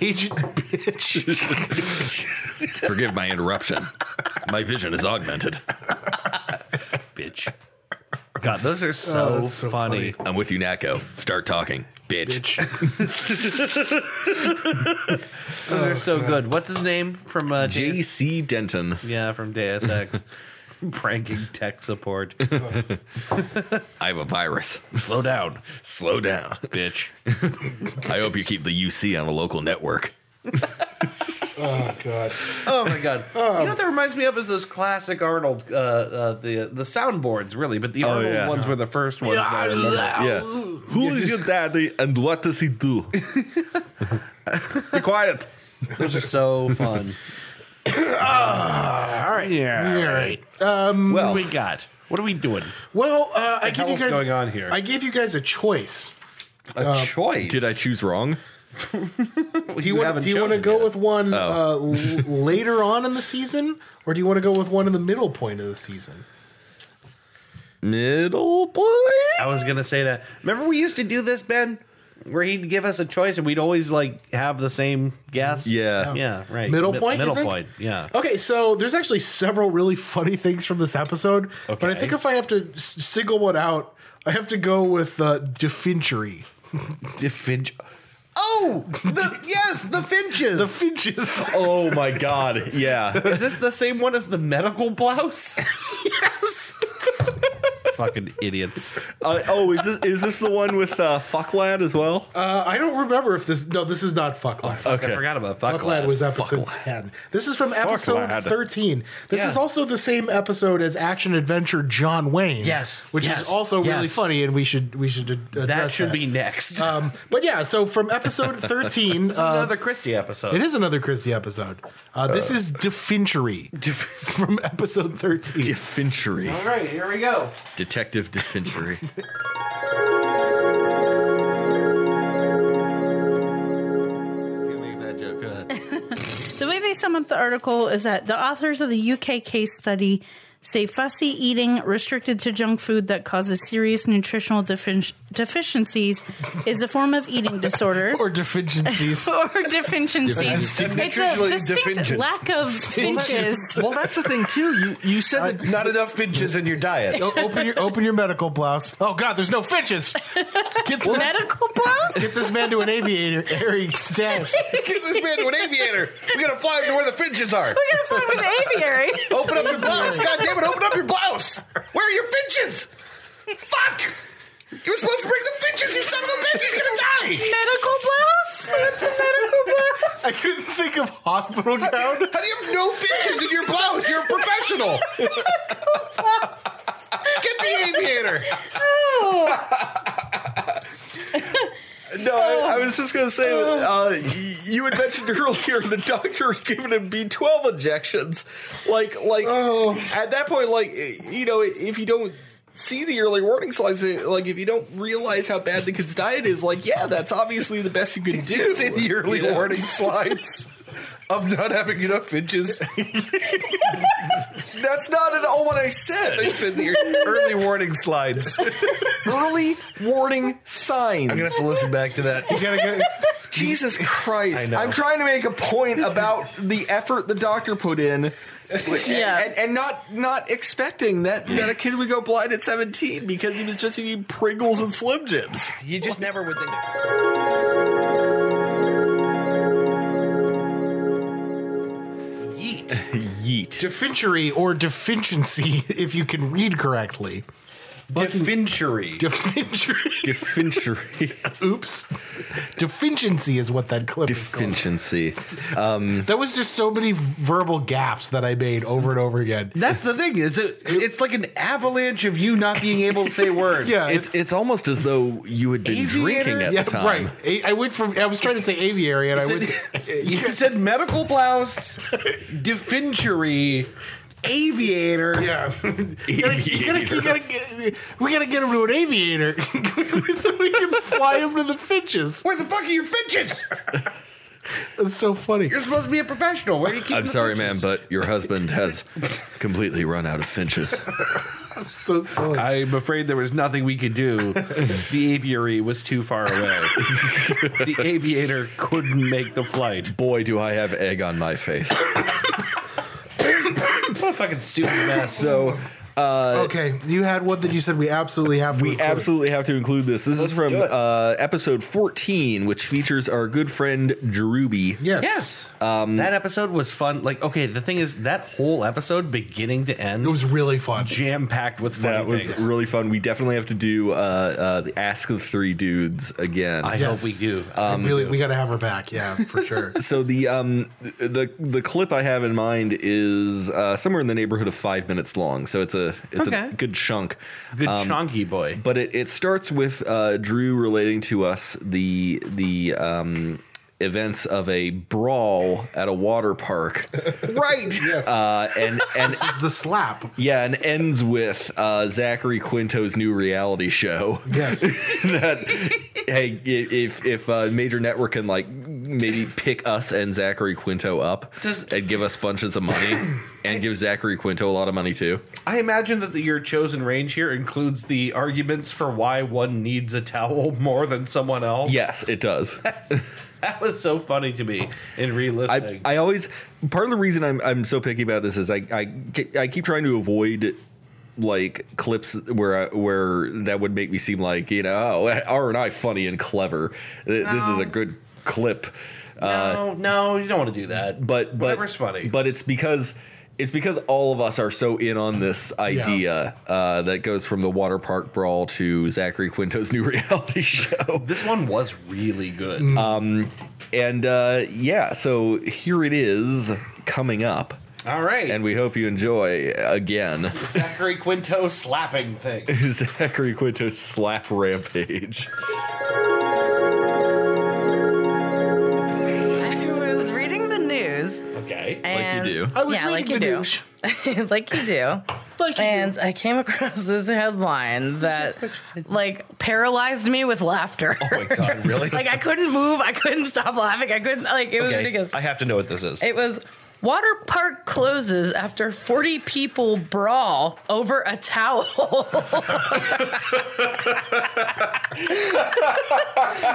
Speaker 1: Agent bitch. bitch.
Speaker 2: Forgive my interruption. My vision is augmented.
Speaker 3: bitch. God, those are so,
Speaker 1: that's so
Speaker 3: funny.
Speaker 2: I'm with you, Naco. Start talking, bitch.
Speaker 3: Those are so good. What's his name from uh, Deus-
Speaker 2: J.C. Denton.
Speaker 3: Yeah, from Deus Ex. Pranking tech support.
Speaker 2: I have a virus.
Speaker 3: Slow down,
Speaker 2: Slow down.
Speaker 3: bitch.
Speaker 2: I hope you keep the UC on a local network.
Speaker 1: Oh god.
Speaker 3: Oh my god! you know what that reminds me of is those classic Arnold, uh, uh, the the soundboards, really. But the Arnold
Speaker 2: yeah.
Speaker 3: ones were the first ones that I remember.
Speaker 2: Yeah. Who is your daddy and what does he do? Be quiet.
Speaker 3: Those are so fun.
Speaker 1: All right.
Speaker 3: Yeah.
Speaker 1: All right.
Speaker 3: well, we got. Ah, What are we doing?
Speaker 1: Well, uh, I gave you
Speaker 3: hell's
Speaker 1: guys
Speaker 3: going on here?
Speaker 1: I gave you guys a choice.
Speaker 3: A choice.
Speaker 2: Did I choose wrong?
Speaker 1: Do you, want,
Speaker 3: haven't
Speaker 1: do you want to
Speaker 3: chosen
Speaker 1: go
Speaker 3: yet. Oh.
Speaker 1: with one uh, l- later on in the season, or do you want to go with one in the middle point of the season?
Speaker 2: Middle boy?
Speaker 3: I was gonna say that. Remember, we used to do this, Ben, where he'd give us a choice, and we'd always like have the same guess.
Speaker 2: Yeah.
Speaker 3: Yeah. Right.
Speaker 1: Middle
Speaker 3: Mi-
Speaker 1: point, you
Speaker 3: Middle
Speaker 1: think?
Speaker 3: point. Oh, Yeah.
Speaker 1: Okay, so there's actually several really funny things from this episode, but I
Speaker 3: Okay.
Speaker 1: think if I have to s- single one out, I have to go with uh, definchery.
Speaker 3: The Finch. Oh, the, yes, the Finches.
Speaker 1: The finches.
Speaker 2: Oh my god. Yeah.
Speaker 3: Is this the same one as the medical blouse?
Speaker 1: yes.
Speaker 3: Fucking idiots.
Speaker 2: Uh, oh, is this is this the one with uh, fuck lad as well?
Speaker 1: Uh, I don't remember if this. No, this is not fuck lad.
Speaker 3: I forgot about
Speaker 1: Fuck Lad was episode 10. This is from episode
Speaker 2: Lad.
Speaker 1: 13. This
Speaker 3: Yeah.
Speaker 1: is also the same episode as Action Adventure John Wayne.
Speaker 3: Yes,
Speaker 1: Which
Speaker 3: yes,
Speaker 1: is also really
Speaker 3: yes.
Speaker 1: funny and we should we should ad- address
Speaker 3: That Uh, should be next.
Speaker 1: um, but yeah, so from episode 13, uh,
Speaker 3: Another Christie episode.
Speaker 1: it is another Christie episode. Uh, this is Definchery from episode 13.
Speaker 2: Definchery.
Speaker 3: All right, here we go.
Speaker 2: Detective Definchery.
Speaker 10: The way they sum up the article is that the authors of the UK case study say fussy eating restricted to junk food that causes serious nutritional defin- deficiencies is a form of eating disorder.
Speaker 1: or deficiencies.
Speaker 10: or deficiency. It's a distinct lack of finches.
Speaker 2: well, that's the thing too. You you said that
Speaker 3: Not enough finches in your diet.
Speaker 1: O- open your open your medical blouse. Oh God, there's no finches.
Speaker 10: Medical blouse?
Speaker 1: Get this man to an aviator airy status.
Speaker 3: Get this man to an aviator. We gotta fly him to where the finches are.
Speaker 10: We're gonna find an aviary.
Speaker 3: Open up your blouse. God damn it, open up your blouse. Where are your finches? Fuck! You were supposed to bring the finches, you son of a bitch! He's gonna die!
Speaker 10: Medical blouse? It's a medical blouse.
Speaker 1: I couldn't think of hospital gown.
Speaker 3: How do you have no finches in your blouse? You're a professional! Get the aviator!
Speaker 10: Oh.
Speaker 2: No, I, I was just gonna say that uh, y- you had mentioned earlier the doctor was giving him B twelve injections. Like, like
Speaker 3: Oh.
Speaker 2: at that point, like you know, if you don't see the early warning signs, it- like if you don't realize how bad the kid's diet is, like yeah, that's obviously the best you can do.
Speaker 3: It's in the early
Speaker 2: You know?
Speaker 3: warning slides of not having enough finches.
Speaker 2: That's not at all what I said.
Speaker 3: It's in the early warning slides. I'm
Speaker 2: early warning signs.
Speaker 3: gonna have to listen back to that.
Speaker 1: You gotta go.
Speaker 2: Jesus Christ.
Speaker 3: know.
Speaker 2: I'm trying to make a point about the effort the doctor put in.
Speaker 10: Yeah.
Speaker 2: And, and not not expecting that, that a kid would go blind at 17 because he was just eating Pringles and Slim Jims.
Speaker 3: You just never would think. Yeet.
Speaker 2: Yeet.
Speaker 1: Definchery or deficiency, if you can read correctly.
Speaker 3: Definchery.
Speaker 1: Definchery.
Speaker 2: Definchery.
Speaker 1: Oops. Deficiency is what that clip is called.
Speaker 2: Deficiency.
Speaker 1: That was just so many verbal gaffes that I made over and over again.
Speaker 3: That's the thing is it, it's like an avalanche of you not being able to say words.
Speaker 1: Yeah,
Speaker 2: It's it's almost as though you had been
Speaker 3: Aviator?
Speaker 2: drinking at
Speaker 1: yeah,
Speaker 2: the time.
Speaker 1: right. I, I went from I was trying to say aviary, and I went. to-
Speaker 3: You said medical blouse, definchery, aviator.
Speaker 1: yeah, you gotta, you gotta, you gotta get, we gotta get him to an aviator so we can fly him to the finches.
Speaker 3: Where the fuck are your finches?
Speaker 1: That's so funny.
Speaker 3: You're supposed to be a professional. Where do you keep
Speaker 2: I'm
Speaker 3: the
Speaker 2: sorry,
Speaker 3: finches?
Speaker 2: man, but your husband has completely run out of finches.
Speaker 1: so silly.
Speaker 3: I'm afraid there was nothing we could do. the aviary was too far away. the aviator couldn't make the flight.
Speaker 5: Boy, do I have egg on my face.
Speaker 3: What a fucking stupid mess.
Speaker 5: So uh,
Speaker 2: Uh,
Speaker 1: okay, you had one that you said we absolutely have. To
Speaker 5: we
Speaker 1: include.
Speaker 5: absolutely have to include this. This
Speaker 3: Let's
Speaker 5: is from
Speaker 3: do it.
Speaker 5: uh, episode 14, which features our good friend Jerubi.
Speaker 1: yes.
Speaker 3: Yes. Mm. that episode was fun. Like, okay, the thing is, that whole episode, beginning to end,
Speaker 1: it was really fun.
Speaker 3: jam packed with funny
Speaker 5: That was
Speaker 3: things.
Speaker 5: really fun. We definitely have to do uh, uh, the Ask the Three Dudes again.
Speaker 3: I
Speaker 1: Yes.
Speaker 3: hope we do. Uh,
Speaker 1: We really, we got to have her back. Yeah, for sure.
Speaker 5: so the um the the clip I have in mind is uh, somewhere in the neighborhood of five minutes long. So it's a it's
Speaker 3: Okay.
Speaker 5: a good chunk. Um,
Speaker 3: Good chonky boy.
Speaker 5: But it, it starts with uh, Drew relating to us the the um, events of a brawl at a water park,
Speaker 3: Right.
Speaker 1: yes.
Speaker 5: uh, and and
Speaker 1: this is the slap.
Speaker 5: yeah, and ends with uh, Zachary Quinto's new reality show.
Speaker 1: Yes.
Speaker 5: that hey, i- if if uh, Major Network can like maybe pick us and Zachary Quinto up
Speaker 3: Does-
Speaker 5: and give us bunches of money and give Zachary Quinto a lot of money too.
Speaker 3: I imagine that the, your chosen range here includes the arguments for why one needs a towel more than someone else.
Speaker 5: Yes, it does.
Speaker 3: That was so funny to me in
Speaker 5: I,
Speaker 3: re-listening.
Speaker 5: I always part of the reason I'm I'm so picky about this is I I, ke- I keep trying to avoid like clips where I, where that would make me seem like you know oh, R and I funny and clever. Th- This is a good clip. Uh,
Speaker 3: no, no, you don't want to do that.
Speaker 5: but but
Speaker 3: whatever's funny.
Speaker 5: But it's because it's because all of us are so in on this idea uh, that goes from the water park brawl to Zachary Quinto's new reality show,
Speaker 3: this one was really good.
Speaker 5: Mm. and uh, yeah, so here it is coming up,
Speaker 3: All right,
Speaker 5: and we hope you enjoy again
Speaker 3: Zachary Quinto slapping thing.
Speaker 5: Zachary Quinto's slap rampage.
Speaker 11: I was reading the news.
Speaker 3: Okay,
Speaker 11: And
Speaker 5: do.
Speaker 1: I was
Speaker 11: yeah,
Speaker 1: reading
Speaker 11: like
Speaker 1: the
Speaker 11: you do.
Speaker 1: news.
Speaker 11: like you do.
Speaker 1: Like you
Speaker 11: and I came across this headline that like paralyzed me with laughter. Oh
Speaker 3: my God, really?
Speaker 11: like I couldn't move, I couldn't stop laughing, I couldn't like it was
Speaker 3: okay.
Speaker 11: ridiculous.
Speaker 3: I have to know what this is.
Speaker 11: it was water park closes after 40 people brawl over a towel.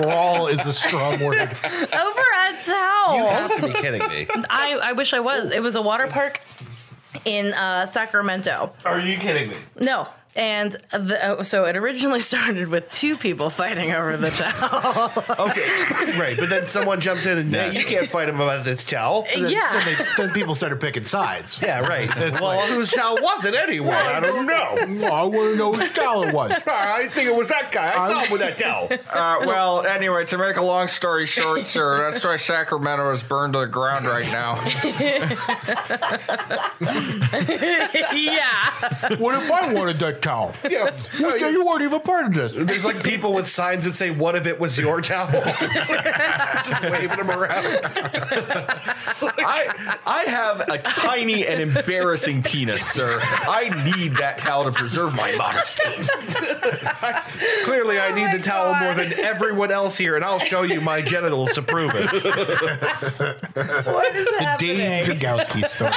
Speaker 1: Brawl is a strong word.
Speaker 11: over a towel.
Speaker 3: you have to be kidding me.
Speaker 11: I, I wish I was. It was a water park in uh, Sacramento.
Speaker 3: Are you kidding me?
Speaker 11: No. And the, uh, so it originally started with two people fighting over the towel.
Speaker 3: Okay, right. But then someone jumps in and "Hey, you can't fight him about this towel.
Speaker 11: yeah.
Speaker 1: Then, they, then people started picking sides.
Speaker 3: Yeah, right. well, whose towel was it anyway? I don't know.
Speaker 1: Well, Oh, I want to know whose towel it was.
Speaker 3: I think it was that guy. I saw him with that towel.
Speaker 2: Uh, well, anyway, to make a long story short, sir, that's why Sacramento is burned to the ground right now.
Speaker 11: yeah.
Speaker 1: What if I wanted that towel?
Speaker 3: Yeah.
Speaker 1: Yeah, you weren't even part of this.
Speaker 3: There's like people with signs that say, "What if it was your towel?" Just waving them around.
Speaker 5: I I have a tiny and embarrassing penis, sir. I need that towel to preserve my modesty.
Speaker 3: Clearly, I
Speaker 11: Oh
Speaker 3: need
Speaker 11: my
Speaker 3: the towel more
Speaker 11: God.
Speaker 3: than everyone else here, and I'll show you my genitals to prove it.
Speaker 11: What is happening?
Speaker 1: Dave Jagowski story.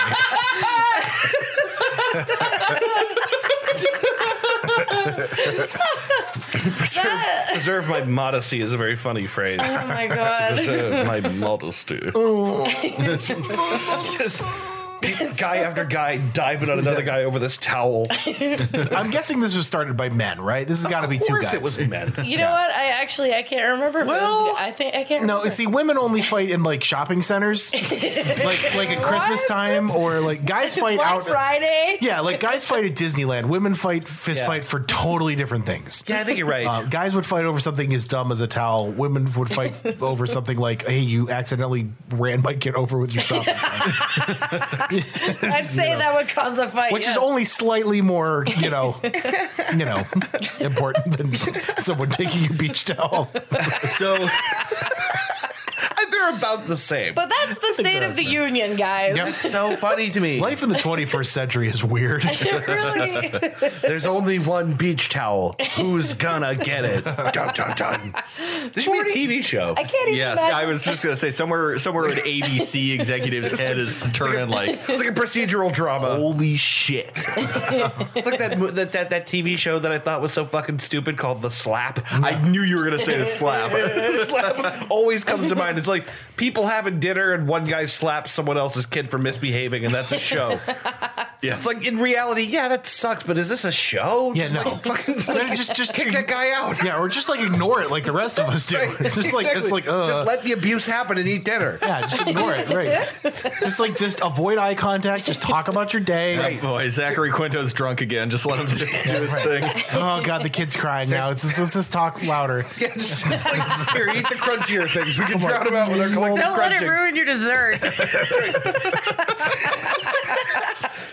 Speaker 3: Preserve my modesty is a very funny phrase.
Speaker 11: Oh my god.
Speaker 3: Preserve my modesty. It's just guy after guy diving on another guy over this towel. Of
Speaker 1: I'm guessing this was started by men, right? This has got to be two
Speaker 3: course,
Speaker 1: guys.
Speaker 3: it was men.
Speaker 11: You know what? I actually I can't remember. If it
Speaker 1: Well,
Speaker 11: was, I think I can't.
Speaker 1: No,
Speaker 11: remember.
Speaker 1: see, women only fight in like shopping centers, like like at Christmas time, or like guys fight
Speaker 11: Black
Speaker 1: out.
Speaker 11: Friday.
Speaker 1: Yeah, like guys fight at Disneyland. Women fight fist
Speaker 3: Yeah.
Speaker 1: fight for totally different things.
Speaker 3: Yeah, I think you're right.
Speaker 1: Uh, guys would fight over something as dumb as a towel. Women would fight over something like, "Hey, you accidentally ran my kid over with your shopping," cart,"
Speaker 11: I'd say that would cause a fight.
Speaker 1: which is
Speaker 11: yes.
Speaker 1: only slightly more, you know, you know, important than someone taking your beach towel.
Speaker 5: So
Speaker 3: I- there they're about the same.
Speaker 13: But that's the state of the union, guys.
Speaker 3: That's so funny to me.
Speaker 1: Life in the 21st century is weird.
Speaker 13: It really-
Speaker 3: There's only one beach towel. Who's gonna get it? Dun, dun, dun. This should be a TV show.
Speaker 13: I can't even.
Speaker 5: Yes,
Speaker 13: imagine.
Speaker 5: I was just gonna say somewhere somewhere in ABC executive's head is turning like
Speaker 3: It's like a procedural drama.
Speaker 1: Oh.
Speaker 5: holy shit.
Speaker 3: It's like that, mo- that that that TV show that I thought was so fucking stupid called The Slap.
Speaker 5: I knew you were gonna say the slap.
Speaker 3: The slap always comes to mind. It's like people having dinner and one guy slaps someone else's kid for misbehaving, and that's a show.
Speaker 5: Yeah.
Speaker 3: It's like in reality, yeah, that sucks, but is this a show?
Speaker 1: Yeah,
Speaker 3: Just
Speaker 1: no.
Speaker 3: like, fucking
Speaker 1: Then just just
Speaker 3: kick that guy out.
Speaker 1: Yeah, or just like ignore it like the rest of us do. It's just like it's
Speaker 3: Exactly.
Speaker 1: like uh,
Speaker 3: just let the abuse happen and eat dinner.
Speaker 1: yeah, just ignore it. Right. just like just avoid eye contact. Just talk about your day.
Speaker 5: Boy, Zachary Quinto's drunk again. Just let him do, do his thing.
Speaker 1: Oh god, the kid's crying now. It's just, let's just talk louder.
Speaker 3: Yeah, just, just like, here, eat the crunchier things. We can drown them out with our collective
Speaker 13: Don't let it
Speaker 3: crunching.
Speaker 13: ruin your dessert.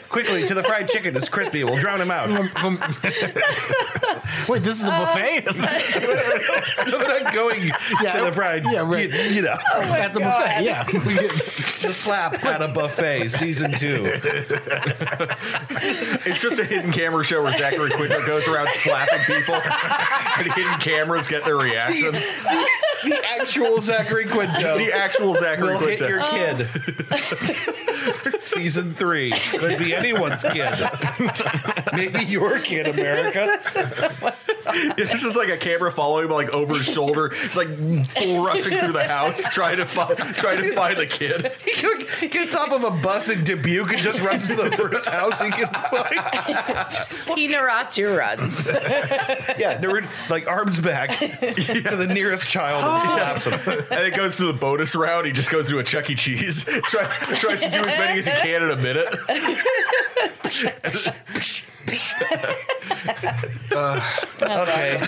Speaker 3: Quickly to the fried chicken. It's crispy. We'll drown him out.
Speaker 1: Wait, this is a buffet
Speaker 3: No, they're not going to the fried.
Speaker 1: yeah, right.
Speaker 3: You, you know,
Speaker 13: Oh
Speaker 1: at the buffet. Yeah, We get-
Speaker 3: the slap at a buffet, season two.
Speaker 5: It's just a hidden camera show where Zachary Quinto goes around slapping people, and hidden cameras get their reactions.
Speaker 3: The actual Zachary Quinto.
Speaker 5: The actual Zachary
Speaker 3: will hit
Speaker 5: Quinto.
Speaker 3: your kid.
Speaker 13: Oh.
Speaker 3: Season three could be anyone's kid. Maybe your kid, America.
Speaker 5: It's just like a camera following him like over his shoulder. It's like rushing through the house trying to find, trying to find the kid.
Speaker 3: He gets off of a bus in Dubuque and just runs to the first house he can find.
Speaker 13: Hinarachu runs.
Speaker 3: Yeah, they were like arms back to the nearest child and slaps him.
Speaker 5: And it goes to the bonus round. He just goes to a Chuck E. Cheese. Try, tries to do as many as he can in a minute.
Speaker 3: Okay,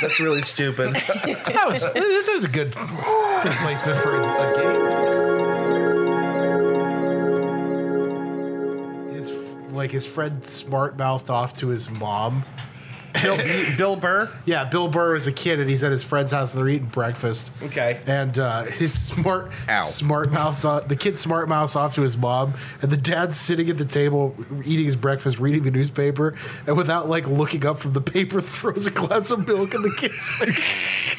Speaker 3: that's really stupid.
Speaker 1: that was that was a good placement for a game. His like his friend smart mouthed off to his mom.
Speaker 3: Bill, Bill Burr.
Speaker 1: Yeah, Bill Burr was a kid, and he's at his friend's house, and they're eating breakfast.
Speaker 3: Okay.
Speaker 1: And uh, his smart
Speaker 2: Ow.
Speaker 1: smart mouths off, the kid smart mouths off to his mom, and the dad's sitting at the table eating his breakfast, reading the newspaper, and without like looking up from the paper, throws a glass of milk in the kid's face.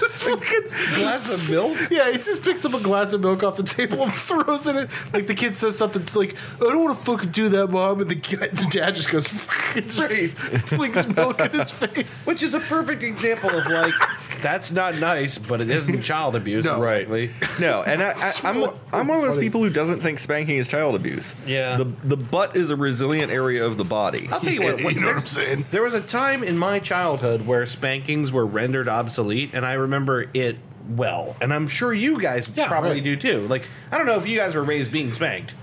Speaker 1: Just fucking-
Speaker 3: Glass of milk.
Speaker 1: yeah, he just picks up a glass of milk off the table and throws it. In. Like the kid says something it's like, "I don't want to fucking do that, mom," and the, guy, the dad just goes, "Fucking
Speaker 3: Right.
Speaker 1: flings milk in his face."
Speaker 3: Which is a perfect example of like, that's not nice, but it isn't child abuse.
Speaker 1: No.
Speaker 5: Right.
Speaker 3: exactly.
Speaker 5: No, and I, I, I'm I'm one of those people who doesn't think spanking is child abuse.
Speaker 3: Yeah.
Speaker 5: the the butt is a resilient area of the body.
Speaker 3: I'll tell you what.
Speaker 1: You know what I'm
Speaker 3: there's-
Speaker 1: saying?
Speaker 3: There was a time in my childhood where spankings were rendered obsolete, and I remember it well. And I'm sure you guys
Speaker 1: Yeah,
Speaker 3: probably
Speaker 1: right.
Speaker 3: do too. Like, I don't know if you guys were raised being spanked.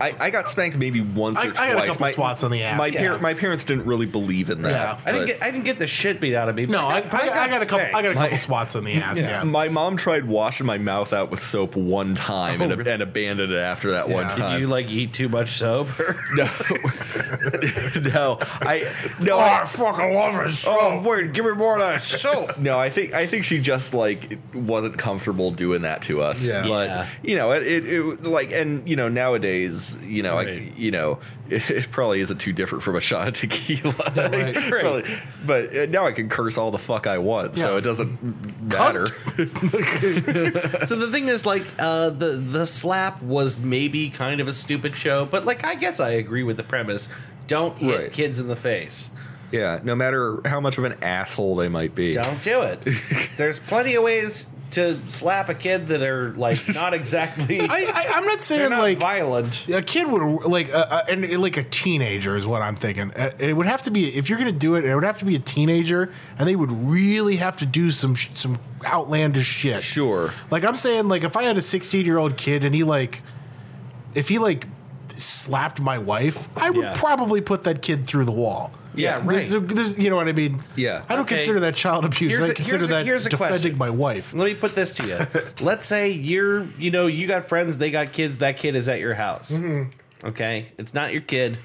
Speaker 5: I, I got spanked maybe once
Speaker 1: I- I
Speaker 5: or twice.
Speaker 1: got a couple swats on the ass.
Speaker 5: My,
Speaker 1: Yeah.
Speaker 5: par- my parents didn't really believe in that.
Speaker 3: I didn't
Speaker 5: but-
Speaker 3: get I didn't get the shit beat out of me. but
Speaker 1: No, I, I, I got a couple. I got a
Speaker 3: spanked.
Speaker 1: couple swats on the ass. Yeah.
Speaker 5: My mom tried washing my mouth out with soap one time and,
Speaker 3: really?
Speaker 5: and abandoned it after that one
Speaker 1: Oh, Yeah. Did
Speaker 5: time.
Speaker 3: Did you like eat too much soap?
Speaker 5: no, no, I no.
Speaker 7: Ah,
Speaker 5: I-
Speaker 1: fucking love it.
Speaker 3: oh, word! Give me more of that soap.
Speaker 5: No, I think I think she just like wasn't comfortable doing that to us.
Speaker 1: Yeah.
Speaker 5: But
Speaker 3: Yeah.
Speaker 5: you know, it, it, it like and you know nowadays you know
Speaker 3: Right.
Speaker 5: like you know it, it probably isn't too different from a shot of tequila.
Speaker 1: right.
Speaker 5: Probably. But uh, now I can curse all the fuck I want, so
Speaker 1: Yeah.
Speaker 5: it doesn't matter.
Speaker 3: so the thing is like uh, the the slap was maybe kind of a stupid show but like i guess i agree with the premise don't hit
Speaker 5: Right.
Speaker 3: kids in the face
Speaker 5: Yeah, no matter how much of an asshole they might be.
Speaker 3: don't do it there's plenty of ways to slap a kid that are like not exactly
Speaker 1: I, I, I'm not
Speaker 3: they're
Speaker 1: saying
Speaker 3: not
Speaker 1: like
Speaker 3: violent
Speaker 1: a kid would like uh, uh, and uh, like a teenager is what I'm thinking. Uh, it would have to be if you're going to do it, it would have to be a teenager, and they would really have to do some sh- some outlandish shit.
Speaker 5: Sure.
Speaker 1: Like I'm saying, like if I had a 16 year old kid and he like, if he like slapped my wife, I would
Speaker 3: Yeah.
Speaker 1: probably put that kid through the wall.
Speaker 5: Yeah,
Speaker 1: There's- there's- you know what I mean.
Speaker 5: Yeah.
Speaker 1: I don't
Speaker 3: Okay.
Speaker 1: consider that child abuse.
Speaker 3: Here's a-
Speaker 1: I consider
Speaker 3: here's a-
Speaker 1: that
Speaker 3: here's a
Speaker 1: defending
Speaker 3: question.
Speaker 1: my wife.
Speaker 3: let me put this to you let's say you're you know you got friends they got kids that kid is at your house
Speaker 1: Mm-hmm.
Speaker 3: okay it's not your kid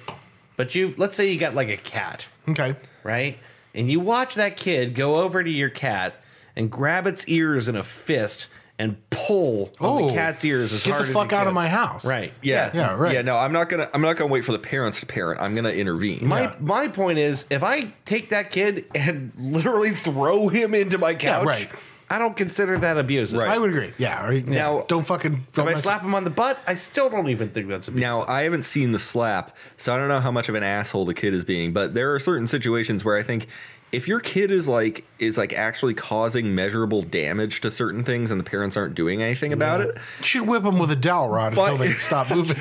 Speaker 3: but you've let's say you got like a cat
Speaker 1: Okay.
Speaker 3: right? And you watch that kid go over to your cat and grab its ears in a fist and pull on the cat's ears as
Speaker 1: Oh, Get
Speaker 3: hard
Speaker 1: the
Speaker 3: as
Speaker 1: fuck
Speaker 3: you
Speaker 1: out of
Speaker 3: can.
Speaker 1: my house.
Speaker 3: Right.
Speaker 5: Yeah.
Speaker 1: Yeah, right.
Speaker 5: Yeah, no, I'm not gonna I'm not gonna wait for the parents to parent. I'm gonna intervene.
Speaker 3: My my point is, if I take that kid and literally throw him into my couch,
Speaker 1: right.
Speaker 3: I don't consider that abusive.
Speaker 5: Right.
Speaker 1: I would agree. Yeah. Right?
Speaker 5: Now-
Speaker 1: yeah. don't fucking. Don't
Speaker 3: If I
Speaker 1: mess-
Speaker 3: slap him on the butt, I still don't even think that's abusive.
Speaker 5: Now, I haven't seen the slap, so I don't know how much of an asshole the kid is being, but there are certain situations where I think if your kid is like is like actually causing measurable damage to certain things and the parents aren't doing anything about it,
Speaker 1: You should whip him with a dowel rod until
Speaker 5: But-
Speaker 1: they stop moving.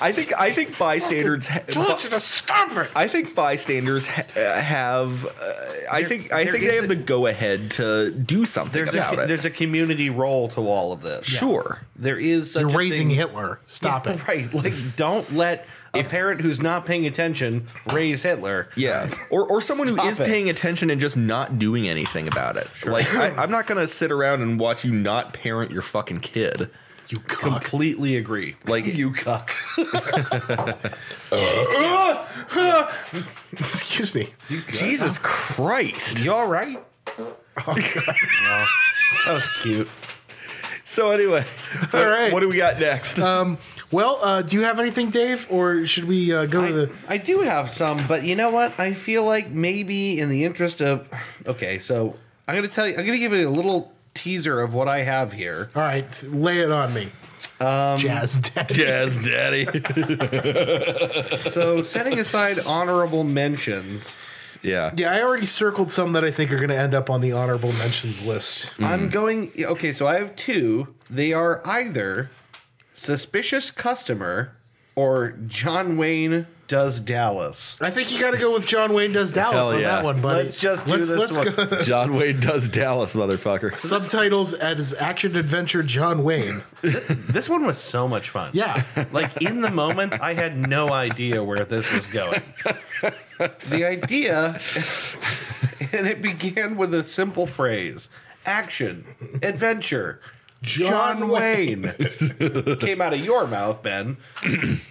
Speaker 5: I think I think bystanders ha-
Speaker 3: told you to stop it.
Speaker 5: I think bystanders ha- uh, have uh, I think I
Speaker 3: there
Speaker 5: think they
Speaker 3: is
Speaker 5: have
Speaker 3: a-
Speaker 5: the go ahead to do something
Speaker 3: there's
Speaker 5: about
Speaker 3: a,
Speaker 5: it.
Speaker 3: there's a community role to all of this.
Speaker 5: Sure.
Speaker 3: There is such
Speaker 1: You're
Speaker 3: a
Speaker 1: raising
Speaker 3: thing-
Speaker 1: Hitler. Stop it.
Speaker 3: Right. Like, don't let a parent who's not paying attention raise Hitler.
Speaker 5: Yeah, or or someone who
Speaker 3: Stop
Speaker 5: is
Speaker 3: it.
Speaker 5: paying attention and just not doing anything about it. Like I, I'm not gonna sit around and watch you not parent your fucking kid.
Speaker 3: You completely agree.
Speaker 5: Like-
Speaker 3: you cuck.
Speaker 1: Excuse me.
Speaker 5: Jesus Christ.
Speaker 3: You all right? Oh god. That was cute.
Speaker 5: So anyway,
Speaker 1: All right.
Speaker 5: what do we got next?
Speaker 1: Um, well, uh, do you have anything, Dave, or should we uh, go to the?
Speaker 3: I do have some, but you know what? I feel like maybe in the interest of okay, so I'm gonna tell you I'm gonna give you a little teaser of what I have here.
Speaker 1: All right, lay it on me. Um, Jazz daddy.
Speaker 5: Jazz Daddy.
Speaker 3: So setting aside honorable mentions,
Speaker 5: yeah.
Speaker 1: Yeah, I already circled some that I think are going to end up on the honorable mentions list.
Speaker 3: I'm going okay, so I have two. They are either suspicious customer or John Wayne does Dallas.
Speaker 1: I think you got to go with John Wayne does Dallas
Speaker 5: Hell
Speaker 1: on
Speaker 5: yeah.
Speaker 1: that one, buddy.
Speaker 3: Let's just do this one.
Speaker 1: Go.
Speaker 5: John Wayne does Dallas, motherfucker.
Speaker 1: Subtitles as action adventure John Wayne.
Speaker 3: This one was so much fun.
Speaker 1: Yeah,
Speaker 3: Like in the moment, I had no idea where this was going. The idea, and it began with a simple phrase action, adventure. John,
Speaker 1: John
Speaker 3: Wayne came out of your mouth, Ben.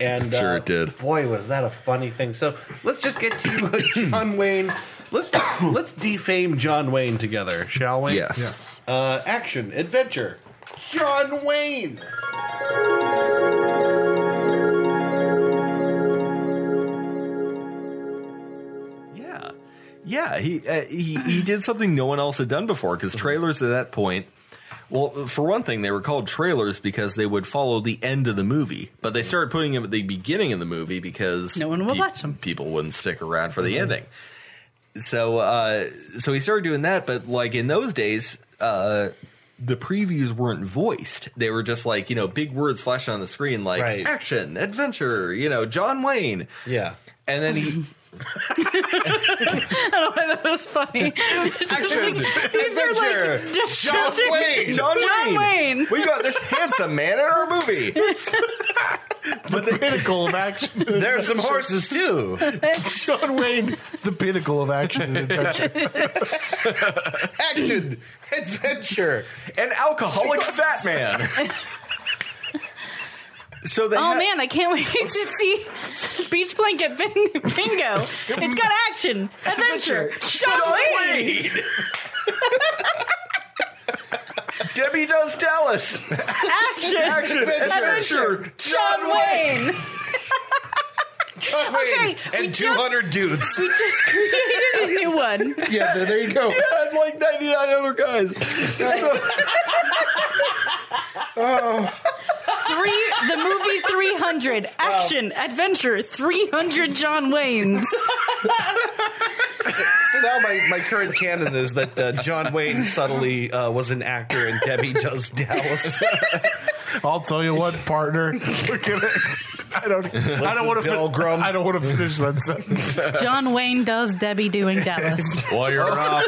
Speaker 3: And uh,
Speaker 5: Sure it did.
Speaker 3: Boy, was that a funny thing. So let's just get to uh, John Wayne. Let's let's defame John Wayne together, shall we?
Speaker 5: Yes.
Speaker 1: yes.
Speaker 3: Uh, action, adventure. John Wayne.
Speaker 5: Yeah, yeah. He uh, he he did something no one else had done before
Speaker 10: Mm-hmm.
Speaker 5: because trailers at that point. Well, for one thing, they were called trailers because they would follow the end of the movie, but they started putting them at the beginning of the movie because
Speaker 10: Mm-hmm. No one would
Speaker 5: pe-
Speaker 10: watch 'em. Mm-hmm.
Speaker 5: People wouldn't stick around for the ending. So, uh, so he started doing that, but like in those days, uh, the previews weren't voiced. They were just like you know big words flashing on the screen, like
Speaker 3: Right.
Speaker 5: action, adventure, you know, John Wayne,
Speaker 3: Yeah.
Speaker 5: and then he
Speaker 10: I don't know why that was funny. Just like, These are
Speaker 3: Adventure.
Speaker 10: like distracting.
Speaker 3: John Wayne.
Speaker 5: John,
Speaker 10: John
Speaker 5: Wayne.
Speaker 10: Wayne.
Speaker 5: We got this handsome man in our movie.
Speaker 1: The pinnacle of action.
Speaker 3: There's some horses too.
Speaker 1: John Wayne, the pinnacle of action and adventure.
Speaker 3: Action, adventure.
Speaker 5: An alcoholic fat man. So they
Speaker 10: Oh
Speaker 5: had-
Speaker 10: man, I can't wait to see Beach Blanket Bing- Bingo. It's got action, adventure, John
Speaker 5: Wayne.
Speaker 10: Wayne.
Speaker 5: Debbie does Dallas.
Speaker 10: Action,
Speaker 5: Action, adventure,
Speaker 10: John Wayne.
Speaker 3: John Wayne
Speaker 10: Okay, we
Speaker 3: and
Speaker 10: just-
Speaker 3: 200 dudes.
Speaker 10: We just created a new one.
Speaker 1: Yeah, there, there you go.
Speaker 5: And like 99 other guys. So,
Speaker 10: Three, the movie 300, action, adventure, 300 John Waynes.
Speaker 3: So now my, my current canon is that uh, John Wayne subtly uh, was an actor and Debbie does Dallas.
Speaker 1: I'll tell you what, partner. We're gonna. I don't. I don't want to.
Speaker 3: Bill Grum.
Speaker 1: I don't want to finish that sentence.
Speaker 10: John Wayne does Debbie doing Dallas.
Speaker 5: well, you're off.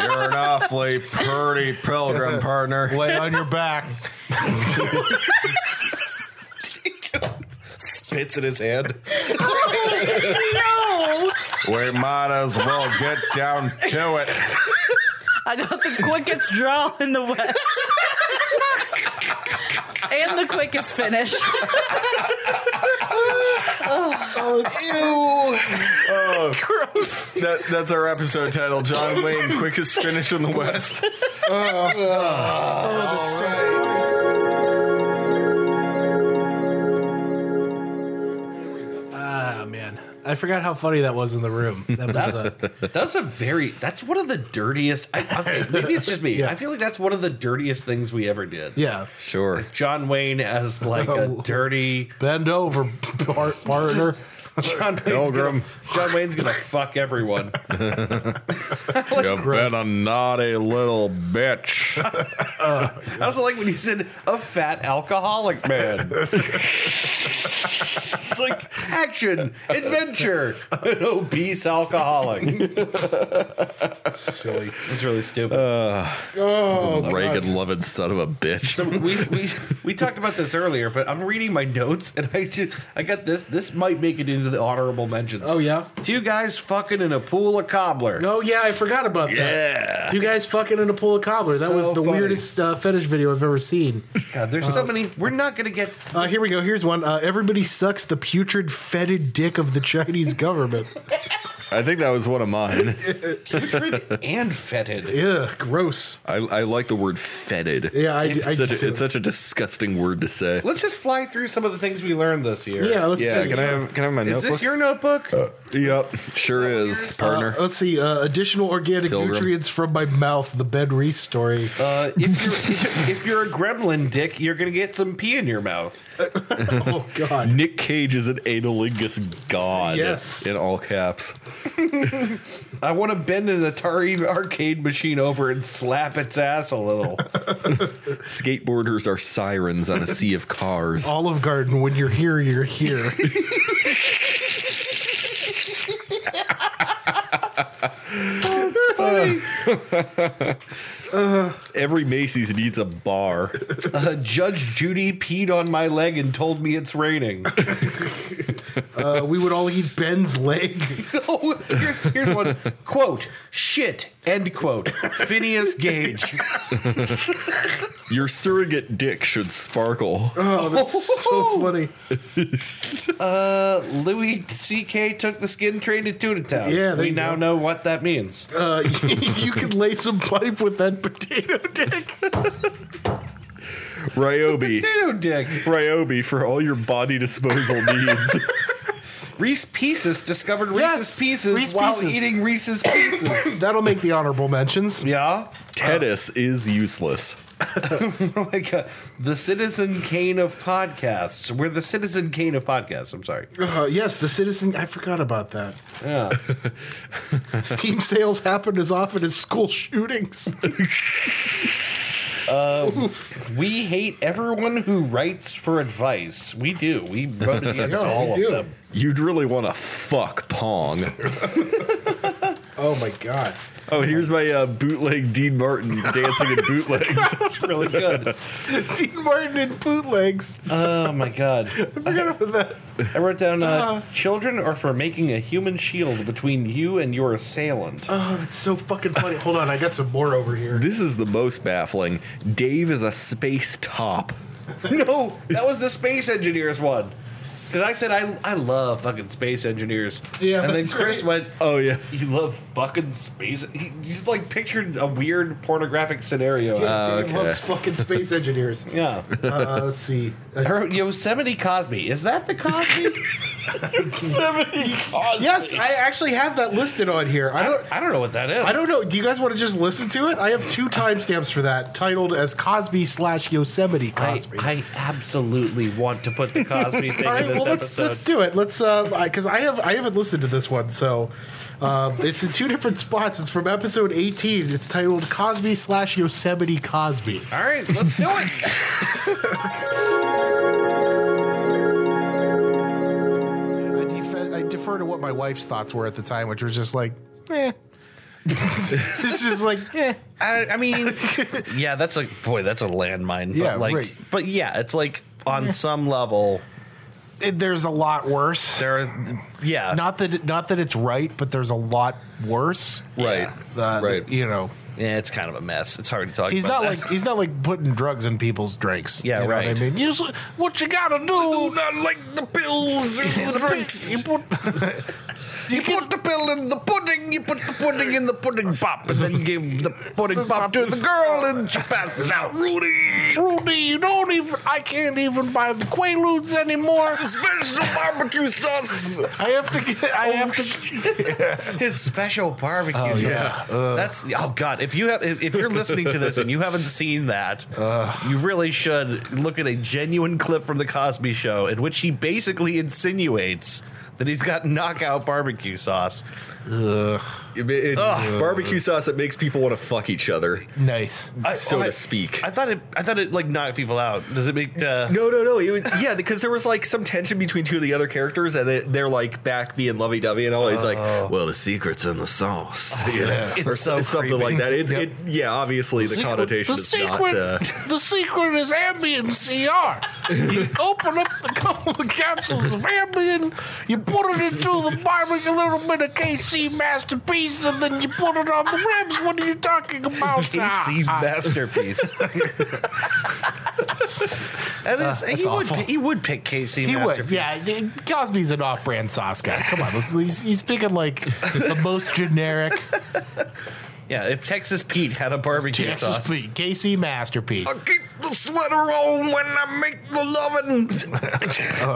Speaker 5: You're an awfully pretty pilgrim partner.
Speaker 1: Lay on your back.
Speaker 3: Spits in his hand.
Speaker 10: no!
Speaker 5: We might as well get down to it.
Speaker 10: I got the quickest draw in the West. and the quickest finish.
Speaker 3: Oh,
Speaker 5: That, that's our episode title. John Wayne, quickest finish in the West.
Speaker 1: That's so Ah, I forgot how funny that was in the room. That was, uh,
Speaker 3: That- that's a very that's one of the dirtiest I, okay, maybe it's just me i feel like that's one of the dirtiest things we ever did
Speaker 1: yeah.
Speaker 5: Sure.
Speaker 3: it's john wayne as like a dirty
Speaker 1: Bend over, par- partner.
Speaker 3: john wayne's
Speaker 5: Pilgrim.
Speaker 3: Gonna, john wayne's gonna fuck everyone
Speaker 5: you been a naughty little bitch.
Speaker 3: i also like when you said a fat alcoholic man it's like action adventure an obese alcoholic
Speaker 1: Silly.
Speaker 3: it's really stupid
Speaker 5: Oh, Reagan loving son of a bitch.
Speaker 3: So we, we we talked about this earlier, but I'm reading my notes and I just I got this. This might make it into the honorable mentions.
Speaker 1: Oh, yeah?
Speaker 3: two guys fucking in a pool of cobbler.
Speaker 1: Oh yeah, I forgot about that.
Speaker 5: Yeah.
Speaker 1: Two guys fucking in a pool of cobbler. That
Speaker 3: So
Speaker 1: was the
Speaker 3: funny.
Speaker 1: weirdest uh, fetish video I've ever seen.
Speaker 3: God, there's so many. We're not gonna get.
Speaker 1: Uh, here we go. Here's one. Uh, everybody sucks the putrid, fetid dick of the Chinese government.
Speaker 5: I think that was one of mine.
Speaker 3: putrid and fetid.
Speaker 1: Ugh, gross.
Speaker 5: I, I like the word fetid.
Speaker 1: Yeah, I, I
Speaker 5: It's such,
Speaker 1: do
Speaker 5: a, it's such a disgusting word to say.
Speaker 3: Let's just fly through some of the things we learned this year.
Speaker 1: Yeah, let's
Speaker 5: yeah,
Speaker 1: see.
Speaker 5: can I have can I have my
Speaker 3: Is
Speaker 5: notebook?
Speaker 3: this your notebook?
Speaker 5: yep, sure is,
Speaker 1: Uh,
Speaker 5: partner.
Speaker 1: let's see. Uh, additional organic
Speaker 5: Pilgrim.
Speaker 1: nutrients from my mouth. The Ben Reese story.
Speaker 3: Uh, if you're if you're a gremlin dick, you're gonna get some pee in your mouth.
Speaker 1: oh God.
Speaker 5: Nick Cage is an analingus god.
Speaker 1: Yes.
Speaker 5: in all caps.
Speaker 3: I want to bend an Atari arcade machine over and slap its ass a little.
Speaker 5: Skateboarders are sirens on a sea of cars.
Speaker 1: Olive Garden. When you're here, you're here.
Speaker 5: Every Macy's needs a bar.
Speaker 3: Uh, Judge Judy peed on my leg and told me it's raining.
Speaker 1: uh, we would all eat Ben's leg.
Speaker 3: oh, here's, here's one quote: "Shit." End quote. Phineas Gage.
Speaker 5: Your surrogate dick should sparkle.
Speaker 1: Oh, that's so funny.
Speaker 3: Uh, Louis C.K. took the skin train to Tunatown.
Speaker 1: Yeah, there
Speaker 3: we
Speaker 1: you
Speaker 3: now
Speaker 1: go.
Speaker 3: know what that means.
Speaker 1: Uh, you can lay some pipe with that potato dick.
Speaker 5: Ryobi.
Speaker 3: Potato dick.
Speaker 5: Ryobi for all your body disposal needs.
Speaker 3: Reese Pieces discovered Reese's
Speaker 1: Yes,
Speaker 3: Pieces
Speaker 1: Reese
Speaker 3: while
Speaker 1: Pieces.
Speaker 3: eating Reese's Pieces.
Speaker 1: That'll make the honorable mentions.
Speaker 3: yeah.
Speaker 5: Tennis is useless.
Speaker 3: Oh my god. The Citizen Kane of podcasts. We're the Citizen Kane of podcasts. I'm sorry.
Speaker 1: Uh, yes, the citizen. I forgot about that. Yeah. Steam sales happen as often as school shootings. Um,
Speaker 3: We hate everyone who writes for advice. We do. We vote against
Speaker 1: Yeah,
Speaker 3: all
Speaker 1: we
Speaker 3: of
Speaker 1: do.
Speaker 3: them.
Speaker 5: You'd really want to fuck Pong.
Speaker 1: Oh my god.
Speaker 5: Oh, here's my uh, bootleg Dean Martin dancing in bootlegs.
Speaker 3: It's really good.
Speaker 1: Dean Martin and bootlegs.
Speaker 3: oh my god. I wrote down uh,
Speaker 1: Uh-huh.
Speaker 3: children are for making a human shield between you and your assailant.
Speaker 1: Oh, that's so fucking funny. Hold on, I got some more over here.
Speaker 5: this is the most baffling. Dave is a space top.
Speaker 3: no, that was the space engineers one. Because I said I I love fucking space engineers.
Speaker 1: Yeah,
Speaker 3: and then
Speaker 1: that's
Speaker 3: Chris
Speaker 1: right.
Speaker 3: went.
Speaker 5: Oh, yeah.
Speaker 3: You love fucking space. He just like pictured a weird pornographic scenario.
Speaker 1: Yeah, Dave loves fucking space engineers.
Speaker 3: yeah.
Speaker 1: Uh, let's see. Uh,
Speaker 3: Her, Yosemite Cosby. Is that the Cosby?
Speaker 1: yes, I actually have that listed on here. I don't.
Speaker 3: I don't know what that is.
Speaker 1: I don't know. Do you guys want to just listen to it? I have two timestamps for that, titled as Cosby slash Yosemite
Speaker 3: I,
Speaker 1: Cosby.
Speaker 3: I absolutely want to put the Cosby thing
Speaker 1: All right,
Speaker 3: in this
Speaker 1: well let's
Speaker 3: episode.
Speaker 1: let's do it. Let's uh because I have I haven't listened to this one, so um, it's in two different spots. It's from episode 18. It's titled Cosby slash Yosemite Cosby.
Speaker 3: All right, let's do it.
Speaker 1: I, def- I defer to what my wife's thoughts were at the time, which was just like, eh. it's just like, eh.
Speaker 3: I, I mean, yeah, that's a boy. That's a landmine. But
Speaker 1: Yeah,
Speaker 3: like,
Speaker 1: right.
Speaker 3: but yeah, it's like on some level
Speaker 1: It- there's a lot worse.
Speaker 3: there. Is, yeah,
Speaker 1: Not that it- not that it's right, but there's a lot worse.
Speaker 5: Right.
Speaker 1: Uh,
Speaker 5: Right.
Speaker 1: You know,
Speaker 3: yeah, it's kind of a mess. It's hard to talk.
Speaker 1: he's
Speaker 3: about
Speaker 1: not
Speaker 3: that.
Speaker 1: like he's not like putting drugs in people's drinks.
Speaker 3: Yeah,
Speaker 1: you know
Speaker 3: right.
Speaker 1: What I mean, you, s- what you gotta do
Speaker 5: not like the pills.
Speaker 1: You put-
Speaker 2: You, put the pill in the pudding, you put the pudding in the pudding pop, and then give the pudding pop to the girl, and she passes out. Rudy!
Speaker 12: Rudy, you don't even. I can't even buy the Quaaludes anymore.
Speaker 2: Special barbecue sauce.
Speaker 12: I have to get. I have to.
Speaker 3: His special barbecue. sauce.
Speaker 4: yeah.
Speaker 3: that's oh god. If you have, if, if you're listening to this and you haven't seen that, you really should look at a genuine clip from the Cosby Show in which he basically insinuates that he's got knockout barbecue sauce.
Speaker 5: It- It's barbecue sauce that makes people want to fuck each other,
Speaker 1: Nice.
Speaker 3: I-
Speaker 5: so
Speaker 3: I-
Speaker 5: to speak.
Speaker 3: I thought it. I thought it like knocked people out. Does it make? Uh,
Speaker 5: no, no, no. It was yeah, because there was like some tension between two of the other characters, and they- they're like back being lovey-dovey, and all. He's like,
Speaker 2: Oh.
Speaker 5: "Well, the secret's in the sauce," you know,
Speaker 3: It's
Speaker 5: or
Speaker 3: so
Speaker 5: s- something
Speaker 3: creepy.
Speaker 5: like that. It, it, yeah, obviously the, connotation
Speaker 12: the
Speaker 5: is
Speaker 12: secret,
Speaker 5: not. Uh,
Speaker 12: the secret is Ambien CR. You open up the couple of capsules of Ambien, you put it into the barbecue, a little bit of KC masterpiece, and then you put it on the ribs. What are you talking about? Ah,
Speaker 3: PC masterpiece. and it's, he would
Speaker 1: Ah, awful.
Speaker 3: would he would pick KC
Speaker 1: He
Speaker 3: masterpiece.
Speaker 1: would, yeah. d- Cosby's an off-brand sauce guy. Come on, let's- he's, he's picking like the most generic
Speaker 3: Yeah, if Texas Pete had a barbecue sauce,
Speaker 1: Texas Pete, KC masterpiece.
Speaker 2: Keep the sweater on when I make the lovin'.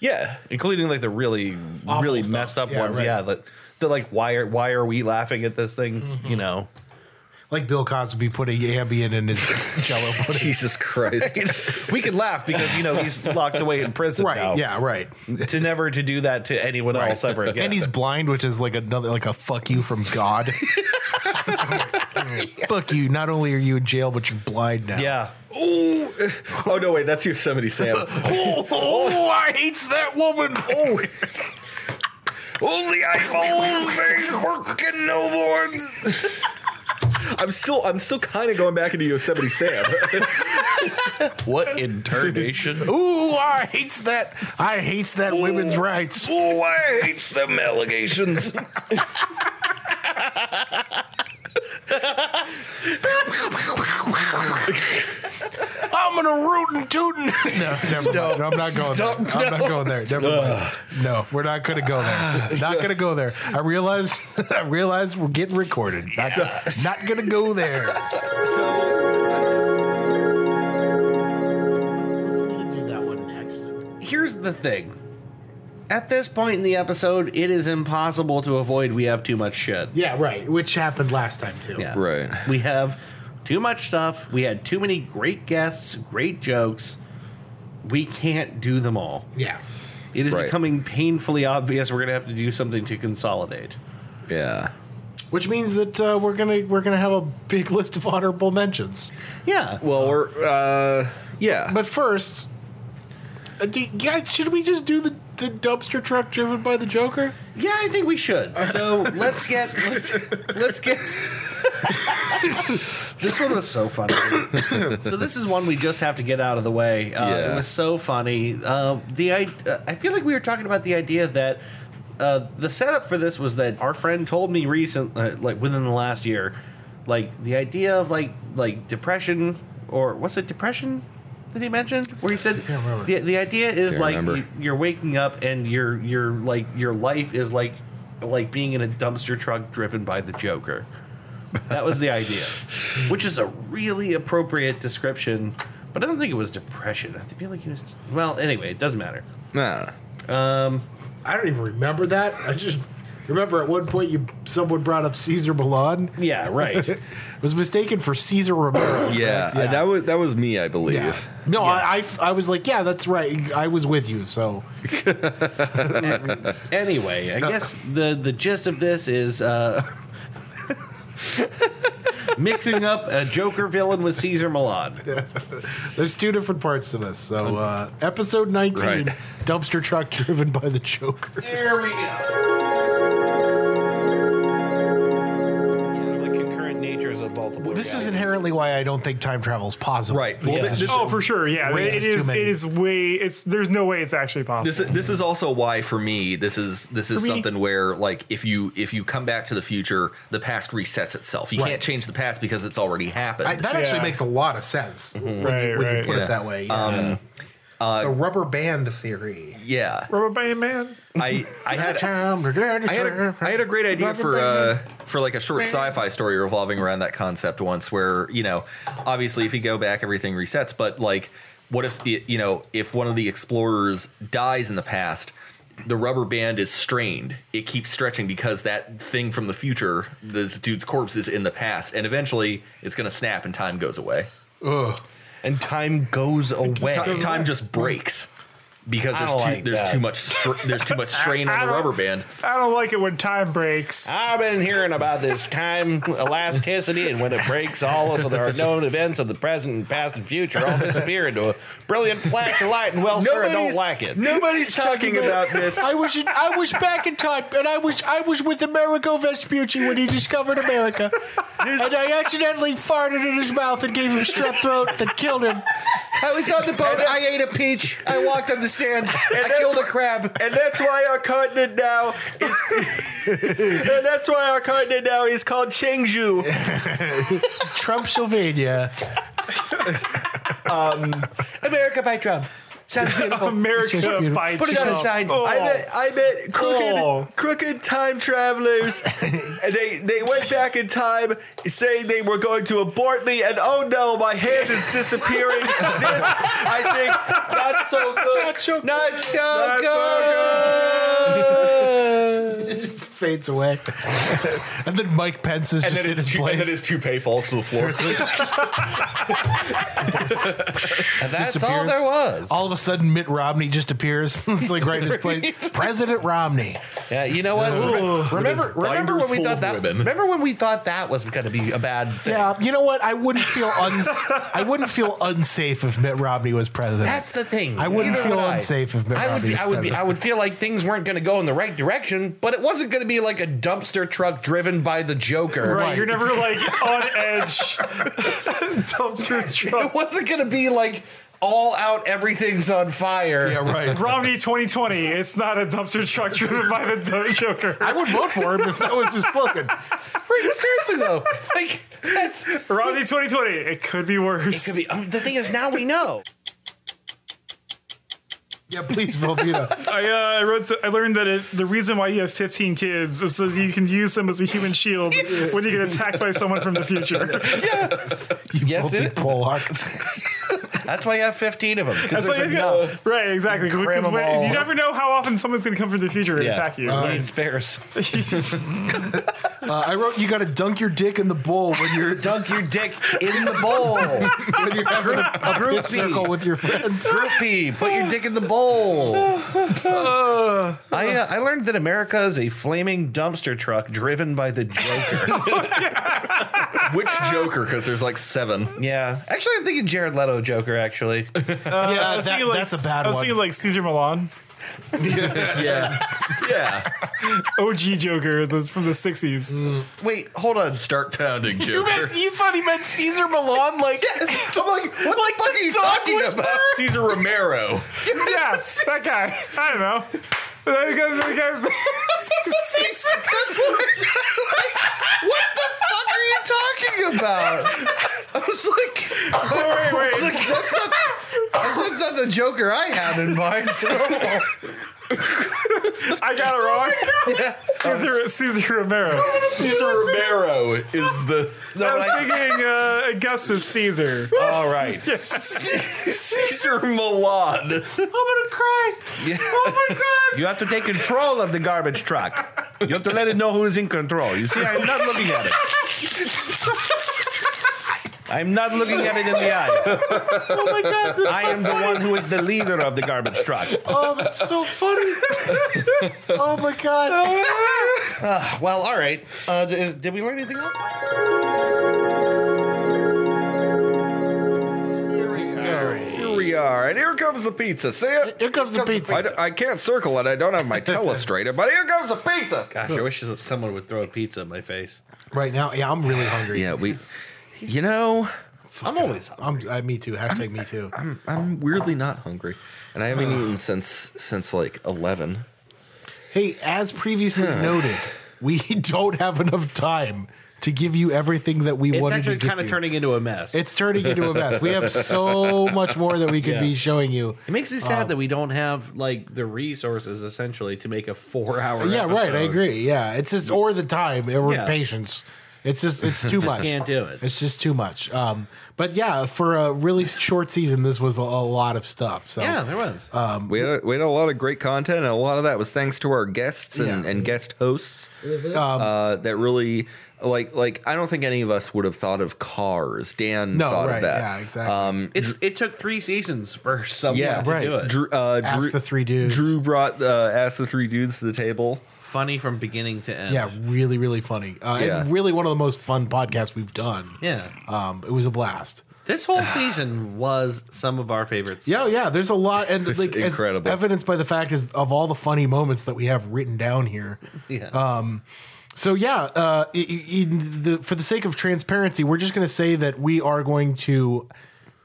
Speaker 5: yeah,
Speaker 3: including like the really really
Speaker 1: stuff.
Speaker 3: messed up
Speaker 1: Yeah,
Speaker 3: ones.
Speaker 1: right.
Speaker 3: Yeah, that they're like, why are why are we laughing at this thing?
Speaker 1: Mm-hmm.
Speaker 3: You know,
Speaker 1: Like Bill Cosby putting Ambien in his jello pudding.
Speaker 5: Jesus Christ.
Speaker 3: we can laugh because you know he's locked away in prison
Speaker 1: Right,
Speaker 3: now.
Speaker 1: yeah, right.
Speaker 3: to never to do that to anyone else ever again.
Speaker 1: And he's blind, which is like another like a fuck you from God. fuck you. Not only are you in jail, but you're blind now.
Speaker 3: yeah.
Speaker 5: Ooh. Oh no, wait, that's Yosemite Sam.
Speaker 1: Oh, oh, I hates that woman.
Speaker 5: oh,
Speaker 2: Only eyeballs ain't working no more.
Speaker 5: I'm still, I'm still kind of going back into Yosemite Sam.
Speaker 3: What in tarnation?
Speaker 1: Ooh, I hates that. I hates that women's rights.
Speaker 2: Oh, I hates them allegations.
Speaker 1: I'm gonna root and tootin'. No, never mind. No, I'm not going there.
Speaker 3: Don't-
Speaker 1: I'm
Speaker 3: no.
Speaker 1: not going there. Never mind. No, we're not gonna go there. Not gonna go there. I realize. I realize we're getting recorded. Not, not gonna go there.
Speaker 3: Here's the thing. At this point in the episode, it is impossible to avoid we have too much shit.
Speaker 1: Yeah, right. Which happened last time too.
Speaker 3: Yeah.
Speaker 5: Right.
Speaker 3: We have too much stuff. We had too many great guests, great jokes. We can't do them all.
Speaker 1: Yeah.
Speaker 3: It is
Speaker 5: Right.
Speaker 3: becoming painfully obvious we're going to have to do something to consolidate.
Speaker 5: Yeah.
Speaker 1: Which means that uh, we're gonna we're gonna have a big list of honorable mentions.
Speaker 3: Yeah.
Speaker 5: Well, we're, uh, yeah.
Speaker 1: But first, uh, do, guys, should we just do the, the dumpster truck driven by the Joker?
Speaker 3: Yeah, I think we should. So let's get let's, let's get. this one was so funny. so this is one we just have to get out of the way. Uh, It
Speaker 5: Yeah.
Speaker 3: was so funny. Uh, the I uh, I feel like we were talking about the idea that. Uh, the setup for this was that our friend told me recent, uh, like within the last year, like the idea of like like depression or what's it depression that he mentioned where he said the, the idea is
Speaker 5: Can't
Speaker 3: like
Speaker 5: remember.
Speaker 3: you- you're waking up and your your like your life is like like being in a dumpster truck driven by the Joker. That was the idea, which is a really appropriate description. But I don't think it was depression. I feel like it was well. Anyway, it doesn't matter.
Speaker 5: Nah.
Speaker 1: I don't even remember that. I just remember at one point you someone brought up Caesar Milan.
Speaker 3: Yeah, right.
Speaker 1: was mistaken for Caesar Romero.
Speaker 5: Yeah,
Speaker 1: That's-
Speaker 5: that was that was me, I believe.
Speaker 1: yeah. No, I, I I was like, yeah, that's right. I was with you. So
Speaker 3: anyway, I guess the the gist of this is uh, mixing up a Joker villain with Caesar Milan.
Speaker 1: there's two different parts to this. So uh, episode 19,
Speaker 5: Right.
Speaker 1: dumpster truck driven by the Joker.
Speaker 3: There we go. The concurrent natures of multiple.
Speaker 1: This is
Speaker 3: realities.
Speaker 1: inherently why I don't think time travel is possible.
Speaker 5: Right. Well,
Speaker 1: Because
Speaker 5: thi-
Speaker 1: it's
Speaker 5: this-
Speaker 1: just-
Speaker 7: Oh, for sure. Yeah,
Speaker 1: Raises
Speaker 7: it
Speaker 1: too
Speaker 7: is. It
Speaker 1: many.
Speaker 7: is way. It's there's no way it's actually possible.
Speaker 5: This is this is also why for me this is this is
Speaker 7: For me-
Speaker 5: something where like if you if you come back to the future, the past resets itself. You
Speaker 1: Right.
Speaker 5: can't change the past because it's already happened.
Speaker 1: I, that actually
Speaker 7: Yeah.
Speaker 1: makes a lot of sense.
Speaker 7: right,
Speaker 1: when you
Speaker 7: right.
Speaker 1: put
Speaker 5: Yeah.
Speaker 1: it that way.
Speaker 5: Uh,
Speaker 14: the rubber band theory.
Speaker 5: yeah,
Speaker 7: Rubber band man.
Speaker 5: I I had I had a, I had a great idea for uh, for like a short sci-fi story revolving around that concept once, where you know, obviously, if you go back, everything resets. But like, what if the- you know if one of the explorers dies in the past? The rubber band is strained. It keeps stretching because that thing from the future, this dude's corpse, is in the past, and eventually it's going to snap and time goes away.
Speaker 3: Ugh. And time goes away.
Speaker 5: Ti- time just breaks because
Speaker 3: I
Speaker 5: there's too,
Speaker 3: don't like
Speaker 5: there's
Speaker 3: that.
Speaker 5: too much str- there's too much strain
Speaker 7: I
Speaker 5: on the
Speaker 7: don't-
Speaker 5: rubber band.
Speaker 7: I don't like it when time
Speaker 1: Ah,
Speaker 7: breaks.
Speaker 3: I've been hearing about this time elasticity and when it breaks, all of the known events of the present and past and future all disappear into a brilliant flash of light. And well, sir, I don't
Speaker 5: Nobody's-
Speaker 3: like it.
Speaker 5: Nobody's talking about this.
Speaker 12: I was in, I was back in time, and I was I was with Amerigo Vespucci when he discovered America, and I accidentally farted in his mouth and gave him strep throat that killed him.
Speaker 3: I was on the boat. I ate a peach. I walked on the sand. I
Speaker 5: that's
Speaker 3: killed a
Speaker 5: wh-
Speaker 3: crab.
Speaker 5: And that's why our continent now is. and that's why our continent now is called Chengju.
Speaker 12: Trump Sylvania.
Speaker 1: Um,
Speaker 3: America by Trump. Sounds beautiful.
Speaker 7: America
Speaker 12: beautiful.
Speaker 7: by
Speaker 3: Put it on
Speaker 7: itself.
Speaker 3: a sign.
Speaker 7: Oh.
Speaker 5: I bet. I bet. Crooked,
Speaker 7: Oh.
Speaker 5: crooked time travelers. and they they went back in time, saying they were going to abort me, and oh no, my hand is disappearing. this, I think, not so good.
Speaker 3: Not so good.
Speaker 1: fades away. and then Mike Pence is
Speaker 5: and
Speaker 1: just
Speaker 5: then
Speaker 1: in
Speaker 5: his
Speaker 1: his
Speaker 5: two, and then
Speaker 1: place.
Speaker 5: his toupee falls to the floor.
Speaker 3: And that's all
Speaker 1: Disappears.
Speaker 3: there was.
Speaker 1: All of a sudden, Mitt Romney just appears. it's like right in his place. President Romney.
Speaker 3: yeah, you know what? remember,
Speaker 5: With his
Speaker 3: remember when
Speaker 5: binders
Speaker 3: we
Speaker 5: full of
Speaker 3: thought that?
Speaker 5: women.
Speaker 3: Remember when we thought that was going to be a bad thing?
Speaker 1: Yeah, you know what? I wouldn't feel uns- I wouldn't feel unsafe if Mitt Romney was president.
Speaker 3: That's the thing.
Speaker 1: I wouldn't
Speaker 3: Neither
Speaker 1: feel
Speaker 3: would I.
Speaker 1: unsafe if Mitt
Speaker 3: I would.
Speaker 1: Romney
Speaker 3: Be,
Speaker 1: was
Speaker 3: I would. Be, I would feel like things weren't going to go in the right direction, but it wasn't going to be like a dumpster truck driven by the Joker.
Speaker 7: Right, you're never like on edge. Dumpster
Speaker 3: It
Speaker 7: truck.
Speaker 3: wasn't going to be like all out. Everything's on fire.
Speaker 1: yeah, right.
Speaker 7: Romney 2020. It's not a dumpster truck driven by the do- Joker.
Speaker 1: I would vote for him if that was his slogan.
Speaker 3: Seriously though, like that's it
Speaker 7: Romney 2020. It could be worse.
Speaker 3: could be. um, the thing is, now we know.
Speaker 1: Yeah, please, Velveeta.
Speaker 7: I, uh, I wrote. I learned that it, the reason why you have 15 kids is so you can use them as a human shield when you get attacked by someone from the future.
Speaker 3: Yes, it,
Speaker 1: Pollock.
Speaker 3: that's why you have fifteen of them because
Speaker 7: That's
Speaker 3: there's
Speaker 7: why you
Speaker 3: enough.
Speaker 7: go- right, exactly. Because
Speaker 3: 'em
Speaker 7: when-
Speaker 3: all.
Speaker 7: you never know how often someone's going to come from the future and
Speaker 3: Yeah.
Speaker 7: attack you.
Speaker 3: We
Speaker 7: Right.
Speaker 3: need spares.
Speaker 1: Uh, I wrote, you got to dunk your dick in the bowl when you're
Speaker 3: Dunk your dick in the bowl.
Speaker 1: when you're having a, a
Speaker 3: Group
Speaker 1: piss
Speaker 3: B.
Speaker 1: circle with your friends.
Speaker 3: Groupie, put your dick in the bowl. I, uh, I learned that America is a flaming dumpster truck driven by the Joker.
Speaker 5: Which Joker? Because there's like seven.
Speaker 3: yeah. Actually, I'm thinking Jared Leto Joker, actually.
Speaker 1: yeah,
Speaker 7: I was
Speaker 1: that-
Speaker 7: thinking, like,
Speaker 1: that's a bad
Speaker 7: I was
Speaker 1: one.
Speaker 7: thinking like Caesar Milan,
Speaker 5: Yeah, yeah.
Speaker 7: OG Joker that's from the 60s.
Speaker 3: Wait, hold on.
Speaker 5: Start pounding, Joker.
Speaker 12: You thought he meant Caesar Milan, like
Speaker 3: I'm like, what the fuck are you talking about?
Speaker 5: Caesar Romero.
Speaker 7: Yeah, that guy. I don't know. That guy- that guy's-
Speaker 3: Caesar, that's what I said. Like, what the fuck are you talking about? I was like,
Speaker 7: wait,
Speaker 3: I was
Speaker 7: wait.
Speaker 3: like, that's not, that's not the Joker I had in mind.
Speaker 7: I got it wrong. Caesar, Caesar Romero.
Speaker 5: Caesar Romero is the
Speaker 7: I was thinking uh, Augustus Caesar.
Speaker 3: All right.
Speaker 5: Caesar Milan.
Speaker 3: Oh You have to take control of the garbage truck. You have to let it know who is in control. You see, I'm not looking at it. I'm not looking at it in the eye. Oh my god! I am the one who is the leader of the garbage truck.
Speaker 12: oh, that's so funny. oh my god.
Speaker 3: Uh, well, all right. Uh, d- is- did we learn anything else?
Speaker 5: Here we are, and here comes the pizza. See it?
Speaker 12: Here comes the pizza.
Speaker 5: I, d- I can't circle it. I don't have my telestrator, but here comes the pizza.
Speaker 3: Gosh, I wish someone would throw a pizza in my face.
Speaker 1: Right now, yeah, I'm really hungry.
Speaker 5: Yeah, we. You know,
Speaker 3: I'm always hungry.
Speaker 1: I'm, I, me too. Hashtag me too.
Speaker 5: I'm weirdly not hungry, and I haven't eaten since since like eleven.
Speaker 1: Hey, as previously noted, we don't have enough time to give you everything that we
Speaker 3: It's
Speaker 1: wanted
Speaker 3: actually
Speaker 1: to give
Speaker 3: kind of
Speaker 1: you.
Speaker 3: turning into a mess.
Speaker 1: It's turning into a mess. We have so much more that we could
Speaker 3: Yeah.
Speaker 1: be showing you.
Speaker 3: It makes me
Speaker 1: Um,
Speaker 3: sad that we don't have like the resources essentially to make a four-hour.
Speaker 1: Yeah, right. I
Speaker 3: episode.
Speaker 1: agree. Yeah, it's just or the time or
Speaker 3: Yeah.
Speaker 1: patience. It's just it's too
Speaker 3: Just
Speaker 1: much.
Speaker 3: can't do it.
Speaker 1: It's just too much. Um, but yeah, for a really short season, this was a, a lot of stuff. So
Speaker 3: Yeah, there was.
Speaker 1: Um,
Speaker 5: we had a, we had a lot of great content, and a lot of that was thanks to our guests and, and guest hosts.
Speaker 1: Mhm.
Speaker 5: uh, that really, like, like I don't think any of us would have thought of cars. Dan
Speaker 3: No,
Speaker 5: thought
Speaker 3: right,
Speaker 5: of that.
Speaker 3: yeah, exactly.
Speaker 5: Um,
Speaker 3: It's it took three seasons for someone
Speaker 5: yeah,
Speaker 3: to do it.
Speaker 5: Drew, uh,
Speaker 1: Ask
Speaker 5: Drew,
Speaker 1: the three dudes.
Speaker 5: Drew brought uh, asked the three dudes to the table.
Speaker 3: Funny from beginning to end.
Speaker 1: yeah, really, really funny. Uh,
Speaker 5: Yeah.
Speaker 1: And really one of the most fun podcasts we've done.
Speaker 3: Yeah.
Speaker 1: Um, it was a blast.
Speaker 3: This whole season was some of our favorites.
Speaker 1: Yeah, yeah. There's a lot, and
Speaker 3: It's
Speaker 1: like as
Speaker 3: incredible.
Speaker 1: evidenced by the fact is of all the funny moments that we have written down here.
Speaker 3: Yeah.
Speaker 1: Um, so yeah, uh, i- i- in the, for the sake of transparency, we're just going to say that we are going to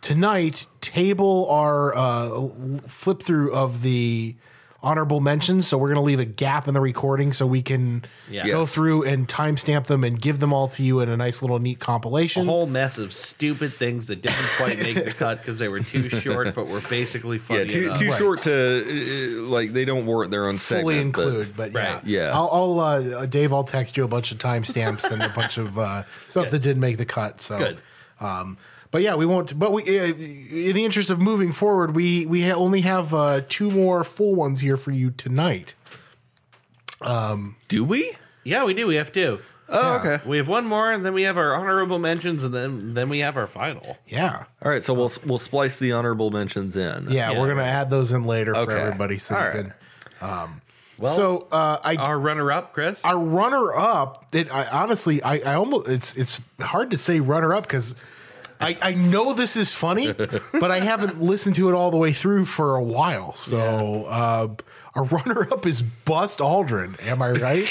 Speaker 1: tonight table our uh, flip through of the honorable mentions. So we're going to leave a gap in the recording so we can
Speaker 3: Yeah.
Speaker 1: go
Speaker 3: Yes.
Speaker 1: through and timestamp them and give them all to you in a nice little neat
Speaker 3: A
Speaker 1: compilation.
Speaker 3: whole mess of stupid things that didn't quite make the cut because they were too short, but were basically funny.
Speaker 5: Yeah, too,
Speaker 3: enough.
Speaker 5: too short to uh, uh, like they don't warrant their own
Speaker 1: fully
Speaker 5: segment. but-
Speaker 1: include, but, yeah,
Speaker 5: yeah.
Speaker 1: I'll, I'll uh, Dave, I'll text you a bunch of timestamps and a bunch of uh, stuff that didn't make the cut. So
Speaker 3: Good.
Speaker 1: Um, but yeah, we won't. But we, uh, in the interest of moving forward, we we ha- only have uh, two more full ones here for you tonight. Um,
Speaker 5: do we?
Speaker 3: Yeah, we do. We have two.
Speaker 5: Oh, okay.
Speaker 3: We have one more, and then we have our honorable mentions, and then then we have our final.
Speaker 1: Yeah.
Speaker 5: All right, so we'll we'll splice the honorable mentions in.
Speaker 1: Yeah, we're gonna add those in later for
Speaker 5: Okay.
Speaker 1: everybody. So you
Speaker 5: All right.
Speaker 1: can, um,
Speaker 3: Well,
Speaker 1: so uh, I
Speaker 3: our runner up, Chris.
Speaker 1: Our runner up. It, I honestly, I, I almost it's it's hard to say runner up because I I know this is funny, but I haven't listened to it all the way through for a while. So uh, our runner up is Bust Aldrin. Am I right?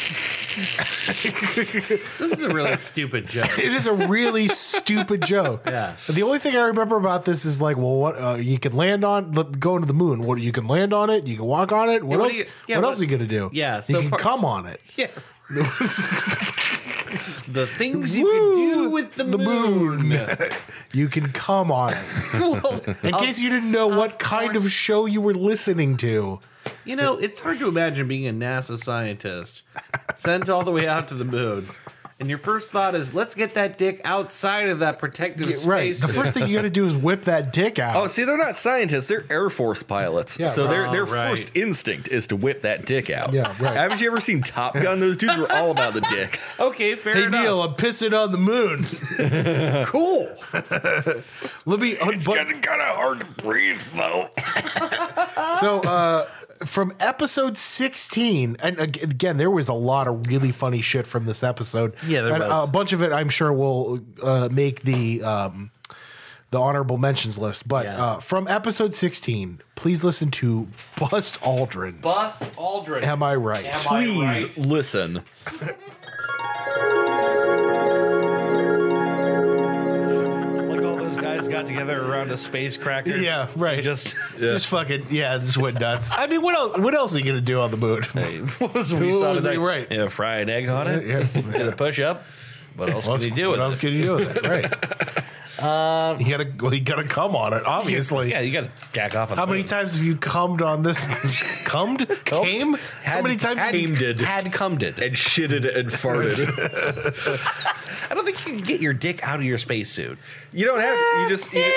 Speaker 3: This is a really stupid joke.
Speaker 1: it is a really stupid joke. Yeah. The only thing I remember about this is like, well, what uh, you can land on look, going to the moon. What you can land on it. You can walk on it. What,
Speaker 3: Yeah, what
Speaker 1: else?
Speaker 3: do you- yeah,
Speaker 1: what,
Speaker 3: what-
Speaker 1: else are you gonna do?
Speaker 3: Yeah,
Speaker 1: You
Speaker 3: so
Speaker 1: can
Speaker 3: far-
Speaker 1: come on it.
Speaker 3: Yeah. the things you can do with the, moon.
Speaker 1: you can come on it.
Speaker 3: Well,
Speaker 1: In
Speaker 3: of-
Speaker 1: case you didn't know what kind of show you were listening to.
Speaker 3: You know, it's hard to imagine being a NASA scientist sent all the way out to the moon. And your first thought is, let's get that dick outside of that protective
Speaker 1: Yeah,
Speaker 3: space.
Speaker 1: right. The first thing you got to do is whip that dick out.
Speaker 5: Oh, see, they're not scientists; they're Air Force pilots.
Speaker 1: Yeah,
Speaker 5: so their
Speaker 1: right.
Speaker 5: their
Speaker 1: Oh, right.
Speaker 5: first instinct is to whip that dick out.
Speaker 1: Yeah, right.
Speaker 5: Haven't you ever seen Top Gun? Those dudes were all about the dick.
Speaker 3: Okay, fair
Speaker 1: hey,
Speaker 3: enough.
Speaker 1: Neil, I'm pissing on the moon. cool. Let me.
Speaker 5: uh,
Speaker 1: It's
Speaker 5: kind of hard to breathe, though.
Speaker 1: so, uh, from episode 16, and ag- again, there was a lot of really funny shit from this episode.
Speaker 3: Yeah, there
Speaker 1: and
Speaker 3: was.
Speaker 1: uh, a bunch of it, I'm sure, will uh, make the. Um, the honorable mentions list, but uh, from episode 16, please listen to Bust Aldrin.
Speaker 3: Bus Aldrin.
Speaker 1: Am I right?
Speaker 3: Am I
Speaker 5: Please listen.
Speaker 3: Like all those guys got together around a space cracker.
Speaker 1: Yeah, right.
Speaker 3: Just,
Speaker 1: Just fucking yeah, just went nuts. I mean, what else? What else are you gonna do on the moon?
Speaker 3: what was
Speaker 1: What
Speaker 3: we saw
Speaker 1: was
Speaker 3: today?
Speaker 1: he right?
Speaker 3: Yeah, fry an egg on it.
Speaker 1: Yeah,
Speaker 3: Did a push up. What else can you do with
Speaker 1: What else
Speaker 3: it?
Speaker 1: could you do with it? Right. Um, you gotta, well, you gotta come on it. Obviously.
Speaker 3: Yeah, you got to jack off. on
Speaker 1: How
Speaker 3: the
Speaker 1: many
Speaker 3: moon.
Speaker 1: times have you cummed on this? cummed? Came? How
Speaker 3: Had-
Speaker 1: many times? have
Speaker 3: had-
Speaker 1: you-
Speaker 3: Had cummed it.
Speaker 5: And shitted and farted.
Speaker 3: I don't think you can get your dick out of your spacesuit. Eh,
Speaker 5: You don't have. to. You just. You,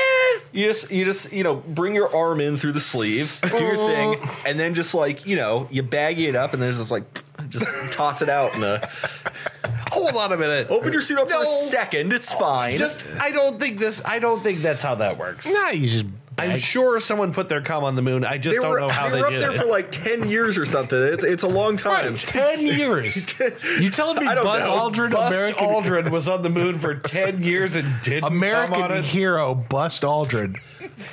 Speaker 5: you just. You just. You know, bring your arm in through the sleeve, do your thing,
Speaker 3: Oh.
Speaker 5: and then just like you know, you baggy it up, and then just like, just toss it out in a.
Speaker 3: Hold on a minute.
Speaker 5: Open your suit up for a second. It's fine.
Speaker 3: Just, I don't think this. I don't think that's how that works.
Speaker 1: Nah, you just.
Speaker 3: I'm sure someone put their cum on the moon. I just
Speaker 5: they
Speaker 3: don't
Speaker 5: were,
Speaker 3: know how
Speaker 5: they
Speaker 3: they,
Speaker 5: were
Speaker 3: did
Speaker 5: up there
Speaker 3: it.
Speaker 5: for like 10 years or something. It's, it's a long time.
Speaker 1: Ten years. You telling me
Speaker 5: I don't
Speaker 1: Buzz
Speaker 5: know.
Speaker 1: Aldrin,
Speaker 3: Buzz
Speaker 1: American
Speaker 3: Aldrin was on the moon for ten years and didn't cum on
Speaker 1: American
Speaker 3: it?
Speaker 1: hero, Bust Aldrin.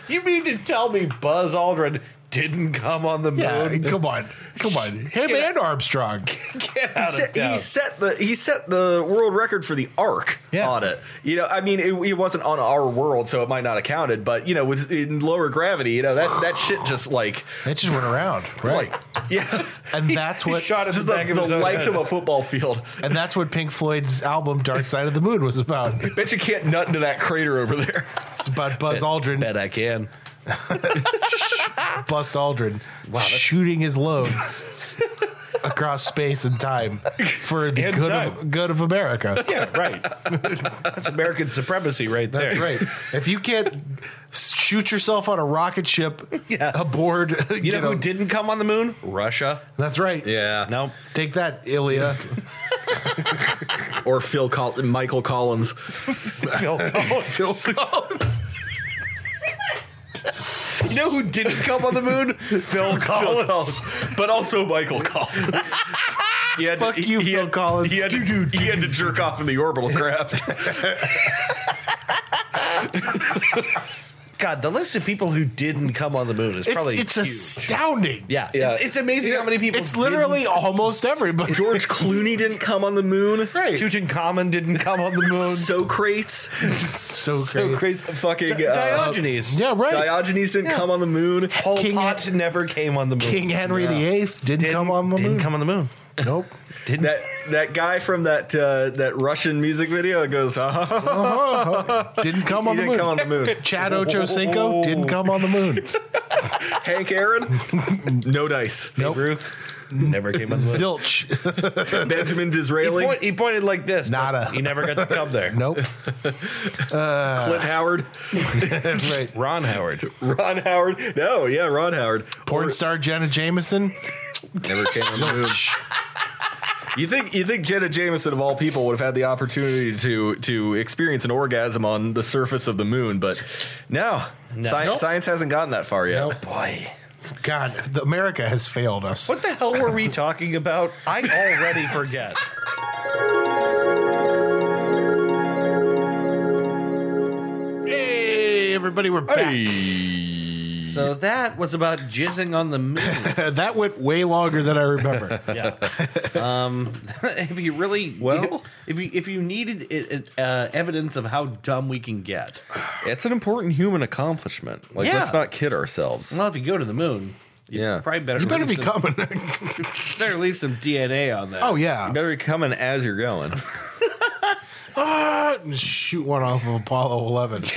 Speaker 3: You mean to tell me Buzz Aldrin didn't come on the
Speaker 1: Yeah,
Speaker 3: moon.
Speaker 1: come on, come on, him and Armstrong.
Speaker 3: Get
Speaker 5: He
Speaker 3: out of
Speaker 5: set,
Speaker 3: town.
Speaker 5: he set the he set the world record for the arc on it. You know, I mean, it, it wasn't on our world, so it might not have counted. But you know, with in lower gravity, you know that that shit just like
Speaker 1: That just went around, right?
Speaker 5: yes,
Speaker 1: and that's what
Speaker 3: shot at the
Speaker 5: just the,
Speaker 3: back of his
Speaker 5: the
Speaker 3: own
Speaker 5: length
Speaker 3: head.
Speaker 5: of a football field.
Speaker 1: and that's what Pink Floyd's album Dark Side of the Moon was about.
Speaker 5: Bet you can't nut into that crater over there.
Speaker 1: It's about Buzz Aldrin.
Speaker 3: Bet I can.
Speaker 1: Bust Aldrin shooting his load across space and time for the
Speaker 3: And
Speaker 1: good
Speaker 3: time.
Speaker 1: of, good of America.
Speaker 3: Yeah, right. That's American supremacy right there.
Speaker 1: That's right. If you can't shoot yourself on a rocket ship
Speaker 3: Yeah.
Speaker 1: aboard,
Speaker 3: You know, who didn't come on the moon? Russia.
Speaker 1: that's right.
Speaker 5: Yeah,
Speaker 3: No.
Speaker 1: Take that, Ilya.
Speaker 5: or Phil Col- Michael Collins.
Speaker 3: Phil Collins. you know who didn't come on the moon? Phil
Speaker 5: Phil
Speaker 3: Collins.
Speaker 5: Collins, but also Michael Collins. He had
Speaker 1: Fuck you, Phil
Speaker 5: had,
Speaker 1: Collins.
Speaker 5: He had, he had to jerk off in the orbital craft.
Speaker 3: God, the list of people who didn't come on the moon is
Speaker 1: It's,
Speaker 3: probably
Speaker 1: it's
Speaker 3: huge.
Speaker 1: astounding.
Speaker 3: yeah, It's, it's amazing how many people.
Speaker 1: It's literally
Speaker 3: didn't-
Speaker 1: almost everybody.
Speaker 5: George Clooney didn't come on the moon. Right.
Speaker 3: Tutankhamun didn't come on the moon.
Speaker 5: Socrates.
Speaker 1: so,
Speaker 5: So
Speaker 1: crazy.
Speaker 5: crazy. Fucking uh,
Speaker 3: Diogenes.
Speaker 1: Yeah, right.
Speaker 5: Diogenes didn't come on the moon.
Speaker 3: Pol
Speaker 1: King-
Speaker 3: Pot never came on the moon.
Speaker 1: King Henry VIII didn't,
Speaker 3: didn't
Speaker 1: come on the
Speaker 3: didn't
Speaker 1: moon.
Speaker 3: come on the moon.
Speaker 1: nope.
Speaker 5: That that guy from that uh, that Russian music video that goes, "Ah,
Speaker 1: Didn't come
Speaker 5: he
Speaker 1: on the
Speaker 5: didn't
Speaker 1: moon.
Speaker 5: come on the moon.
Speaker 1: Chad Ochocinco didn't come on the moon.
Speaker 5: Hank Aaron, no dice.
Speaker 1: Nope.
Speaker 3: Ruth never came on the moon.
Speaker 1: Zilch.
Speaker 5: Benjamin
Speaker 3: He,
Speaker 5: Disraeli,
Speaker 3: point- he pointed like this. but
Speaker 1: Nada.
Speaker 3: He never got to come there.
Speaker 1: Nope.
Speaker 5: Clint Howard,
Speaker 1: That's right.
Speaker 3: Ron Howard.
Speaker 5: Ron Howard. No, yeah, Ron Howard.
Speaker 1: Porn star Jenna Jameson.
Speaker 5: Never came on the moon. You think you think Jenna Jameson of all people would have had the opportunity to to experience an orgasm on the surface of the moon, but no, Sci-
Speaker 1: Nope.
Speaker 5: science hasn't gotten that far yet.
Speaker 1: Oh, boy. God, the- America has failed us.
Speaker 3: What the hell were we talking about? I already forget.
Speaker 1: Hey, everybody, we're back.
Speaker 3: So that was about jizzing on the moon.
Speaker 1: Uh, that went way longer than I remember.
Speaker 3: Yeah. Um, if you really
Speaker 5: Well-
Speaker 3: if you if you needed it, it, uh, evidence of how dumb we can get,
Speaker 5: It's an important human accomplishment. Like,
Speaker 3: Yeah.
Speaker 5: let's not kid ourselves.
Speaker 3: well, if you go to the moon,
Speaker 5: Yeah,
Speaker 3: probably better.
Speaker 1: Uh, you better be
Speaker 3: leave some,
Speaker 1: coming.
Speaker 3: better leave some DNA on that.
Speaker 1: oh,
Speaker 5: You
Speaker 1: yeah.
Speaker 5: better be coming as you're going.
Speaker 1: Ah, shoot one off of Apollo 11. Bing!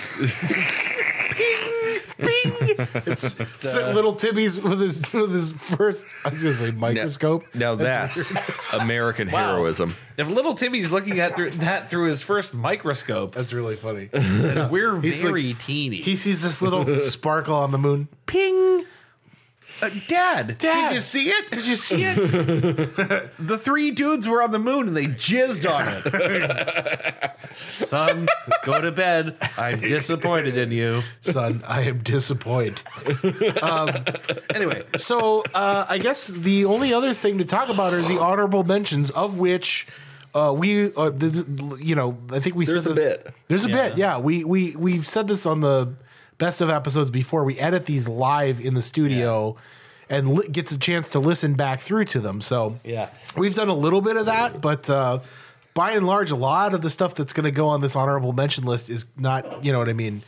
Speaker 1: Bing! It's, it's that little Tibby's with his with his first. I was gonna say microscope.
Speaker 5: Now that's, American
Speaker 3: Wow.
Speaker 5: heroism.
Speaker 3: If little Timmy's looking at through, that through his first microscope,
Speaker 1: That's really funny.
Speaker 3: then we're
Speaker 1: He's like-
Speaker 3: very teeny.
Speaker 1: He sees this little sparkle on the moon. Ping!
Speaker 3: Uh, Dad,
Speaker 1: Dad.
Speaker 3: did you see it?
Speaker 1: Did you see it?
Speaker 3: The three dudes were on the moon and they jizzed on it. Son, go to bed. I'm disappointed in you.
Speaker 1: Son, I am disappointed.
Speaker 3: Anyway,
Speaker 1: So uh, I guess the only other thing to talk about are the honorable mentions, of which uh, we, uh, the, you know, I think we
Speaker 5: There's
Speaker 1: said
Speaker 5: a
Speaker 1: this-
Speaker 5: bit.
Speaker 1: There's a bit, yeah. We we we've said this on the best of episodes before. We edit these live in the studio. And li- gets a chance to listen back through to them. So
Speaker 3: Yeah.
Speaker 1: we've done a little bit of that, but uh, by and large, a lot of the stuff that's going to go on this honorable mention list is not, you know what I mean,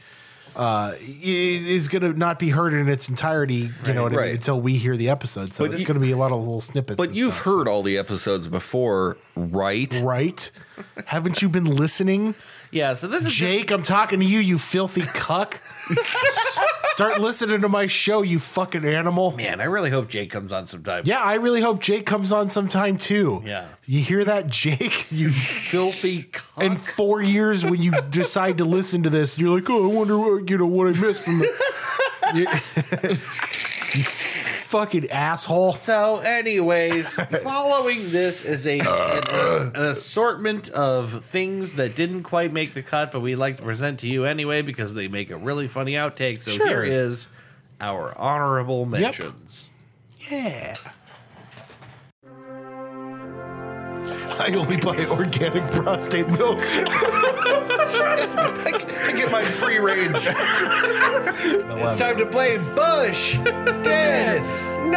Speaker 1: uh, i- is going to not be heard in its entirety, you know what I mean,
Speaker 5: Right.
Speaker 1: until we hear the episode. So
Speaker 5: But
Speaker 1: it's
Speaker 5: you-
Speaker 1: going to be a lot of little snippets.
Speaker 5: But
Speaker 1: and
Speaker 5: you've
Speaker 1: stuff,
Speaker 5: heard all the episodes before, right?
Speaker 1: so- right? Haven't you been listening,
Speaker 3: yeah, so this is
Speaker 1: Jake? I'm talking to you, you filthy cuck. S- Start listening to my show, you fucking animal.
Speaker 3: Man, I really hope Jake comes on sometime.
Speaker 1: Yeah, I really hope Jake comes on sometime too.
Speaker 3: Yeah.
Speaker 1: You hear that, Jake?
Speaker 3: You filthy cunt.
Speaker 1: in four years when you decide to listen to this, you're like, oh, I wonder what you know what I missed from the you, You fucking asshole.
Speaker 3: so, anyways, following this is a an, an assortment of things that didn't quite make the cut, but we like to present to you anyway because they make a really funny outtake. So
Speaker 1: Sure.
Speaker 3: here is our honorable mentions.
Speaker 1: Yeah. I only buy organic prostate milk.
Speaker 3: I get my free range. it's time to play Bush Dead 9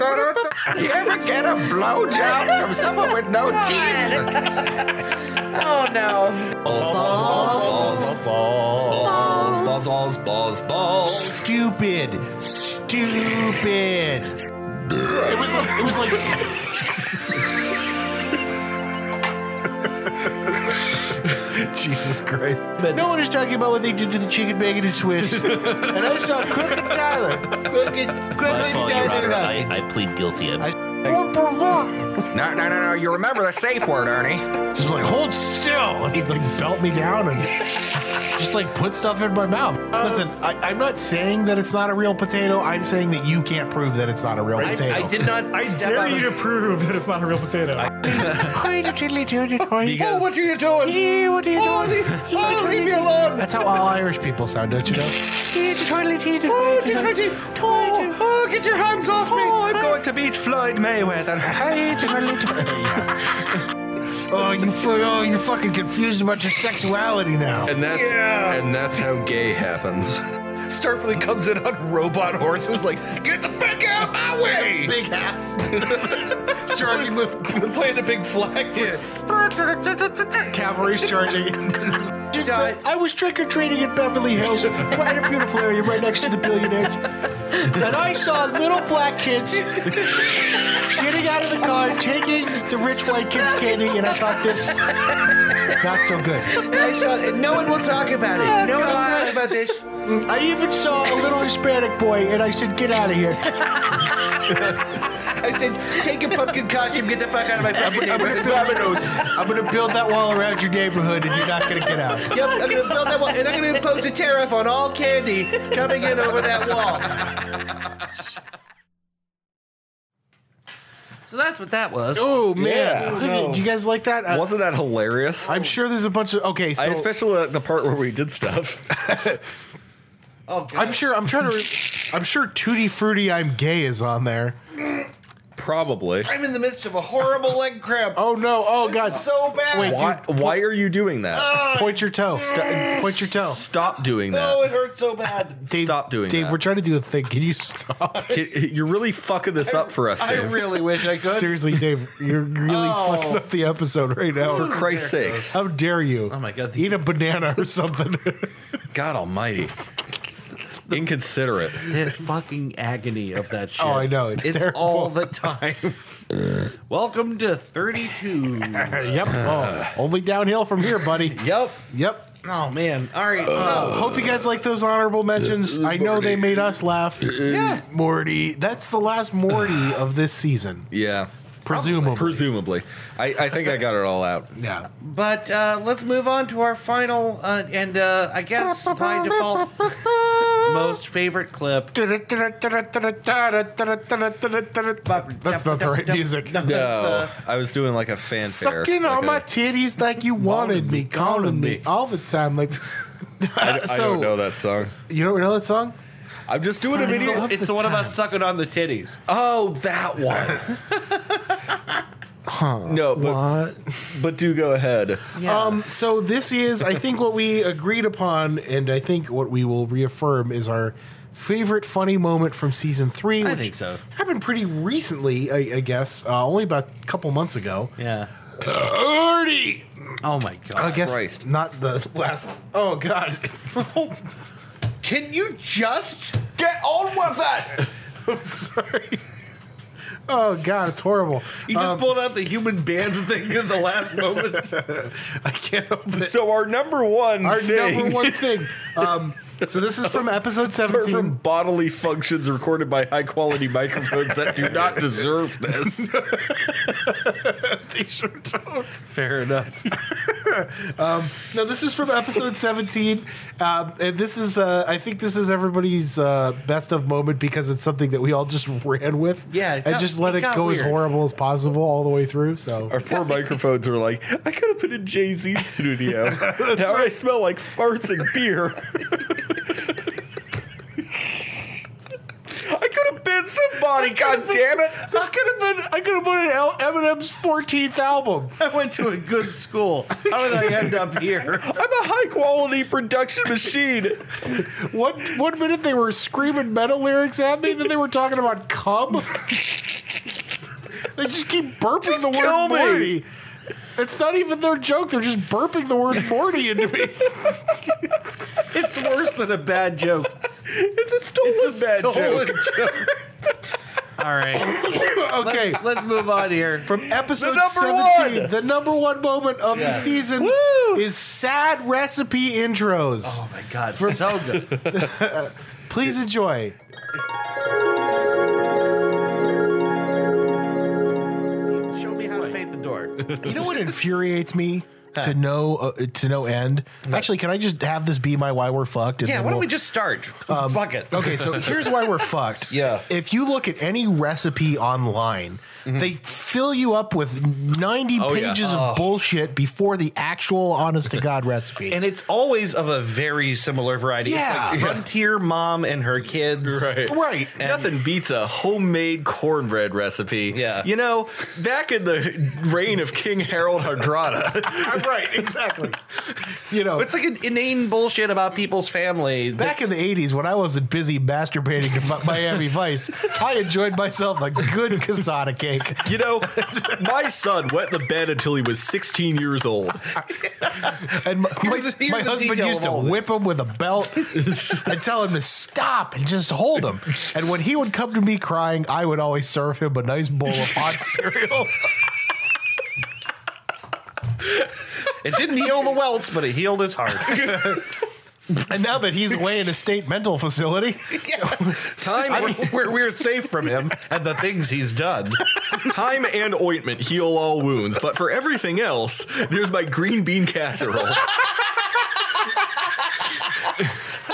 Speaker 12: Do you ever get a blowjob from someone with no teeth?
Speaker 13: oh no.
Speaker 5: Balls, balls, balls, balls, balls, balls, balls, balls, balls.
Speaker 1: Stupid. Stupid. it was like it was like Jesus Christ. no one is talking about what they did to the chicken bacon and Swiss. and I saw Crooked Tyler. Crooked, crooked
Speaker 15: My fault, Your Honor.
Speaker 1: Tyler.
Speaker 15: I, I plead guilty. I'm
Speaker 2: No, no, no, no. You remember the safe word, Ernie.
Speaker 1: Just like, hold still. And he'd like belt me down and just like put stuff in my mouth. Listen, I, I'm not saying that it's not a real potato. I'm saying that you can't prove that it's not a real potato.
Speaker 7: I dare you to prove that it's not a real potato.
Speaker 12: Why did you do it? Oh,
Speaker 1: Because-
Speaker 12: what are you doing? Yeah, what are you doing? Oh, leave me alone.
Speaker 1: That's how all Irish people sound, don't you know?
Speaker 12: Eat the toilet, eat the toilet. Oh, oh, get your hands off me. Oh, I'm going to beat Floyd Mayweather.
Speaker 1: Oh, you fu- oh, you're fucking confused about your sexuality now.
Speaker 5: And that's
Speaker 3: Yeah.
Speaker 5: and that's how gay happens.
Speaker 3: Starfleet comes in on robot horses, like, get the fuck out of my way! Big hats.
Speaker 1: Charging with playing a big flag. Yes. Cavalry's charging. I was trick or treating in Beverly Hills, right in a beautiful area, right next to the billionaires. And I saw little black kids getting out of the car, taking the rich white kids' candy, and I thought this not so good.
Speaker 12: I saw- and no one will talk about it.
Speaker 1: Oh,
Speaker 12: no one
Speaker 1: God.
Speaker 12: will talk about this.
Speaker 1: I even saw a little Hispanic boy, and I said, "Get out of here."
Speaker 3: I said, take your pumpkin costume, get the fuck out of my
Speaker 1: I'm
Speaker 3: fucking
Speaker 1: gonna, I'm gonna
Speaker 3: neighborhood.
Speaker 1: build, I'm gonna build that wall around your neighborhood, and you're not gonna get out.
Speaker 3: Yep, I'm gonna build that wall, and I'm gonna impose a tariff on all candy coming in over that wall. So that's what that was.
Speaker 1: Oh
Speaker 5: Yeah.
Speaker 1: man, Look at- do you guys like that? Uh,
Speaker 5: Wasn't that hilarious?
Speaker 1: I'm sure there's a bunch of okay. So
Speaker 5: I especially like the part where we did stuff.
Speaker 3: Oh,
Speaker 1: I'm sure I'm trying to. Re- I'm sure Tutti Frutti, I'm gay is on there.
Speaker 5: Probably.
Speaker 3: I'm in the midst of a horrible leg cramp.
Speaker 1: Oh no! Oh
Speaker 3: This
Speaker 1: god!
Speaker 3: is so bad.
Speaker 1: Wait,
Speaker 5: why,
Speaker 1: dude, Oh.
Speaker 5: why are you doing that?
Speaker 1: point your toe. point your toe.
Speaker 5: Stop doing that.
Speaker 3: Oh, it hurts so bad.
Speaker 1: Dave,
Speaker 5: Stop doing
Speaker 1: Dave,
Speaker 5: that.
Speaker 1: we're trying to do a thing. Can you stop?
Speaker 5: Kid, You're really fucking this up for us,
Speaker 3: I
Speaker 5: Dave.
Speaker 3: really wish I could.
Speaker 1: Seriously, Dave, you're really
Speaker 3: Oh.
Speaker 1: fucking up the episode right now.
Speaker 5: For Christ's sakes.
Speaker 1: How dare you?
Speaker 3: Oh, my god.
Speaker 1: Eat a banana or something.
Speaker 5: God almighty. Inconsiderate.
Speaker 3: The fucking agony of that shit.
Speaker 1: Oh, I know, it's terrible.
Speaker 3: all the time. Welcome to 32.
Speaker 1: yep. Oh, only downhill from here, buddy.
Speaker 3: Uh. yep.
Speaker 1: Yep.
Speaker 3: Oh man. All right.
Speaker 1: Oh, hope you guys like those honorable mentions. I know they made us laugh.
Speaker 3: Yeah.
Speaker 1: Morty. That's the last Morty of this season,
Speaker 5: Yeah.
Speaker 1: presumably.
Speaker 5: Presumably. I, I think I got it all out.
Speaker 1: yeah.
Speaker 3: But uh, let's move on to our final uh, and uh, I guess by default most favorite clip.
Speaker 1: That's
Speaker 3: That's
Speaker 1: not the right music.
Speaker 3: No,
Speaker 5: No,
Speaker 3: that's, uh,
Speaker 5: I was doing like a fanfare.
Speaker 1: Sucking
Speaker 5: like
Speaker 1: on
Speaker 5: a-
Speaker 1: my titties like you wanted me, calling me all the time. Like,
Speaker 5: I, I
Speaker 1: so-
Speaker 5: don't know that song.
Speaker 1: you don't know that song?
Speaker 5: I'm just doing a
Speaker 3: it's
Speaker 5: video.
Speaker 3: the, it's the one about sucking on the titties.
Speaker 5: Oh, that one. no, but,
Speaker 1: What?
Speaker 5: but do go ahead.
Speaker 1: Um, so this is, I think, what we agreed upon, and I think what we will reaffirm is our favorite funny moment from season three.
Speaker 3: I
Speaker 1: which
Speaker 3: think so.
Speaker 1: Happened pretty recently, I, I guess, uh, only about a couple months ago.
Speaker 3: Yeah.
Speaker 1: Ernie,
Speaker 3: Oh my
Speaker 1: I
Speaker 3: god.
Speaker 1: guess
Speaker 5: Christ.
Speaker 1: not the last. Oh God, Oh,
Speaker 3: Can you just?
Speaker 5: Get on with that.
Speaker 1: I'm sorry. Oh God, it's horrible. Um,
Speaker 3: You just pulled out the human band thing in the last moment.
Speaker 1: I can't help it.
Speaker 5: So our number one,
Speaker 1: Our
Speaker 5: thing-
Speaker 1: number one thing. Um, so this is from episode
Speaker 5: apart
Speaker 1: seventeen.
Speaker 5: from bodily functions recorded by high quality microphones that do not deserve this.
Speaker 3: Fair enough.
Speaker 1: No, this is from episode 17. Um, and this is, uh, I think this is everybody's uh, best of moment because it's something that we all just ran with.
Speaker 3: Yeah, it
Speaker 1: And
Speaker 3: got-
Speaker 1: just let
Speaker 3: it
Speaker 1: it,
Speaker 3: got
Speaker 1: go as
Speaker 3: weird.
Speaker 1: horrible as possible all the way through. So,
Speaker 5: Our poor microphones are like, I could have put in Jay Z studio. now I smell like farts and beer. I could have been
Speaker 2: somebody, god damn it!
Speaker 12: This could have been, I could have put in L- Eminem's 14th album.
Speaker 3: I went to a good school. How did I end up here? I'm
Speaker 2: a high quality production machine.
Speaker 12: one, one minute they were screaming metal lyrics at me, then they were talking about cum. they just keep burping
Speaker 7: Just
Speaker 12: the
Speaker 7: kill
Speaker 12: word
Speaker 7: me.
Speaker 12: Morty. It's not even their joke. They're just burping the word Morty into me.
Speaker 3: it's worse than a bad joke.
Speaker 2: It's a stolen
Speaker 3: bad
Speaker 12: stolen
Speaker 3: joke. All right.
Speaker 1: okay,
Speaker 3: let's, move on here
Speaker 1: from episode
Speaker 12: The number
Speaker 1: seventeen.
Speaker 12: one.
Speaker 1: The number one moment of the
Speaker 12: Yes.
Speaker 1: season is sad recipe intros. Oh
Speaker 3: my god, so
Speaker 1: good! Please enjoy.
Speaker 3: Show me how to paint the door.
Speaker 1: You know what infuriates me? To no uh, to no end. Actually, can I just have this be my why we're fucked? and
Speaker 3: Yeah,
Speaker 1: then
Speaker 3: why don't
Speaker 1: we'll-
Speaker 3: we just start? Fuck it.
Speaker 1: Okay, so here's why we're fucked. Yeah. If you look at any recipe online,
Speaker 5: Mm-hmm.
Speaker 1: they fill you up with 90
Speaker 3: Oh, yeah.
Speaker 1: pages
Speaker 3: Oh.
Speaker 1: of bullshit before the actual honest to God recipe.
Speaker 3: And it's always of a very similar variety.
Speaker 1: Yeah.
Speaker 3: It's like Frontier Mom and her kids.
Speaker 5: Right. Nothing beats a homemade cornbread recipe. Yeah. You know, back in the reign of King Harold Hardrada,
Speaker 1: right, exactly. You know,
Speaker 3: it's like an inane bullshit about people's families.
Speaker 1: Back in the 80s, when I wasn't busy masturbating to Mi- Miami Vice, I enjoyed myself a good cassata cake.
Speaker 5: you know, my son wet the bed until he was 16 years old.
Speaker 1: And my,
Speaker 5: Here's
Speaker 1: my-
Speaker 5: a- here's
Speaker 1: my
Speaker 5: a
Speaker 1: husband
Speaker 5: detail
Speaker 1: used
Speaker 5: of
Speaker 1: to
Speaker 5: all
Speaker 1: whip him with a belt and tell him to stop and just hold him. And when he would come to me crying, I would always serve him a nice bowl of hot cereal.
Speaker 3: It didn't heal the welts, but it healed his heart.
Speaker 1: and now that he's away in a state mental facility,
Speaker 5: Time
Speaker 3: I mean, we're, we're safe from him and the things he's done.
Speaker 5: Time and ointment heal all wounds, but for everything else, there's my green bean casserole.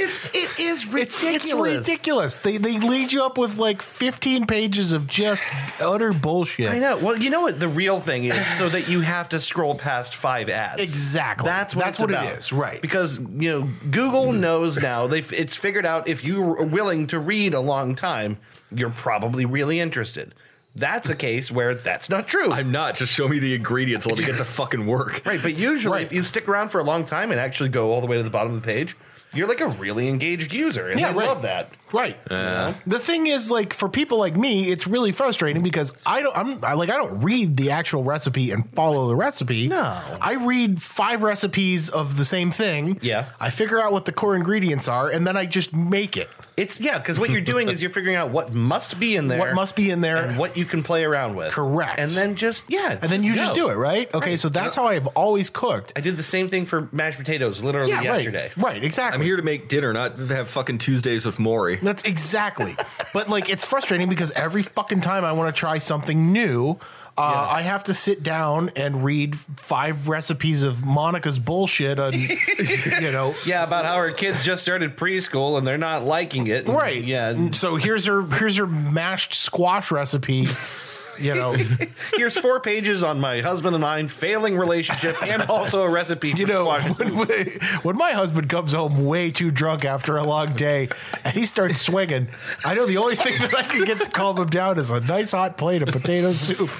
Speaker 1: it's it is
Speaker 12: ridiculous.
Speaker 1: It's ridiculous. They they lead you up with like 15 pages of just utter bullshit.
Speaker 3: I know. Well, you know what the real thing is, so that you have to scroll past five ads.
Speaker 1: Exactly.
Speaker 3: That's what
Speaker 1: That's
Speaker 3: it's
Speaker 1: what it
Speaker 3: about.
Speaker 1: is, right.
Speaker 3: Because you know Google knows now. They have it's figured out if you are willing to read a long time, you're probably really interested. That's a case where that's not true.
Speaker 5: I'm not. Just show me the ingredients. Let me get to fucking work.
Speaker 3: Right, but usually if you stick around for a long time and actually go all the way to the bottom of the page, you're like a really engaged user, and
Speaker 1: Yeah,
Speaker 3: I
Speaker 1: right.
Speaker 3: love that.
Speaker 1: Right.
Speaker 5: Yeah.
Speaker 1: The thing is, like for people like me, it's really frustrating because I don't. I'm I, like I don't read the actual recipe and follow the recipe. No, I read five recipes of the same thing. Yeah, I figure out what the core ingredients are, and then I just make it.
Speaker 3: It's yeah, because what you're doing is you're figuring out what must be in there,
Speaker 1: What must be in there,
Speaker 3: and what you can play around with.
Speaker 1: Correct.
Speaker 3: And then just yeah,
Speaker 1: and then you just do it, right? Okay, so that's how I have always cooked.
Speaker 3: I did the same thing for mashed potatoes literally
Speaker 1: Yeah, right.
Speaker 3: yesterday.
Speaker 1: Right, exactly.
Speaker 5: I'm here to make dinner, not have fucking Tuesdays with Maury.
Speaker 1: That's exactly. but like, it's frustrating because every fucking time I want to try something new, uh, I have to sit down and read five recipes of Monica's bullshit on, you know.
Speaker 3: Yeah, about how our kids just started preschool and they're not liking it. and-
Speaker 1: Right.
Speaker 3: Yeah. and-
Speaker 1: So here's her here's her mashed squash recipe. You know,
Speaker 3: Here's four pages on my husband and mine failing relationship and also a recipe for squash.
Speaker 1: when my husband comes home way too drunk after a long day and he starts swinging, I know the only thing that I can get to calm him down is a nice hot plate of potato soup.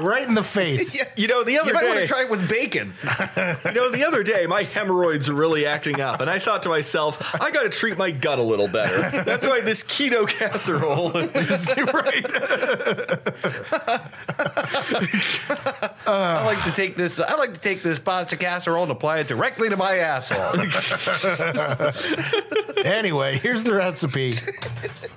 Speaker 1: right in the face.
Speaker 5: You know, the other
Speaker 1: You might
Speaker 5: day.
Speaker 1: wanna try
Speaker 3: it with bacon.
Speaker 5: you know, the other day, my hemorrhoids were really acting up, and I thought to myself, I gotta treat my gut a little better. That's why this keto casserole is right.
Speaker 3: I like to take this. I like to take this pasta casserole and apply it directly to my asshole.
Speaker 1: anyway, here's the recipe.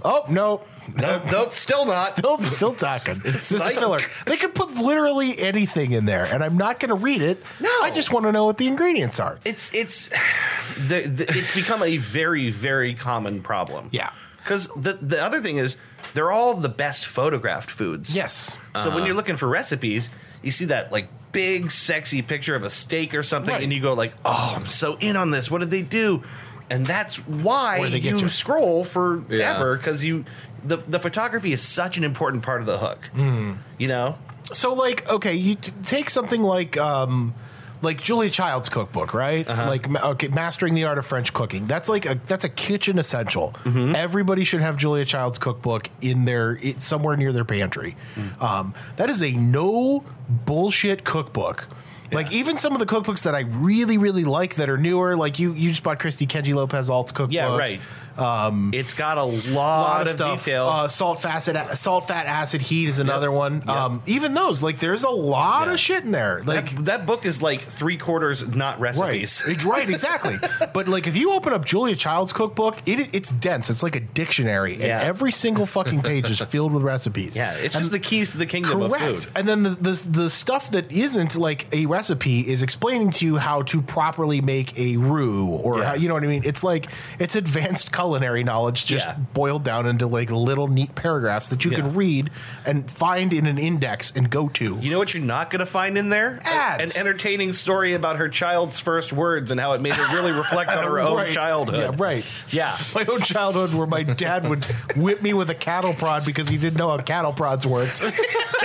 Speaker 1: Oh no. Uh,
Speaker 3: Nope, nope, still not.
Speaker 1: Still, still talking. This is
Speaker 3: Psych.
Speaker 1: filler. They could put literally anything in there, and I'm not going to read it. No, I just want to know what the ingredients are.
Speaker 3: It's it's the, the, it's become a very very common problem. Yeah, because the the other thing is they're all the best photographed foods.
Speaker 1: Yes.
Speaker 3: So when
Speaker 1: Uh-huh.
Speaker 3: you're looking for recipes, you see that like big sexy picture of a steak or something, and you go like, "Oh, I'm so in on this. What did they do?" And that's why
Speaker 1: Where they get
Speaker 3: you,
Speaker 1: you.
Speaker 3: scroll
Speaker 1: Yeah.
Speaker 3: forever because you the the photography is such an important part
Speaker 1: Hmm.
Speaker 3: of the hook. You know.
Speaker 1: So, like, okay, you t- take something like um, like Julia Child's cookbook, right?
Speaker 3: Uh-huh.
Speaker 1: Like ma- okay, mastering the art of French cooking. That's like a that's a kitchen essential.
Speaker 3: Mm-hmm.
Speaker 1: Everybody should have Julia Child's cookbook in their it, somewhere near their pantry.
Speaker 3: Mm.
Speaker 1: Um, that is a no bullshit cookbook. Like even some of the cookbooks that I really really like that are newer, like you you just bought Christy Kenji Lopez Alt's cookbook.
Speaker 3: Yeah, right.
Speaker 1: Um,
Speaker 3: it's got a lot, of detail.
Speaker 1: Uh, salt facet, salt fat acid heat is another one. Um, even those, like, there's a lot of shit in there. Like
Speaker 3: that, book is like three quarters not recipes.
Speaker 1: Right, right exactly. but like, if you open up Julia Child's cookbook, it it's dense. It's like a dictionary,
Speaker 3: Yeah.
Speaker 1: and every single fucking page is filled with recipes. Yeah,
Speaker 3: It's just the keys to the kingdom of food.
Speaker 1: And then the, the the stuff that isn't like a recipe is explaining to you how to properly make a roux or how, you know what I mean. It's like it's advanced culinary knowledge just
Speaker 3: Yeah.
Speaker 1: boiled down into like little neat paragraphs that you
Speaker 3: Yeah.
Speaker 1: can read and find in an index and go to.
Speaker 3: You know what you're not going to find in there? A-
Speaker 1: Ads.
Speaker 3: An entertaining story about her child's first words and how it made her really reflect on her own
Speaker 1: Right.
Speaker 3: childhood.
Speaker 1: Yeah, right.
Speaker 3: Yeah.
Speaker 1: My own childhood where my dad would whip me with a cattle prod because he didn't know how cattle prods worked.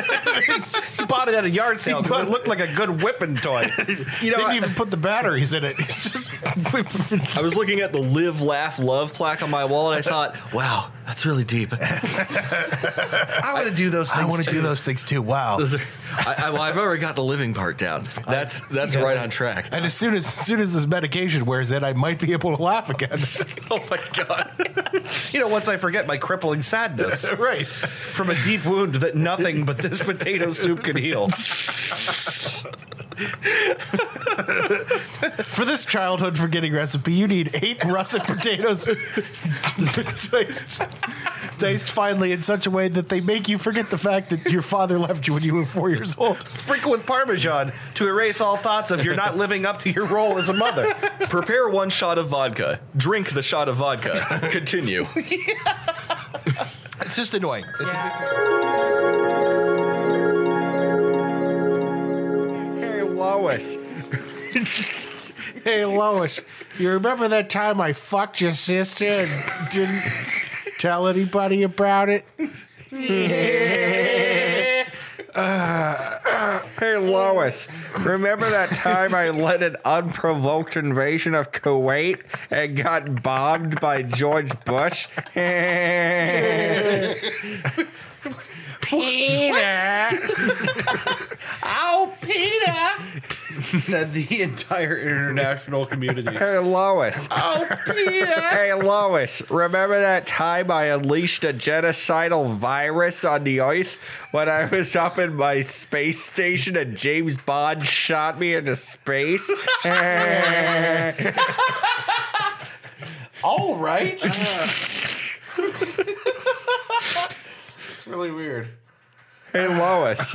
Speaker 3: Spotted at a yard sale because it looked like a good whipping toy.
Speaker 1: You know, didn't even put the batteries in it. It's just
Speaker 5: I was looking at the live, laugh, love plaque on my wall, and I thought, wow, that's really deep.
Speaker 1: I want to do those. I
Speaker 5: things
Speaker 1: want to do
Speaker 5: too.
Speaker 1: those things too. Wow.
Speaker 5: Those are, I, I, well, I've already got the living part down. That's that's
Speaker 1: Yeah.
Speaker 5: right on track.
Speaker 1: And as soon as, as soon as this medication wears in, I might be able to laugh again.
Speaker 5: oh my god!
Speaker 3: You know, once I forget my crippling sadness,
Speaker 1: right,
Speaker 3: from a deep wound that nothing but this potato soup could heal.
Speaker 1: For this childhood forgetting recipe, you need eight russet potatoes diced, diced finely in such a way that they make you forget the fact that your father left you when you were four years old.
Speaker 3: Sprinkle with parmesan to erase all thoughts of you're not living up to your role as a mother.
Speaker 5: Prepare one shot of vodka. Drink the shot of vodka. Continue.
Speaker 1: It's just annoying. It's
Speaker 3: hey, Lois.
Speaker 1: hey, Lois, you remember that time I fucked your sister and didn't tell anybody about it?
Speaker 2: Hey Lois, remember that time I led an unprovoked invasion of Kuwait and got bombed by George Bush?
Speaker 12: Peter.
Speaker 3: oh, Peter. Said the entire international community.
Speaker 2: Hey Lois.
Speaker 12: Oh, Peter.
Speaker 2: Hey Lois, remember that time I unleashed a genocidal virus on the earth when I was up in my space station and James Bond shot me into space?
Speaker 3: All right. it's really weird.
Speaker 2: Hey Lois.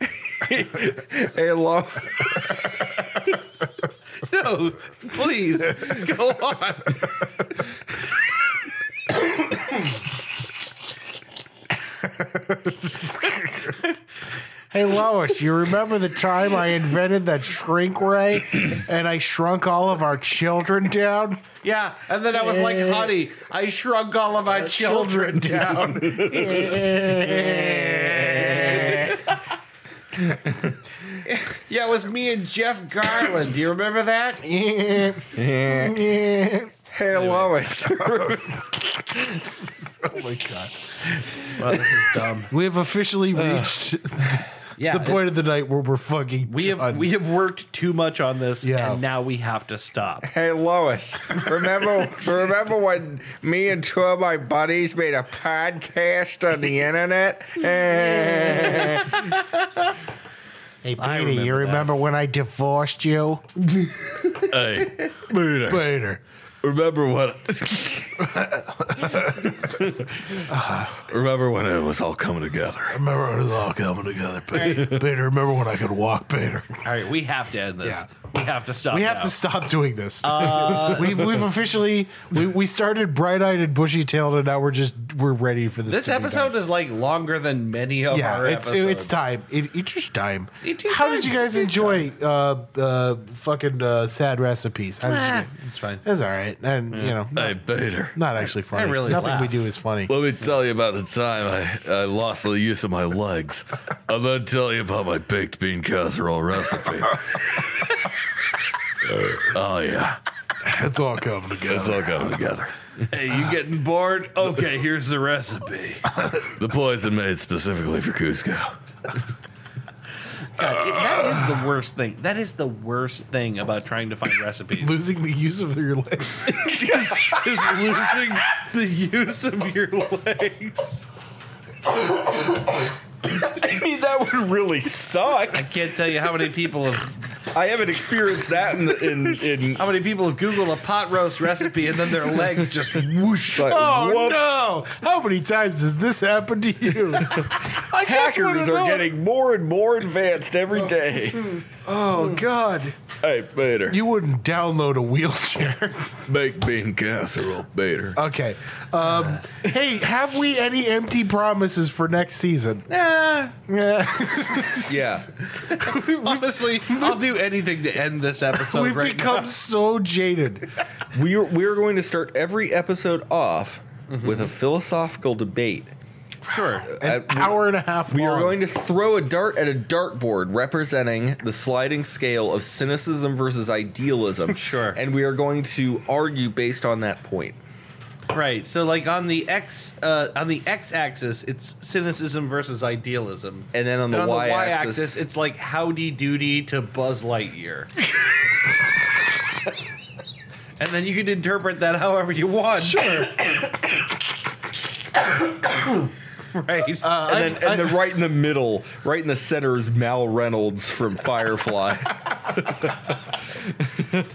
Speaker 2: hey Lois.
Speaker 3: No, please go on.
Speaker 1: Hey Lois, you remember the time I invented that shrink ray and I shrunk all of our children down?
Speaker 3: Yeah, and then I was like,
Speaker 1: Eh.
Speaker 3: honey, I shrunk all of our children down. yeah, it was me and Jeff Garland. Do you remember that?
Speaker 2: hey Lois.
Speaker 1: Oh my god.
Speaker 3: Wow, this is dumb.
Speaker 1: We have officially reached
Speaker 3: Yeah,
Speaker 1: the point of the night where we're fucking
Speaker 3: We have
Speaker 1: done.
Speaker 3: we have worked too much on this,
Speaker 1: Yeah.
Speaker 3: and now we have to stop.
Speaker 2: Hey Lois, remember remember when me and two of my buddies made a podcast on the internet? Eh.
Speaker 1: Hey Peter,
Speaker 2: I
Speaker 1: you
Speaker 2: remember that.
Speaker 1: remember when I divorced you?
Speaker 5: hey, Peter.
Speaker 1: Peter.
Speaker 5: Remember what? remember when it was all coming together?
Speaker 1: Remember when it was all coming together, Peter. Peter, remember when I could walk, Peter?
Speaker 3: All right, we have to end this. We have to stop.
Speaker 1: we have
Speaker 3: now.
Speaker 1: to stop doing this.
Speaker 3: Uh,
Speaker 1: we've we've officially we, we started bright eyed and bushy tailed, and now we're just we're ready for this.
Speaker 3: This
Speaker 1: to be done.
Speaker 3: episode is like longer than many of
Speaker 1: yeah,
Speaker 3: our
Speaker 1: it's it-
Speaker 3: episodes.
Speaker 1: it's time. It, it's just time.
Speaker 3: It is
Speaker 1: How
Speaker 3: time.
Speaker 1: did you guys
Speaker 3: It is
Speaker 1: enjoy uh, uh, fucking uh, sad recipes? How did
Speaker 3: Ah.
Speaker 1: you? It's fine. It's all right, and you know,
Speaker 5: Hey, Peter.
Speaker 1: not actually funny.
Speaker 5: really
Speaker 1: Nothing we
Speaker 5: laugh.
Speaker 1: do is funny.
Speaker 5: Let me tell you about the time I, I lost the use of my legs. And then tell you about my baked bean casserole recipe. oh, yeah.
Speaker 1: It's all coming together.
Speaker 5: It's all coming together.
Speaker 3: Hey, you getting bored? Okay, here's the recipe.
Speaker 5: The poison made specifically for Cusco.
Speaker 3: God, it- that is the worst thing. That is the worst thing about trying to find recipes.
Speaker 1: Losing the use of your legs.
Speaker 3: is, is losing the use of your legs.
Speaker 16: I mean, that would really suck.
Speaker 3: I can't tell you how many people have.
Speaker 16: I haven't experienced that in the, in, in
Speaker 3: How many people have Googled a pot roast recipe and then their legs just whoosh?
Speaker 1: Oh no! How many times has this happened to you? I just wanna
Speaker 5: Hackers are
Speaker 1: know.
Speaker 5: getting more and more advanced every day.
Speaker 1: Oh God!
Speaker 5: Hey, Peter.
Speaker 1: You wouldn't download a wheelchair.
Speaker 5: Baked bean casserole, Peter.
Speaker 1: okay. Um, hey, have we any empty promises for next season?
Speaker 3: Nah. Eh.
Speaker 5: Yeah.
Speaker 3: Honestly, I'll do anything to end this episode
Speaker 1: We've
Speaker 3: right
Speaker 1: become so jaded.
Speaker 5: we are, we are going to start every episode off
Speaker 1: Mm-hmm.
Speaker 5: with a philosophical debate.
Speaker 3: Sure.
Speaker 1: An hour and a half
Speaker 5: We are
Speaker 1: long.
Speaker 5: going to throw a dart at a dartboard representing the sliding scale of cynicism versus idealism.
Speaker 3: Sure.
Speaker 5: And we are going to argue based on that point.
Speaker 3: now. Right. So, like on the x uh, on the x axis, it's cynicism versus idealism,
Speaker 5: And then on
Speaker 3: and
Speaker 5: the
Speaker 3: on
Speaker 5: y
Speaker 3: the y
Speaker 5: axis,
Speaker 3: axis, it's like howdy doody to Buzz Lightyear. and then you can interpret that however you want. Sure. right.
Speaker 5: and, then, and then right in the middle, right in the center is Mal Reynolds from Firefly.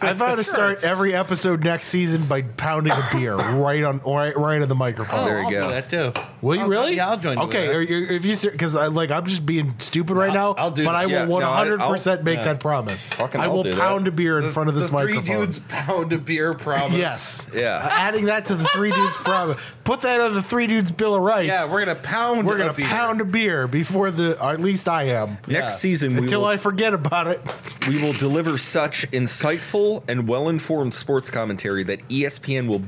Speaker 1: I vow to start every episode next season by pounding a beer right on right, right on the microphone.
Speaker 5: there you
Speaker 3: I'll do
Speaker 5: go.
Speaker 3: that too.
Speaker 1: Will you
Speaker 3: I'll-
Speaker 1: really?
Speaker 3: Yeah, I'll join. you with
Speaker 1: Okay,
Speaker 3: that.
Speaker 1: are you, if you because I like I'm just being stupid right now.
Speaker 3: I'll do
Speaker 1: but
Speaker 3: that.
Speaker 1: I
Speaker 5: Yeah,
Speaker 1: will
Speaker 5: no,
Speaker 1: 100
Speaker 5: I- I'll-
Speaker 1: percent make that promise.
Speaker 5: Fucking
Speaker 1: I
Speaker 5: I'll
Speaker 1: will
Speaker 5: do that.
Speaker 1: pound a beer in front of this
Speaker 3: the
Speaker 1: microphone.
Speaker 3: Three dudes pound a beer promise.
Speaker 1: Yes.
Speaker 5: Yeah.
Speaker 1: Adding that to the three dudes promise. Put that on the three dudes bill of rights.
Speaker 3: Yeah, we're gonna pound.
Speaker 1: We're
Speaker 3: a
Speaker 1: gonna
Speaker 3: beer.
Speaker 1: pound a beer before the. Or at least I am.
Speaker 5: Next season, we
Speaker 1: Until
Speaker 5: will,
Speaker 1: I forget about it.
Speaker 5: we will deliver such insightful and well informed sports commentary that E ESPN will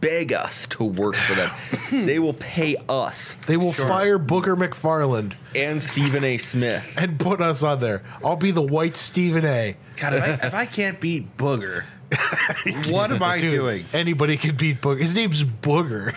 Speaker 5: beg us to work for them. they will pay us
Speaker 1: They will fire Booker McFarland
Speaker 5: and Stephen A. Smith.
Speaker 1: and put us on there. I'll be the white Stephen A.
Speaker 3: God, if I, if I can't beat Booger, what am I
Speaker 1: Dude,
Speaker 3: doing?
Speaker 1: Anybody could beat Booger. His name's Booger.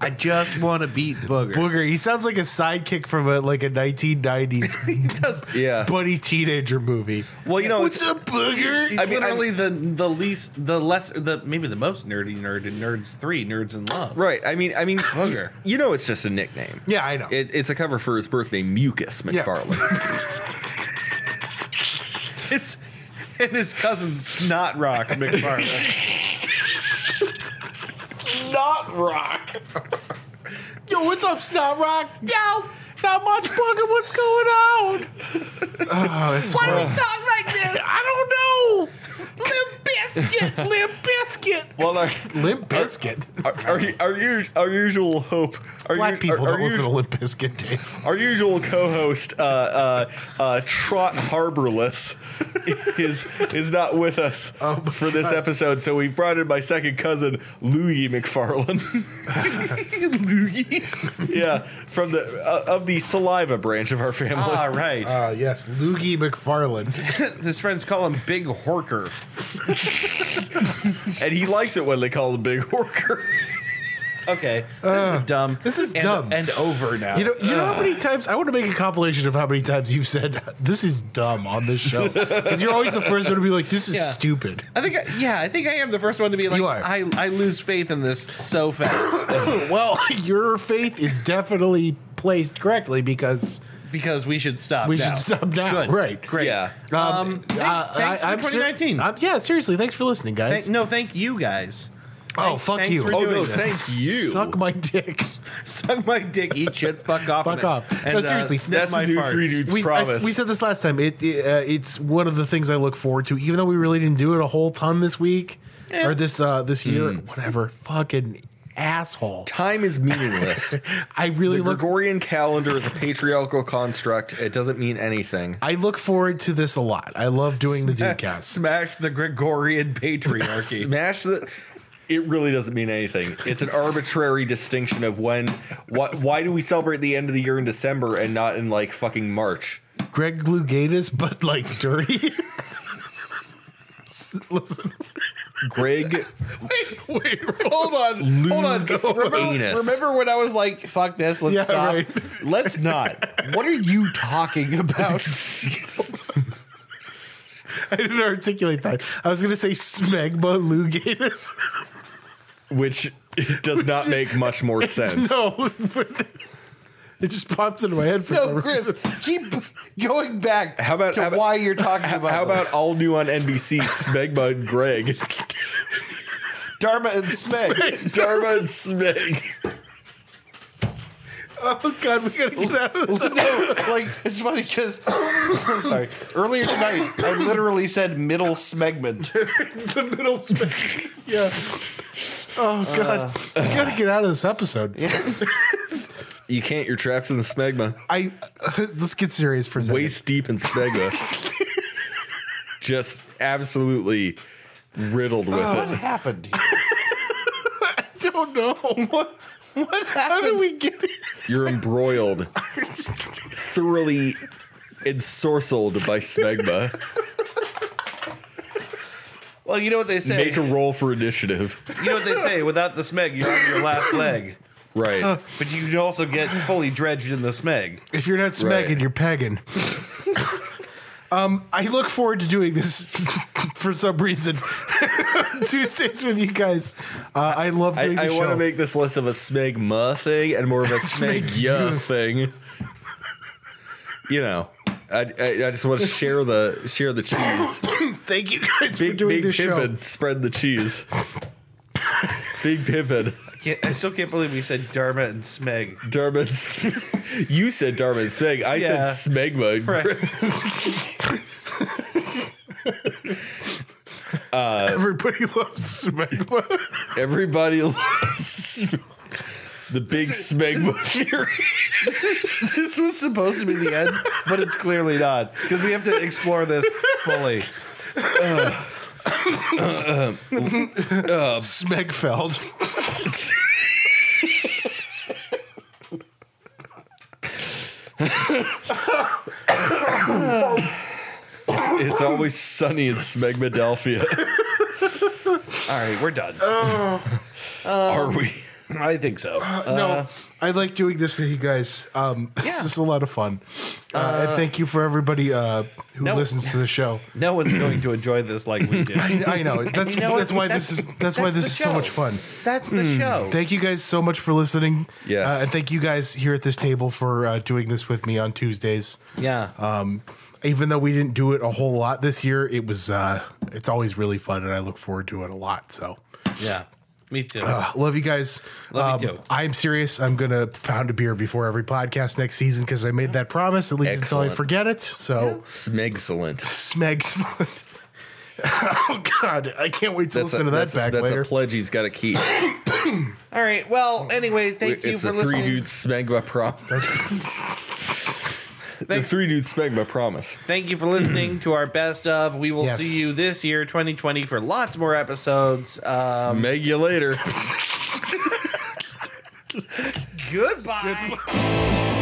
Speaker 3: I just want to beat Booger.
Speaker 1: Booger. He sounds like a sidekick from a like a 1990s
Speaker 3: He does.
Speaker 5: Yeah.
Speaker 1: buddy teenager movie.
Speaker 5: Well, you know,
Speaker 1: What's
Speaker 5: it's,
Speaker 1: up, Booger?
Speaker 3: He's
Speaker 5: I mean,
Speaker 3: literally the the least, the less, the maybe the most nerdy nerd in Nerds Three, Nerds in Love.
Speaker 5: right. I mean, I mean,
Speaker 3: Booger.
Speaker 5: you know, it's just a nickname.
Speaker 1: yeah, I know.
Speaker 5: It, it's a cover for his birthday, Mucus
Speaker 1: Yeah.
Speaker 5: McFarlane.
Speaker 3: It's and his cousin Snot Rock McFarlane.
Speaker 1: Snot Rock. Yo, what's up, Snot Rock? Yo, not much, Booger. What's going on? oh, it's
Speaker 17: Why do we talk like this? I don't know. Limp biscuit, limp biscuit.
Speaker 5: well, our,
Speaker 1: Limp Biscuit.
Speaker 5: our, our, our, us- our usual hope. Our
Speaker 1: Black
Speaker 5: us-
Speaker 1: people
Speaker 5: our,
Speaker 1: don't
Speaker 5: our,
Speaker 1: listen to
Speaker 5: usual,
Speaker 1: Limp Biscuit, Dave.
Speaker 5: our usual co-host, uh, uh, uh, Trot Harborless, is is not with us
Speaker 1: Oh my
Speaker 5: for this
Speaker 1: God.
Speaker 5: episode, so we've brought in my second cousin, Louie McFarlane. Louie, yeah, from the uh, of the saliva branch of our family.
Speaker 3: All right,
Speaker 1: Uh, yes, Loogie McFarland.
Speaker 3: his friends call him Big Horker.
Speaker 5: and he likes it when they call him Big Horker.
Speaker 3: Okay, this is dumb.
Speaker 1: Uh, this is
Speaker 3: and,
Speaker 1: dumb.
Speaker 3: and over now.
Speaker 1: You know, you know how many times I want to make a compilation of how many times you've said this is dumb on this show because you're always the first one to be like, "This is
Speaker 3: Yeah.
Speaker 1: stupid."
Speaker 3: I think, I, yeah, I think I am the first one to be like,
Speaker 1: You are.
Speaker 3: I, I lose faith in this so fast
Speaker 1: well, your faith is definitely placed correctly because
Speaker 3: because we should stop.
Speaker 1: we
Speaker 3: now.
Speaker 1: should stop now.
Speaker 3: Good.
Speaker 1: Right.
Speaker 3: Great.
Speaker 5: Yeah.
Speaker 1: Um,
Speaker 3: Um, thanks- thanks for
Speaker 1: ser-
Speaker 3: 2019.
Speaker 1: I'm- yeah, seriously, thanks for listening, guys.
Speaker 3: Thank, no, thank you guys.
Speaker 1: Oh, fuck
Speaker 3: Thanks
Speaker 1: you.
Speaker 3: for
Speaker 1: Oh,
Speaker 3: doing
Speaker 1: no,
Speaker 3: this.
Speaker 1: thank you. Suck my dick.
Speaker 3: Suck my dick. Eat shit. Fuck off.
Speaker 1: Fuck
Speaker 3: and-
Speaker 1: off.
Speaker 3: And,
Speaker 1: no,
Speaker 3: uh,
Speaker 1: seriously,
Speaker 3: sniff my farts.
Speaker 1: we, I- we said this last time. It, it, uh, it's one of the things I look forward to, even though we really didn't do it a whole ton this week or this uh, this year, whatever. Fucking asshole.
Speaker 5: Time is meaningless.
Speaker 1: I really
Speaker 5: the
Speaker 1: look.
Speaker 5: Gregorian calendar is a patriarchal construct. It doesn't mean anything.
Speaker 1: I look forward to this a lot. I love doing the dude count.
Speaker 3: Smash the Gregorian patriarchy.
Speaker 5: Smash the. It really doesn't mean anything. It's an arbitrary distinction of when. Why, why do we celebrate the end of the year in December and not in like fucking March?
Speaker 1: Greg Glugatus, but like dirty. S- Listen,
Speaker 5: Greg
Speaker 3: Wait, hold on. hold on. Remember,
Speaker 5: Anus.
Speaker 3: remember when I was like, fuck this, let's
Speaker 1: Yeah,
Speaker 3: stop.
Speaker 1: right.
Speaker 3: Let's not. What are you talking about?
Speaker 1: I didn't articulate that. I was going to say Smegma Lugatus.
Speaker 5: which does not make much more sense.
Speaker 1: No, Oh, but it just pops into my head for some
Speaker 3: no,
Speaker 1: reason.
Speaker 3: Chris, keep going back
Speaker 5: How about-
Speaker 3: to
Speaker 5: how about-
Speaker 3: why you're talking about
Speaker 5: How
Speaker 3: this.
Speaker 5: about all new on NBC, Smegma and Greg?
Speaker 3: Dharma and Smeg?
Speaker 5: Dharma and Smeg.
Speaker 1: Oh God, we gotta get out of this.
Speaker 3: No, like it's funny because I'm sorry. Earlier tonight, I literally said middle smegment.
Speaker 1: the middle space. Yeah. Oh God, we gotta get out of this episode.
Speaker 5: You can't. You're trapped in the Smegma.
Speaker 1: I let's get serious for a second.
Speaker 5: waist deep in Smegma. Just absolutely riddled with
Speaker 3: What
Speaker 5: it.
Speaker 3: happened? Here?
Speaker 1: I don't know. What,
Speaker 3: What
Speaker 1: how
Speaker 3: happened?
Speaker 1: do we get it?
Speaker 5: You're embroiled, thoroughly ensorcelled by Smegma.
Speaker 3: well, you know what they say.
Speaker 5: Make a roll for initiative.
Speaker 3: you know what they say. Without the smeg, you're on your last leg.
Speaker 5: Right.
Speaker 3: But you can also get fully dredged in the smeg.
Speaker 1: If you're not smacking,
Speaker 5: Right.
Speaker 1: you're pegging. um, I look forward to doing this for some reason. Tuesdays with you guys. Uh, I love doing
Speaker 5: I, I
Speaker 1: the
Speaker 5: want
Speaker 1: show.
Speaker 5: to make this less of a Smegma thing and more of a Smegya thing. You know, I, I, I just want to share the share the cheese.
Speaker 1: Thank you guys for
Speaker 5: Big
Speaker 1: doing
Speaker 5: Big
Speaker 1: this show.
Speaker 5: Pippin, spread the cheese. Big Pippin.
Speaker 3: Can't, I still can't believe we said Dharma and smeg.
Speaker 5: Darman's. you said Darman Smeg. I
Speaker 3: Yeah.
Speaker 5: said Smegma.
Speaker 1: Everybody loves Smegma.
Speaker 5: Everybody loves the big Smegma theory.
Speaker 3: This was supposed to be the end, but it's clearly not because we have to explore this fully.
Speaker 1: Smegfeld.
Speaker 5: It's always sunny in Smegmadelphia.
Speaker 3: All right, we're done.
Speaker 5: Are we?
Speaker 3: I think so.
Speaker 1: no, I like doing this with you guys. Um, this is a lot of fun. Uh, and thank you for everybody uh, who
Speaker 3: no.
Speaker 1: listens to the show.
Speaker 3: No one's going to enjoy this like we did.
Speaker 1: I, I know that's
Speaker 3: You know
Speaker 1: that's why
Speaker 3: what?
Speaker 1: this is that's, why this
Speaker 3: the
Speaker 1: is
Speaker 3: show.
Speaker 1: so much fun.
Speaker 3: That's the show.
Speaker 1: Thank you guys so much for listening.
Speaker 5: Yes.
Speaker 1: uh, and thank you guys here at this table for uh, doing this with me on Tuesdays.
Speaker 3: yeah.
Speaker 1: Um, even though we didn't do it a whole lot this year, it was uh, it's always really fun, and I look forward to it a lot. So.
Speaker 3: yeah. Me too.
Speaker 1: Uh, love you guys.
Speaker 3: Love you too.
Speaker 1: I'm serious. I'm gonna pound a beer before every podcast next season because I made that promise. At least until I
Speaker 5: Excellent.
Speaker 1: forget it. So
Speaker 5: Smegcellent.
Speaker 1: smegs. oh God, I can't wait to
Speaker 5: That's,
Speaker 1: listen to
Speaker 5: a,
Speaker 1: that
Speaker 5: that's, a-
Speaker 1: back
Speaker 5: that's
Speaker 1: later.
Speaker 5: a pledge he's got to keep.
Speaker 3: All right. Well, anyway, thank
Speaker 5: Mm-hmm.
Speaker 3: you
Speaker 5: it's
Speaker 3: for
Speaker 5: the three
Speaker 3: listening.
Speaker 5: dudes Smegma promise. the three dudes Smegma promise.
Speaker 3: Thank you for listening to our best of. We will
Speaker 1: Yes.
Speaker 3: see you this year, 2020, for lots more episodes. Um,
Speaker 5: Smeg you later.
Speaker 3: goodbye.